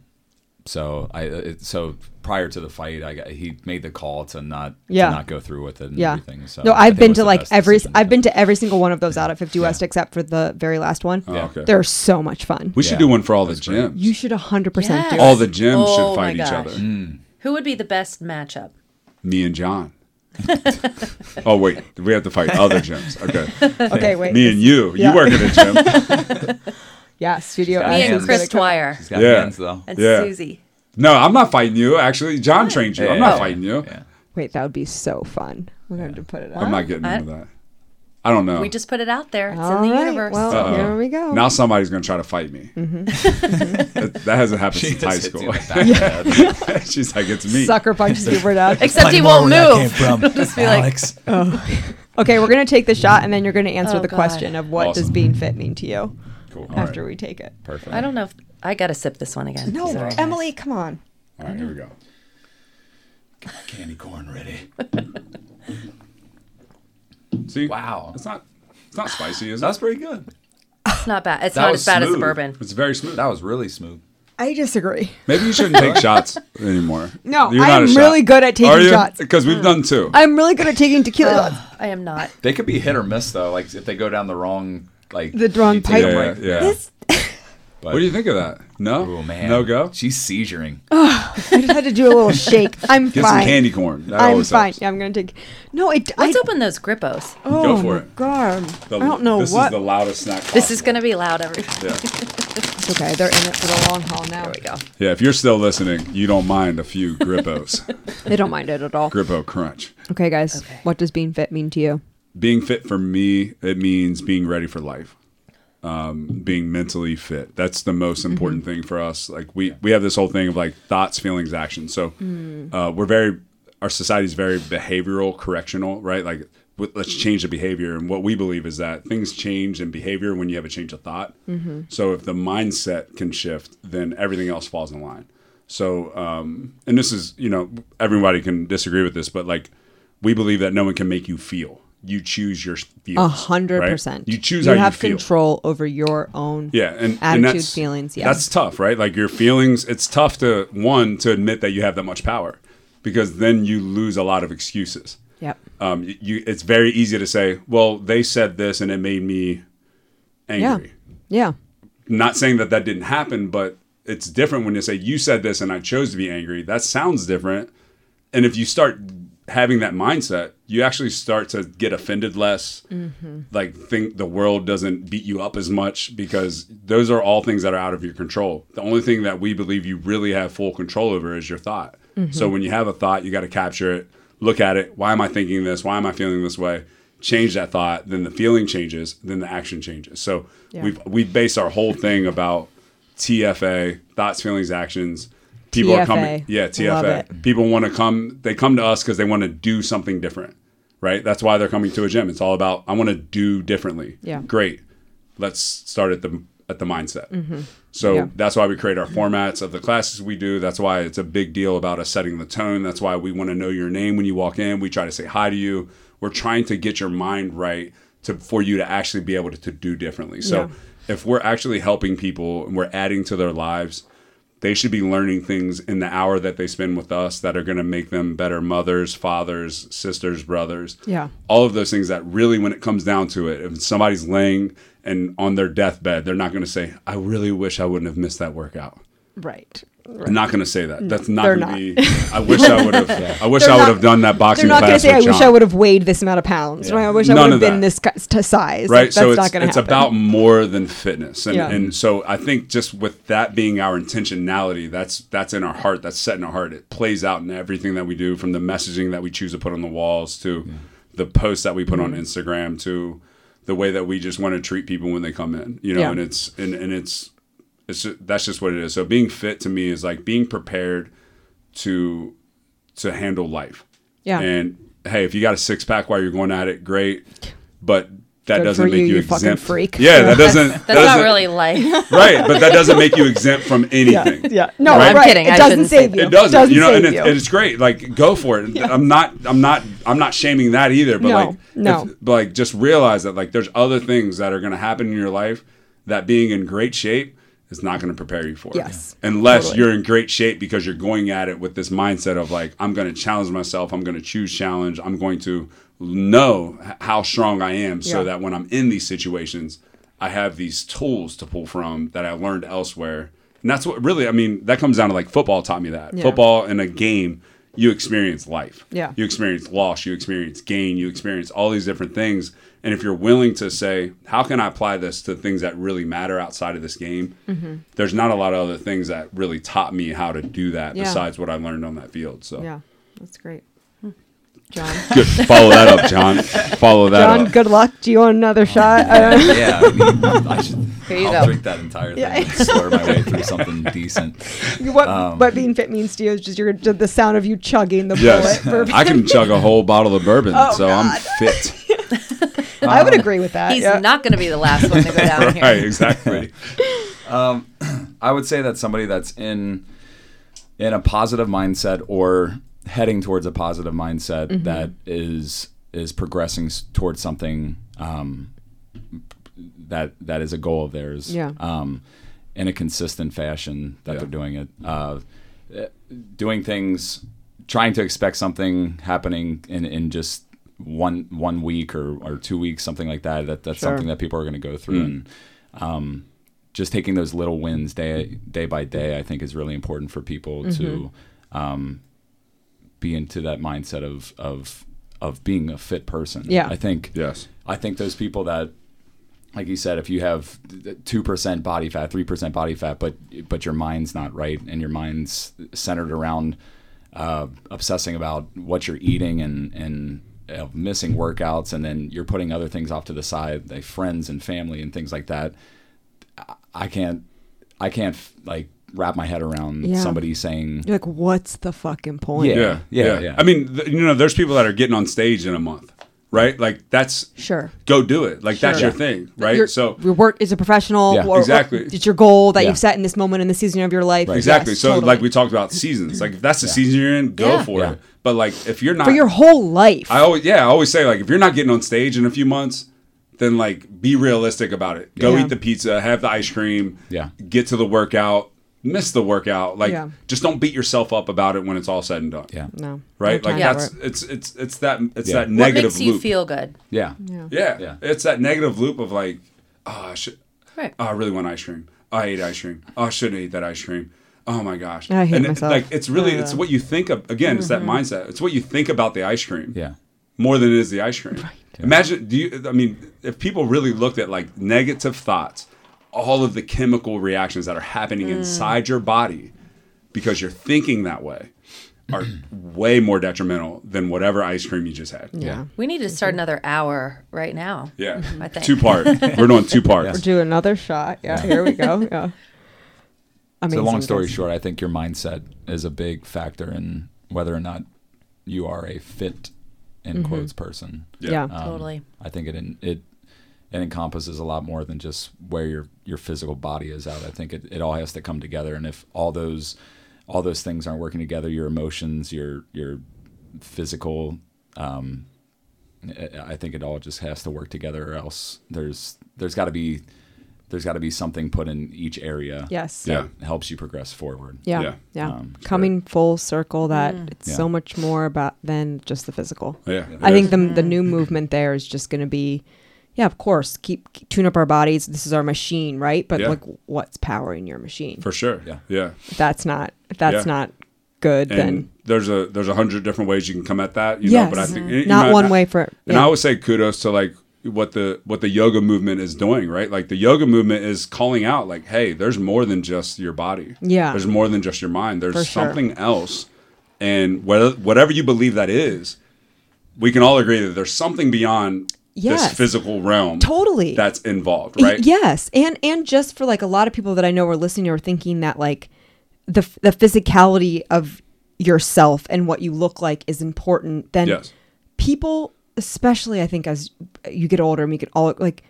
E: so I uh, it, so prior to the fight, I got, he made the call to not
A: Yeah.
E: to not go through with it. And
A: yeah.
E: everything, so
A: no,
E: I think
A: I've
E: it
A: been
E: was
A: to
E: the
A: like
E: best
A: every
E: decision.
A: I've been to every single one of those out at 50 West except for the very last one.
C: Oh, okay.
A: They're so much fun.
C: We should
E: Yeah.
C: do one for all the gyms.
A: you should 100% do
B: Yes.
A: it.
C: all the gyms
B: Oh my
C: should fight each
B: gosh.
C: other.
A: Mm.
B: Who would be the best matchup?
C: Me and John. oh wait, we have to fight other gyms. Okay.
A: Okay, wait.
C: Me and you.
A: Yeah.
C: You work at a gym.
A: yeah, Studio S
E: Yeah.
B: Me
A: is
B: and
E: hands.
B: Chris
A: gonna come-
B: Dwyer
E: He's got
C: Yeah.
E: hands though.
B: and
C: Yeah.
B: Susie.
C: No, I'm not fighting you. Actually, John trained you. I'm
E: Yeah,
C: not
E: yeah,
C: fighting you.
E: yeah.
A: Wait, that would be so fun. We're going to put it up.
C: I'm not getting
B: I-
C: into that. I I don't know.
B: We just put it out there. It's
A: All
B: in the
A: right,
B: universe.
A: Well,
C: Uh-oh.
A: here we go. Mm-hmm.
C: Now somebody's gonna try to fight me. that, that hasn't happened
E: She
C: since
E: just
C: high
E: hits you
C: school.
E: in the back of the head.
C: She's like, it's me.
A: Sucker punches you for that.
B: Except he
F: Find more
B: won't
F: where that
B: move.
F: came from,
B: Just be like-
F: Alex.
A: Okay, we're gonna take the shot, and then you're gonna answer
B: Oh,
A: the
B: God.
A: question of what does
C: Awesome.
A: being fit mean to you
C: Cool. All
A: after
C: right.
A: we take it.
E: Perfect.
B: I don't know if I gotta sip this one again.
A: No,
B: Sorry.
A: Emily, come on.
C: All right, here we go.
E: Candy corn ready.
C: See,
E: Wow.
C: it's not, it's not spicy, is it?
E: That's pretty good.
B: It's not bad. It's
E: That
B: not
E: was
B: as bad as the
E: smooth.
B: bourbon.
C: It's very smooth.
D: That was really smooth.
A: I disagree.
C: Maybe you shouldn't take shots anymore.
A: No,
C: You're
A: I
C: not a
A: am
C: shot.
A: really good at taking
C: Are you?
A: shots. Mm.
C: Because we've done two.
A: I'm really good at taking tequila shots.
B: I am not.
E: They could be hit or miss though. Like if they go down the wrong like
A: The wrong
E: you take 'em
C: pipe.
E: right-
C: Yeah, yeah.
A: This
E: But,
C: What do you think of that? No,
E: Oh man.
C: no go.
E: She's seizuring.
A: Oh. I just had to do a little shake. I'm
C: Get
A: fine.
C: some candy corn. That
A: I'm
C: always
A: fine.
C: helps.
A: Yeah, I'm gonna take. No, it.
B: Let's
A: I,
B: open those grippos.
A: oh
C: Go for
A: my
C: it.
A: God,
C: The-
A: I don't know
C: this
A: what.
C: is the loudest snack.
B: This is
C: possible.
B: gonna be loud. Every
C: Yeah.
A: It's okay, they're in it for the long haul now.
B: there we go.
C: yeah. If you're still listening, you don't mind a few grippos,
A: They don't mind it at all.
C: grippo crunch.
A: Okay, guys,
B: Okay.
A: what does being fit mean to you?
C: being fit for me it means being ready for life um, being mentally fit that's the most
A: Mm-hmm.
C: important thing for us like we we have this whole thing of like thoughts feelings actions so
A: Mm.
C: uh, we're very our society's very behavioral correctional right like w- let's change the behavior and what we believe is that things change in behavior when you have a change of thought
A: Mm-hmm.
C: so if the mindset can shift then everything else falls in line so um, and this is you know everybody can disagree with this but like we believe that no one can make you feel. You choose your feels.
A: A hundred
C: right?
A: percent.
C: You choose
A: You
C: how
A: have
C: you feel.
A: control over your own.
C: Yeah, and and
A: attitude,
C: that's-
A: feelings. Yeah,
C: that's tough, right? Like your feelings. It's tough to one to admit that you have that much power, because then you lose a lot of excuses.
A: yep.
C: Um, y- you, it's very easy to say, "Well, they said this, and it made me
A: Yeah,
C: angry."
A: yeah.
C: Not saying that that didn't happen, but it's different when you say, "You said this, and I chose to be angry." That sounds different. And if you start having that mindset, you actually start to get offended less.
A: Mm-hmm.
C: Like think the world doesn't beat you up as much because those are all things that are out of your control. The only thing that we believe you really have full control over is your thought.
A: Mm-hmm.
C: So when you have a thought, you got to capture it, look at it. Why am I thinking this? Why am I feeling this way? Change that thought, then the feeling changes, then the action changes. So
A: Yeah.
C: we've we've based our whole thing about TFA, thoughts, feelings, actions. People are coming.
A: TFA.
C: Yeah,
A: Love
C: TFA
A: it.
C: people want to come they come to us because they want to do something different right that's why they're coming to a gym it's all about i want to do differently
A: Yeah.
C: great let's start at the at the mindset so
A: Mm-hmm. Yeah.
C: that's why we create our formats of the classes we do that's why it's a big deal about us setting the tone that's why we want to know your name when you walk in we try to say hi to you we're trying to get your mind right to for you to actually be able to, to do differently so
A: Yeah.
C: if we're actually helping people and we're adding to their lives they should be learning things in the hour that they spend with us that are going to make them better mothers, fathers, sisters, brothers.
A: Yeah.
C: All of those things that really, when it comes down to it, if somebody's laying and on their deathbed, they're not going to say, I really wish I wouldn't have missed that workout.
A: Right.
C: They're not going to say that. That's not
A: they're
C: going to be. I wish I would have. I wish I would
A: not-
C: have done that
A: They're
C: boxing
A: not going to
C: class.
A: say, "I
C: with
A: wish
C: John."
A: I would have weighed this amount of pounds." Right? I wish I
C: None
A: would have
C: of
A: been
C: that.
A: this cu- to size.
C: right
A: Like, that's
C: so it's,
A: not going to
C: it's
A: happen.
C: about more than fitness and,
A: Yeah.
C: and so i think just with that being our intentionality that's that's in our heart that's set in our heart it plays out in everything that we do from the messaging that we choose to put on the walls to the posts that we put
A: Mm-hmm.
C: on instagram to the way that we just want to treat people when they come in you know
A: Yeah.
C: and it's and, and it's it's ju- that's just what it is so being fit to me is like being prepared to to handle life
A: Yeah.
C: and hey if you got a six-pack while you're going at it great but that
A: Good
C: doesn't
A: for
C: make
A: you,
C: you,
A: you fucking
C: exempt.
A: freak.
C: Yeah, that doesn't.
B: That's
C: that doesn't,
B: not really life.
C: right, but that doesn't make you exempt from anything.
A: yeah. No,
C: Right?
A: right.
C: I'm
B: kidding.
A: It
B: I
A: doesn't
B: shouldn't say
A: save
B: that.
A: you.
C: It doesn't, you know,
A: save
C: and it's, and it's great. Like, go for it. I'm not, I'm not, I'm not shaming that either. But
A: No,
C: like,
A: no.
C: if- but like, just realize that like, there's other things that are going to happen in your life that being in great shape is not going to prepare you for.
A: Yes.
C: unless
A: Totally.
C: you're in great shape because you're going at it with this mindset of like, I'm going to challenge myself. I'm going to choose challenge. I'm going to know h- how strong I am, so
A: Yeah.
C: that when I'm in these situations, I have these tools to pull from that I learned elsewhere. And that's what really, I mean, that comes down to like football taught me that.
A: Yeah.
C: Football and a game, you experience life.
A: Yeah.
C: You experience loss, you experience gain, you experience all these different things. And if you're willing to say, how can I apply this to things that really matter outside of this game?
A: Mm-hmm.
C: There's not a lot of other things that really taught me how to do that
A: Yeah.
C: besides what I learned on that field. So
B: Hmm.
A: yeah, that's great. John.
C: Good. Follow that up, John. Follow that
A: John,
C: up. Oh.
A: good luck. Do you want another shot? I don't know.
D: yeah, I mean, I should.
B: Here you
D: I'll
B: go.
D: drink that entire thing
A: Yeah.
D: and slur my way through something decent.
A: What,
C: Um,
A: what being fit means to you is just your, the sound of you chugging the
C: Yes,
A: bullet. bourbon. Oh,
C: I can chug a whole bottle of bourbon, so I'm fit.
A: I would agree with that.
B: He's
A: yeah.
B: not going to be the last one to go down here.
C: Right, exactly.
E: I would say that somebody that's in in a positive mindset or heading towards a positive mindset
A: Mm-hmm.
E: that is is progressing s- towards something um, that that is a goal of theirs.
A: Yeah.
E: Um, in a consistent fashion that
D: Yeah.
E: they're doing it, uh, eh, doing things, trying to expect something happening in, in just one one week or, or two weeks, something like that. that that's
A: Sure.
E: something that people are going to go through and just taking those little wins day day by day, I think is really important for people to um, be into that mindset of of of being a fit person.
A: Yeah.
E: I think
C: Yes.
E: I think those people that like you said, if you have two percent body fat, three percent body fat, but but your mind's not right, and your mind's centered around uh, obsessing about what you're eating and and uh, missing workouts, and then you're putting other things off to the side, like friends and family and things like that. I- I can't, I can't like wrap my head around
A: Yeah.
E: somebody saying
A: You're like, what's the fucking point?
E: Yeah.
C: Yeah, yeah,
E: yeah.
C: I mean, th- you know, there's people that are getting on stage in a month, right? Like that's
A: Sure.
C: go do it. Like that's
A: Sure.
C: your thing, right?
A: Your,
C: so
A: your work is a professional.
E: Yeah.
A: or- or
C: Exactly.
A: It's your goal that
E: Yeah.
A: you've set in this moment in the season of your life.
C: exactly.
A: Yes,
C: so
A: totally.
C: like we talked about seasons. Like if that's the season you're in, go
B: Yeah.
C: for
E: Yeah.
C: it. But like if you're not
A: for your whole life.
C: I always yeah, I always say like if you're not getting on stage in a few months, then like be realistic about it. Go
A: Yeah.
C: eat the pizza, have the ice cream,
E: Yeah.
C: get to the workout, miss the workout. Like
A: Yeah.
C: just don't beat yourself up about it when it's all said and done.
E: yeah,
A: no.
C: Right?
A: No
C: like
A: time
B: Yeah.
C: that's
A: for it.
C: it's it's it's that it's
E: Yeah.
C: that
B: What
C: negative
B: makes you
C: loop.
B: feel good?
E: yeah,
C: yeah.
E: Yeah.
C: It's that negative loop of like, oh I should
B: Right.
C: oh, I really want ice cream. Oh, I ate ice cream. Oh, I shouldn't eat that ice cream. Oh my gosh.
A: I hate
C: and it-
A: myself.
C: like it's really
A: Yeah.
C: it's what you think of again, it's that mindset. It's what you think about the ice cream
E: yeah.
C: more than it is the ice cream. Imagine, do you? I mean, if people really looked at like negative thoughts, all of the chemical reactions that are happening
A: Mm.
C: inside your body because you're thinking that way are way more detrimental than whatever ice cream you just had.
A: Yeah.
B: We need to
A: Mm-hmm.
B: start another hour right now.
C: Yeah,
B: I think.
C: two part. We're doing two parts.
A: Do another shot. Yeah, here we go. Yeah.
E: So
A: Amazing.
E: long story
A: guys.
E: short, I think your mindset is a big factor in whether or not you are a fit in quotes person.
A: Yeah.
E: Um,
B: Totally.
E: I think it en- it it encompasses a lot more than just where your your physical body is at. I think it, it all has to come together and if all those all those things aren't working together, your emotions, your your physical um I- I think it all just has to work together or else there's there's got to be there's got to be something put in each area
A: Yes.
E: that helps you progress forward.
A: Yeah. Yeah.
C: Yeah.
E: Um,
A: Coming full circle that it's
E: Yeah.
A: so much more about than just the physical.
C: Yeah, it
A: I think
C: is.
A: the the new movement there is just going to be yeah, of course, keep keep- tune up our bodies. This is our machine, right? But
C: Yeah.
A: like what's powering your machine?
C: for sure.
E: Yeah.
C: yeah.
A: If that's not if that's
C: Yeah.
A: not good
C: And
A: then
C: there's a there's a hundred different ways you can come at that. You know, but I
A: Yes.
C: think
A: Mhm.
C: you
A: Not
C: know,
A: one
C: I-
A: way for it.
C: And
A: Yeah.
C: I always say kudos to like what the what the yoga movement is doing, right? Like the yoga movement is calling out like, hey, there's more than just your body.
A: Yeah.
C: There's more than just your mind. There's
A: For sure.
C: something else. And whether whatever you believe that is, we can all agree that there's something beyond
A: Yes.
C: this physical realm.
A: Totally.
C: That's involved,
A: Y-
C: right?
A: Yes, and and just for like a lot of people that I know are listening are thinking that like the f- the physicality of yourself and what you look like is important. Then
C: Yes.
A: people, especially I think as you get older, and we get all like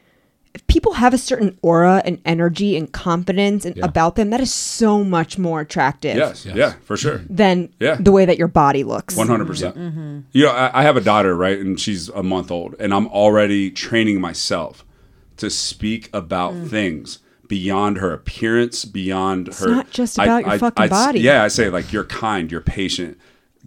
A: if people have a certain aura and energy and confidence and about them that is so much more attractive
C: Yes.
E: Yes.
C: Yeah, for sure.
A: than
C: Yeah.
A: the way that your body looks.
C: One hundred percent.
A: Mm-hmm.
C: You know, I, I have a daughter, right, and she's a month old, and I'm already training myself to speak about
A: Mm.
C: things beyond her appearance, beyond her.
A: not just about your fucking
C: I'd s-
A: body.
C: Yeah, I say like you're kind, you're patient,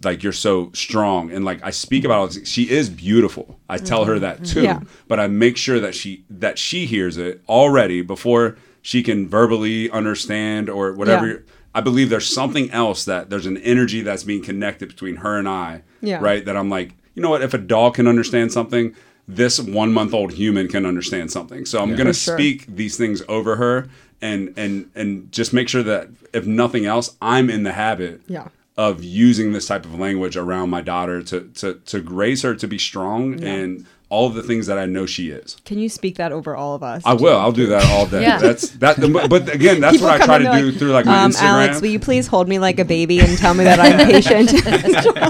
C: like you're so strong, and like I speak about all these. She is beautiful. I tell her that too,
A: Mm-hmm. Yeah.
C: but I make sure that she that she hears it already before she can verbally understand or whatever.
A: Yeah.
C: I believe there's something else that there's an energy that's being connected between her and I.
A: Yeah.
C: Right. That I'm like, you know what? If a dog can understand something, this one month old human can understand something. So I'm gonna
A: sure.
C: speak these things over her and and and just make sure that if nothing else, I'm in the habit
A: Yeah.
C: of using this type of language around my daughter to to to raise her to be strong and all of the things that I know she is.
A: Can you speak that over all of us?
C: I will. I'll do that all day.
B: Yeah.
C: That's that. But but again, that's
A: People
C: what
A: come
C: I try
A: in,
C: to
A: they're
C: do
A: like,
C: through like my
A: Um,
C: Instagram.
A: Alex, will you please hold me like a baby and tell me that I'm patient?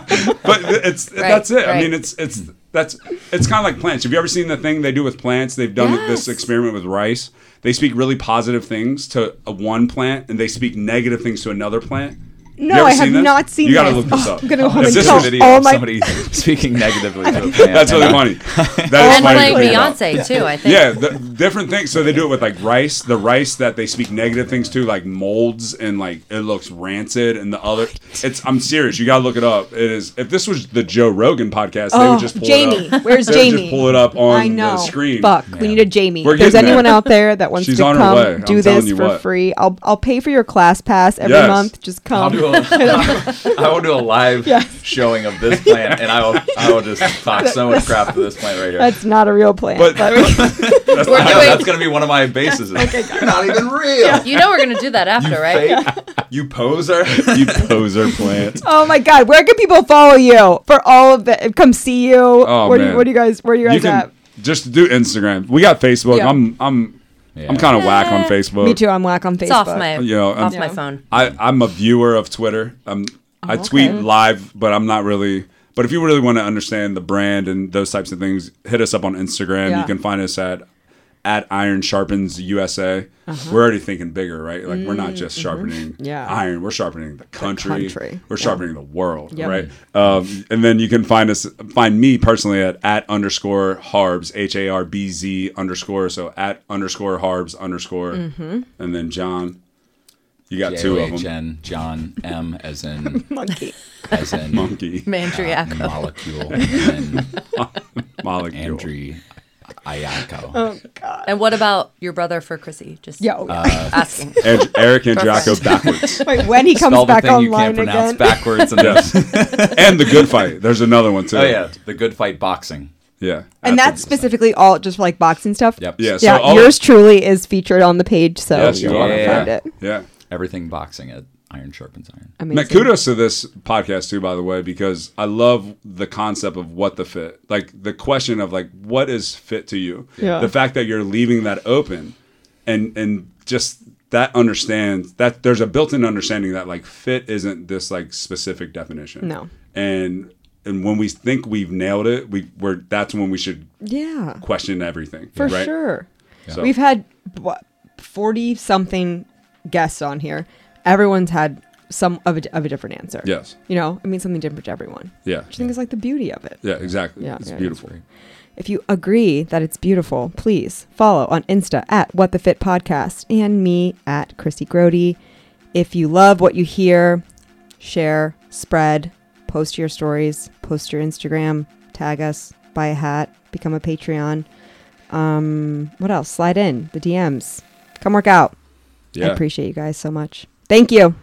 C: but it's that's it. I
B: right.
C: mean, it's it's that's it's kind of like plants. Have you ever seen the thing they do with plants? They've done
B: Yes.
C: this experiment with rice. They speak really positive things to a one plant, and they speak negative things to another plant.
A: No,
C: You ever
A: I have
C: this?
A: not seen
C: You gotta
A: this.
C: look this
A: Oh,
C: up.
A: I'm gonna go home and
C: It's just
A: tell
C: a
E: video
A: all
E: of
A: my-
E: somebody speaking negatively to a plant.
C: That's
A: Oh.
C: really
E: and
C: funny. That is
B: And
C: funny.
B: playing
C: to think about.
B: Beyonce too, I think.
C: Yeah, the, different things. So they do it with like rice. The rice that they speak negative things to, like molds and like it looks rancid. And the other, it's. I'm serious. You gotta look it up. It is. If this was the Joe Rogan podcast, they
A: Oh,
C: would just pull
A: Jamie,
C: it up.
A: where's
C: They would
A: Jamie?
C: just pull it up on
A: I know.
C: the screen.
A: Fuck, we need a Jamie.
C: We're
A: if there's
C: getting
A: anyone
C: there.
A: out there that wants
C: She's
A: to
C: on her
A: come
C: way. I'm
A: do
C: telling
A: this
C: you
A: for
C: what.
A: free, I'll I'll pay for your class pass every
C: Yes.
A: month. Just
E: I'll
A: come.
E: do a, I will do a live
A: Um, Yes.
E: showing of this plant, and I will I will just talk so much crap to this plant right here.
A: That's not a real plan.
C: But-
B: We're
E: No,
B: doing-
E: that's gonna be one of my bases. You're not even real.
B: you know we're gonna do that after, right?
E: Fake. You poser.
C: you poser plant.
A: oh my god, where can people follow you for all of the come see you?
C: Oh,
A: where do
C: man.
A: you, what do you guys where are you guys
C: You can
A: at?
C: just do Instagram. We got Facebook.
A: Yeah.
C: I'm I'm I'm kind of whack on Facebook.
A: Me too. I'm whack on Facebook.
B: It's off my
C: You know,
B: off
C: I'm-
B: my phone.
C: I, I'm a viewer of Twitter. I'm,
A: Oh,
C: I
A: okay.
C: tweet live, but I'm not really. But if you really want to understand the brand and those types of things, hit us up on Instagram.
A: Yeah.
C: You can find us at at Iron Sharpens USA. We're already thinking bigger, right? Like we're not just sharpening
A: Uh-huh. Mm-hmm. Yeah.
C: iron; we're sharpening the country.
A: country.
C: We're sharpening the world,
A: Yep.
C: right? Um, and then you can find us, find me personally at at underscore Harbs H A R B Z underscore. So at underscore Harbs underscore,
A: Mm-hmm.
C: and then John. You got two of them.
E: Jen, John, M as in
A: monkey.
E: as in uh,
C: monkey
B: Mandriaco.
E: molecule, and
C: molecule.
E: Andrew Ayako.
A: Oh god.
B: And what about your brother for Chrissy? Just
A: Yeah, oh, yeah.
E: Uh,
B: asking.
C: And, Eric Andriaco backwards.
A: Wait, when he comes
E: Spell the
A: back
E: thing you can't
A: online
E: pronounce
A: again.
E: backwards. And
C: Yes. and the good fight. There's another one too.
E: oh yeah, the good fight boxing.
C: Yeah.
A: and that's
E: Absolutely.
A: specifically all just like boxing stuff.
E: Yep.
C: Yeah, so
A: yeah,
C: all-
A: yours truly is featured on the page, so
C: Yes,
A: you
C: you
A: want to
E: are.
A: find
E: Yeah.
A: it.
C: Yeah.
E: Everything boxing at Iron Sharpens Iron.
A: Amazing.
C: Man, kudos to this podcast too, by the way, because I love the concept of what the fit, like the question of like what is fit to you.
A: Yeah.
C: The fact that you're leaving that open, and and just that understands that there's a built-in understanding that like fit isn't this like specific definition.
A: No.
C: And and when we think we've nailed it, we we're that's when we should
A: Yeah.
C: question everything.
A: For
C: right?
A: sure.
C: So-
A: We've had what 40 something guests on here. Everyone's had some of a, of a different answer.
C: Yes.
A: You know, it means something different to everyone.
C: Yeah.
A: Which I think is like the beauty of it.
C: Yeah, exactly.
A: Yeah,
C: it's
A: yeah, yeah.
C: beautiful.
A: If you agree that it's beautiful, please follow on Insta at What the Fit Podcast and me at Christy Grody. If you love what you hear, share, spread, post your stories, post your Instagram, tag us, buy a hat, become a Patreon. Um, what else? Slide in the DMs. Come work out.
C: Yeah.
A: I appreciate you guys so much. Thank you.